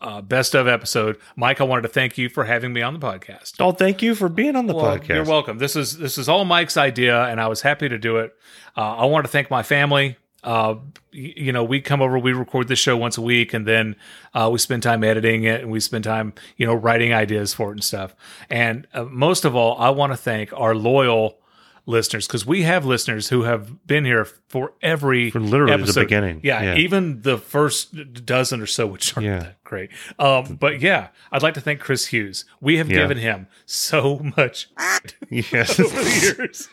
uh, best of episode, Mike, I wanted to thank you for having me on the podcast.
Oh, thank you for being on the
Well,
podcast.
You're welcome. This is this is all Mike's idea, and I was happy to do it. Uh, I want to thank my family. Uh, y- you know, we come over, we record this show once a week, and then uh, we spend time editing it, and we spend time, you know, writing ideas for it and stuff. And uh, most of all, I want to thank our loyal listeners because we have listeners who have been here for every
For literally the
episode.
beginning.
Yeah,
Yeah.
even the first dozen or so, which aren't
Yeah.
that great. Um, but yeah, I'd like to thank Chris Hughes. We have
Yeah.
given him so much
Yes.
over the years.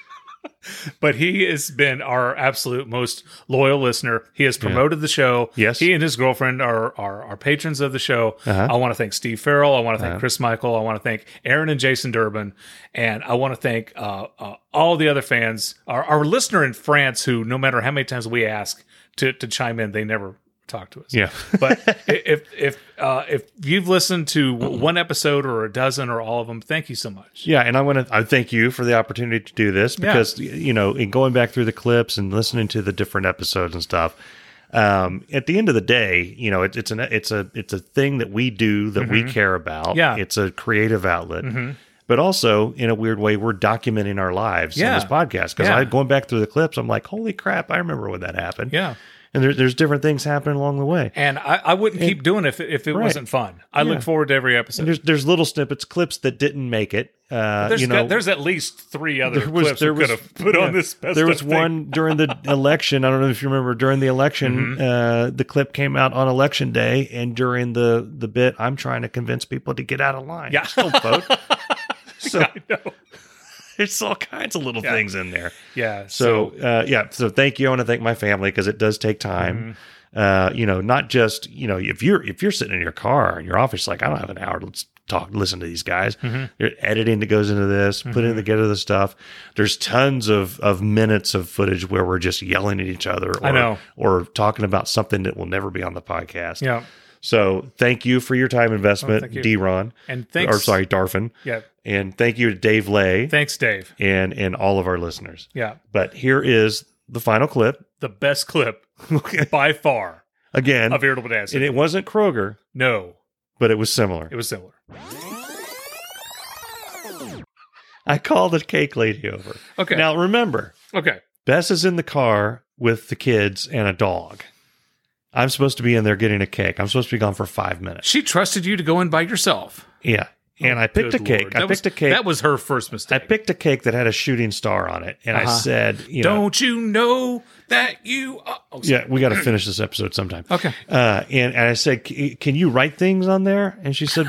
but he has been our absolute most loyal listener. He has promoted the show.
Yes.
He and his girlfriend are are, are patrons of the show.
Uh-huh.
I want to thank Steve Farrell. I want to thank
Uh-huh.
Chris Michael. I want to thank Aaron and Jason Durbin. And I want to thank uh, uh, all the other fans, our, our listener in France, who no matter how many times we ask to, to chime in, they never talk to us
yeah.
but i- if if uh, if you've listened to w- one episode or a dozen or all of them, thank you so much.
Yeah, and I want to I thank you for the opportunity to do this
Yeah.
because y- you know, in going back through the clips and listening to the different episodes and stuff, um, at the end of the day, you know, it, it's an it's a it's a thing that we do that we care about.
Mm-hmm. Yeah. Mm-hmm.
it's a creative outlet. But also, in a weird way, we're documenting our lives
Yeah.
on this podcast. Because
Yeah.
I going back through the clips, I'm like, holy crap, I remember when that happened.
Yeah.
and there, there's different things happening along the way.
And I, I wouldn't keep doing it if, if it
Right.
wasn't fun. I
Yeah.
look forward to every
And
episode.
there's there's little snippets, clips that didn't make it. Uh,
There's
you know,
got- there's at least three other
there was
clips
there
we
was
could have put
yeah.
on this. Best
there
of
was
thing.
one during the election. I don't know if you remember during the election,
Mm-hmm.
uh, the clip came out on election day, and during the the bit, I'm trying to convince people to get out of line.
Yeah.
Don't vote. so
I know.
it's all kinds of little things in there.
Yeah.
So uh, yeah, so thank you. I want to thank my family because it does take
Mm-hmm.
time. Uh, you know, not just you know if you're if you're sitting in your car in your office, like I don't have an hour to s- talk, listen to these guys.
Mm-hmm.
There's editing that goes into this, putting together the stuff. There's tons of of minutes of footage where we're just yelling at each other, or,
I know.
or talking about something that will never be on the podcast.
Yeah. Oh,
So thank you for your time investment,
thank you.
D. Ron,
And thanks.
or sorry, Darfin,
Yeah.
and thank you to Dave Lay
Thanks, Dave.
and and all of our listeners.
Yeah.
But here is the final clip
The best clip by far
again,
of Irritable Dad
and
Syndrome.
it wasn't Kroger,
no,
but it was similar.
it was similar.
I called the cake lady over.
Okay.
Now remember,
okay.
Bess is in the car with the kids and a dog. I'm supposed to be in there getting a cake. I'm supposed to be gone for five minutes.
She trusted you to go in by yourself.
Yeah. And I picked a
Oh, Good
cake.
Lord.
I
That
picked
was-
a cake.
That was her first mistake.
I picked a cake that had a shooting star on it. And I
Uh-huh.
said, you know,
Don't you know that you are? Oh,
yeah, we got to finish this episode sometime.
Okay.
Uh, and, and I said, "C- "Can you write things on there?" And she said,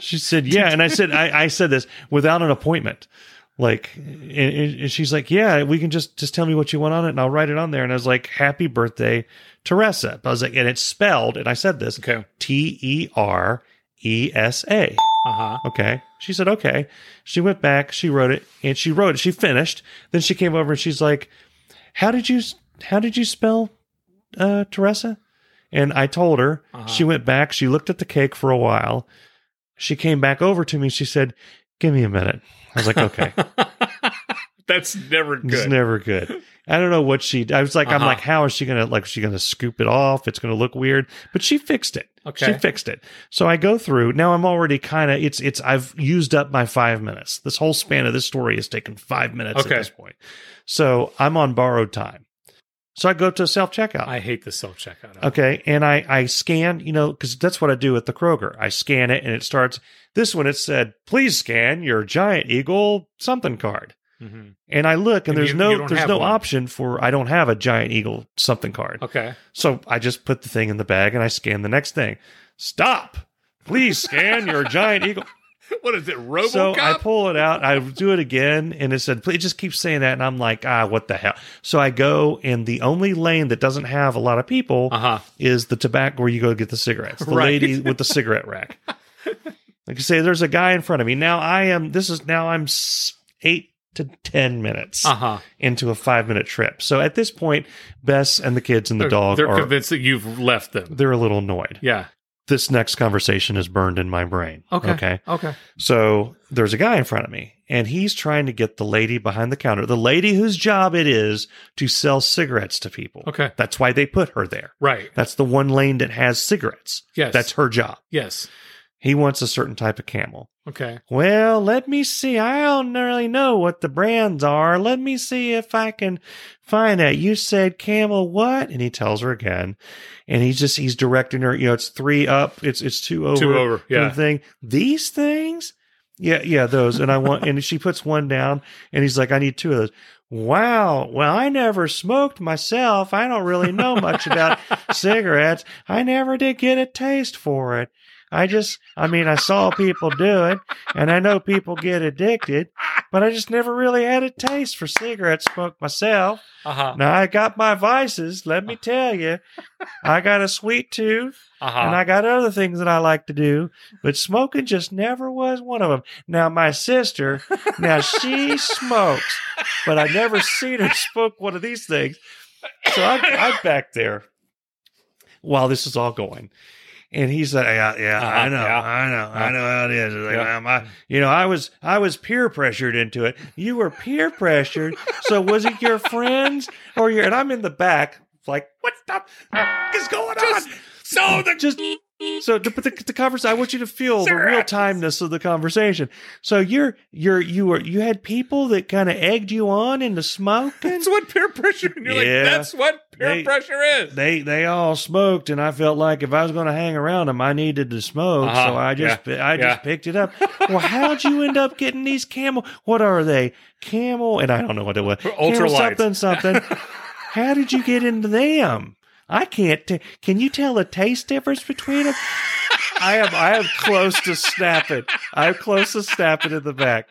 "She said, yeah." And I said, "I, I said this without an appointment." Like, and, and she's like, "Yeah, we can just just tell me what you want on it, and I'll write it on there." And I was like, "Happy birthday, Teresa." I was like, and it's spelled, and I said this,
Okay.
T E R E S A.
Uh huh.
Okay. She said, okay. She went back, she wrote it, and she wrote it. She finished. Then she came over and she's like, How did you how did you spell uh Teresa? And I told her. She went back, she looked at the cake for a while. She came back over to me, she said, Give me a minute. I was like, okay.
That's never good.
It's never good. I don't know what she. I was like, I'm
Uh-huh.
like, how is she gonna like? Is she gonna scoop it off? It's gonna look weird. But she fixed it.
Okay.
she fixed it. So I go through. Now I'm already kind of. It's it's. I've used up my five minutes. This whole span of this story has taken five minutes
Okay.
at this point. So I'm on borrowed time. So I go to self checkout.
I hate the self checkout.
Okay. And I, I scan, you know, because that's what I do at the Kroger. I scan it and it starts. This one, it said, please scan your giant eagle something card.
Mhm.
And I look and,
And
there's
you- you
no
don't
there's
have
no
one.
option for I don't have a giant eagle something card.
Okay.
So I just put the thing in the bag and I scan the next thing. Stop. Please scan your giant eagle.
What is it? RoboCop.
So I pull it out, I do it again, and it said, "Please just keep saying that." And I'm like, "Ah, what the hell?" So I go, and the only lane that doesn't have a lot of people
Uh-huh.
is the tobacco where you go get the cigarettes. The
Right.
lady with the cigarette rack. Like I say, there's a guy in front of me now. I am. This is now. I'm s- eight to ten minutes
uh huh.
into a five minute trip. So at this point, Bess and the kids and the dog
They're
are
convinced that you've left them.
they're a little annoyed.
Yeah.
This next conversation is burned in my brain.
Okay.
Okay.
Okay.
So there's a guy in front of me, and he's trying to get the lady behind the counter, the lady whose job it is to sell cigarettes to people.
Okay.
That's why they put her there.
Right.
That's the one lane that has cigarettes.
Yes.
That's her job.
Yes.
He wants a certain type of camel.
Okay.
Well, let me see. I don't really know what the brands are. Let me see if I can find that. You said camel what? And he tells her again. And he's just he's directing her, you know, it's three up, it's it's two over.
Two over,
kind of
yeah.
Thing. These things? Yeah, yeah, those. And I want and she puts one down and he's like, I need two of those. Wow. Well, I never smoked myself. I don't really know much about cigarettes. I never did get a taste for it. I just, I mean, I saw people do it and I know people get addicted, but I just never really had a taste for cigarette smoke myself.
Uh huh.
Now I got my vices, let me tell you. I got a sweet tooth
Uh
and
huh.
I got other things that I like to do, but smoking just never was one of them. Now my sister, now she smokes, but I never seen her smoke one of these things. So I'm, I'm back there while this is all going. And he's like, yeah, yeah, I
Uh-huh,
know,
yeah.
I know, I know how it is. It's like,
Yeah.
well, my- you know, I was, I was peer pressured into it. You were peer pressured. so was it your friends or your? And I'm in the back, like, what the f- is going on? So the just so to put the, the conversation, I want you to feel the real timeness of the conversation. So you're you're you were you had people that kind of egged you on into smoking.
That's what peer pressure. And you're
Yeah.
like, that's what peer
They-
pressure is.
they they all smoked, and I felt like if I was going to hang around them, I needed to smoke.
Uh-huh.
So I just I
Yeah.
just picked it up. well, how'd you end up getting these camel? What are they? Camel, and I don't know what it was. Camel
Ultralights.
something something. How did you get into them? I can't. T- can you tell the taste difference between them? I am. I am close to snapping. I'm close to snapping in the back.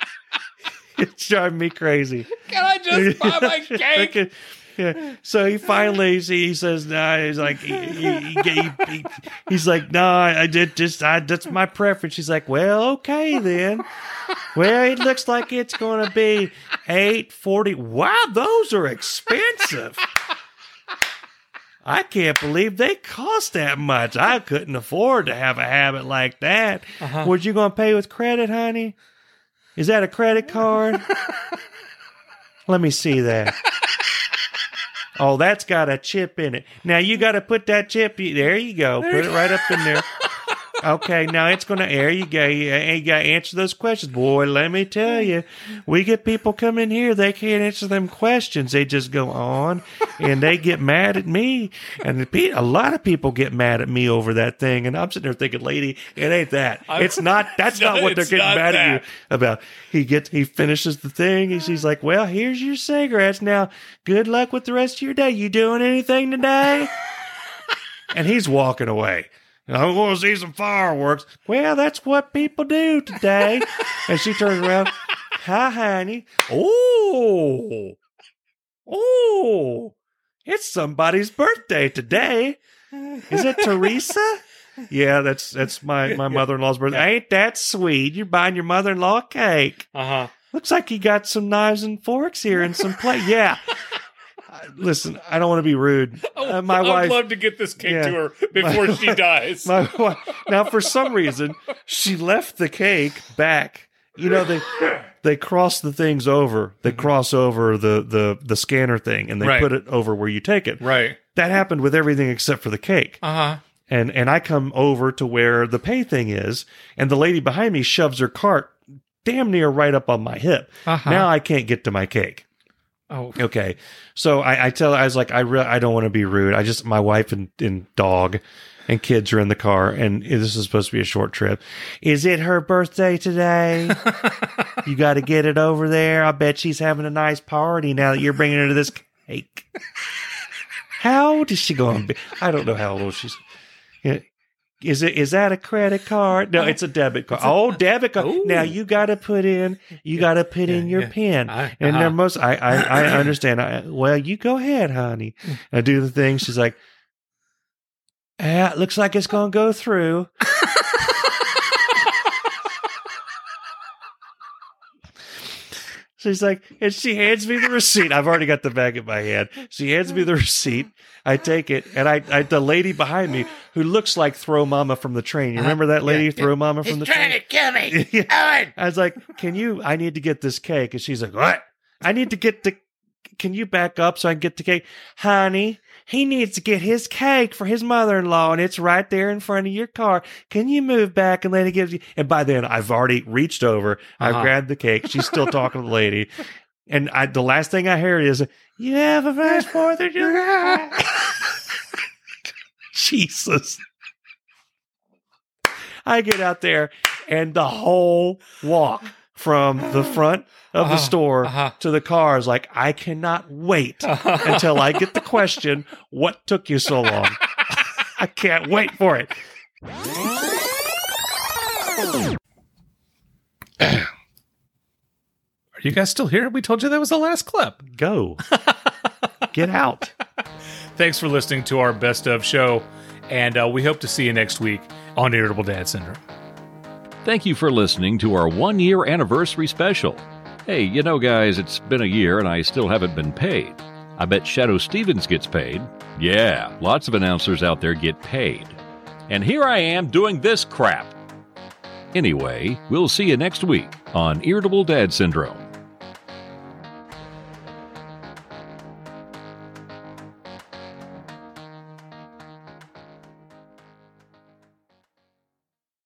It's driving me crazy.
Can I just buy my cake?
Okay. Yeah. So he finally he says, "No." he's like, he, he- he- he- he's like, "No, I I did just I that's my preference." She's like, "Well, okay then." Well, it looks like it's going to be eight forty. Wow, those are expensive. I can't believe they cost that much. I couldn't afford to have a habit like that. Was you going to pay with credit, honey? Is that a credit card? Let me see that. Oh, that's got a chip in it. Now you got to put that chip. There you go. Put it right up in there. Okay, now it's gonna. There you go. You, uh, you got to answer those questions, boy. Let me tell you, we get people come in here. They can't answer them questions. They just go on, and they get mad at me. And the pe- a lot of people get mad at me over that thing. And I'm sitting there thinking, lady, it ain't that. It's not. That's
No,
not what they're
it's
getting
not
mad at you
that.
about. He gets he finishes the thing. He's, he's like, "Well, here's your cigarettes. Now, good luck with the rest of your day. You doing anything today?" and he's walking away. I'm going to see some fireworks. Well, that's what people do today. and she turns around. Hi, honey. Oh, oh, it's somebody's birthday today. Is it Teresa? Yeah, that's that's my, my mother in law's birthday. Ain't that sweet? You're buying your mother in law a cake.
Uh huh.
Looks like you got some knives and forks here and some plate. Yeah. I- Listen, I don't want to be rude. Uh, my
I would
wife,
love to get this cake
Yeah.
to her before she dies.
my wife. Now, for some reason, she left the cake back. You know they they cross the things over. They cross over the the the scanner thing, and they
Mm-hmm. Right.
put it over where you take it.
right.
That happened with everything except for the cake.
Uh huh.
and and I come over to where the pay thing is, and the lady behind me shoves her cart damn near right up on my hip.
Uh-huh.
Now I can't get to my cake.
Oh.
Okay, so I, I tell I was like I re- I don't want to be rude. I just my wife and, and dog and kids are in the car, and this is supposed to be a short trip. Is it her birthday today? you got to get it over there. I bet she's having a nice party now that you're bringing her to this cake. How old is she going to be? I don't know how old she's. Yeah. Is it is that a credit card? No, it's a debit card. oh, debit card.
Ooh.
Now you got to put in you got to put in your
yeah.
pin.
I-
and
uh-huh.
they're most I I, I understand. I, well, you go ahead, honey. I do the thing. She's like, "Ah, it looks like it's gonna go through. She's like, and she hands me the receipt. I've already got the bag in my hand. She hands me the receipt. I take it, and I, I the lady behind me who looks like Throw Mama from the train.
Uh-huh.
You remember that lady, Throw Mama from the train?
kill me.
Yeah.
Owen.
I was like, "Can you? I need to get this cake." And she's like, "What? I need to get the. Can you back up so I can get the cake, honey? He needs to get his cake for his mother-in-law, and it's right there in front of your car. Can you move back and let it give you?" And by then, I've already reached over.
Uh-huh.
I've grabbed the cake. She's still talking to the lady, and I, the last thing I heard is, "You have a nice Fourth of July." Jesus. I get out there and the whole walk from the front of
Uh-huh,
the store
uh-huh.
to the car is like, I cannot wait until I get the question, what took you so long? I can't wait for it.
Are you guys still here? We told you that was the last clip.
Go. Get out.
Thanks for listening to our best of show, and uh, we hope to see you next week on Irritable Dad Syndrome.
Thank you for listening to our one year anniversary special. Hey, you know, guys, it's been a year and I still haven't been paid. I bet Shadow Stevens gets paid. Yeah, lots of announcers out there get paid. And here I am doing this crap. Anyway, we'll see you next week on Irritable Dad Syndrome.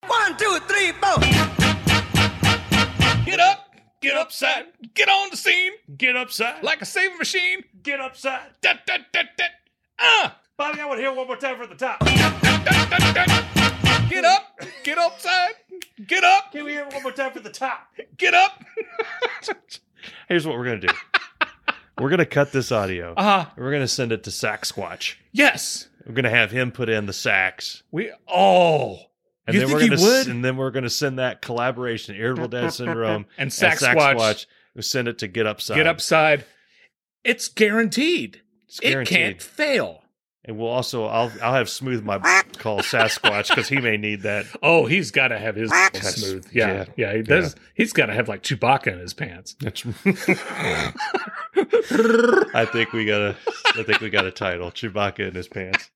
One, two, three, four.
Get up. Get upside. Get on the scene. Get upside. Like a saving machine. Get upside. Da, da, da, da. Uh.
Bobby, I want to hear one more time from the top.
Da, da, da. Get up. Get upside. Get up.
Can we hear one more time from the top?
Get up.
Here's what we're going to do. We're going to cut this audio.
Uh-huh.
and We're going to send it to Sack Squatch.
Yes.
We're going to have him put in the sacks.
We oh
And
You
then
think
we're gonna
he would?
s- and then we're gonna send that collaboration, Irritable Dad Syndrome
and
and
Sack
Sack
Squatch
Squatch, we send it to Get Upside.
get upside. It's guaranteed.
It's
It
guaranteed.
can't fail.
And we'll also I'll I'll have smooth my b- call Sasquatch because he may need that.
Oh, he's got to have his smooth. Yeah, yeah. he does. He's got to have like Chewbacca in his pants.
I think we got a I think we got a title Chewbacca in his pants.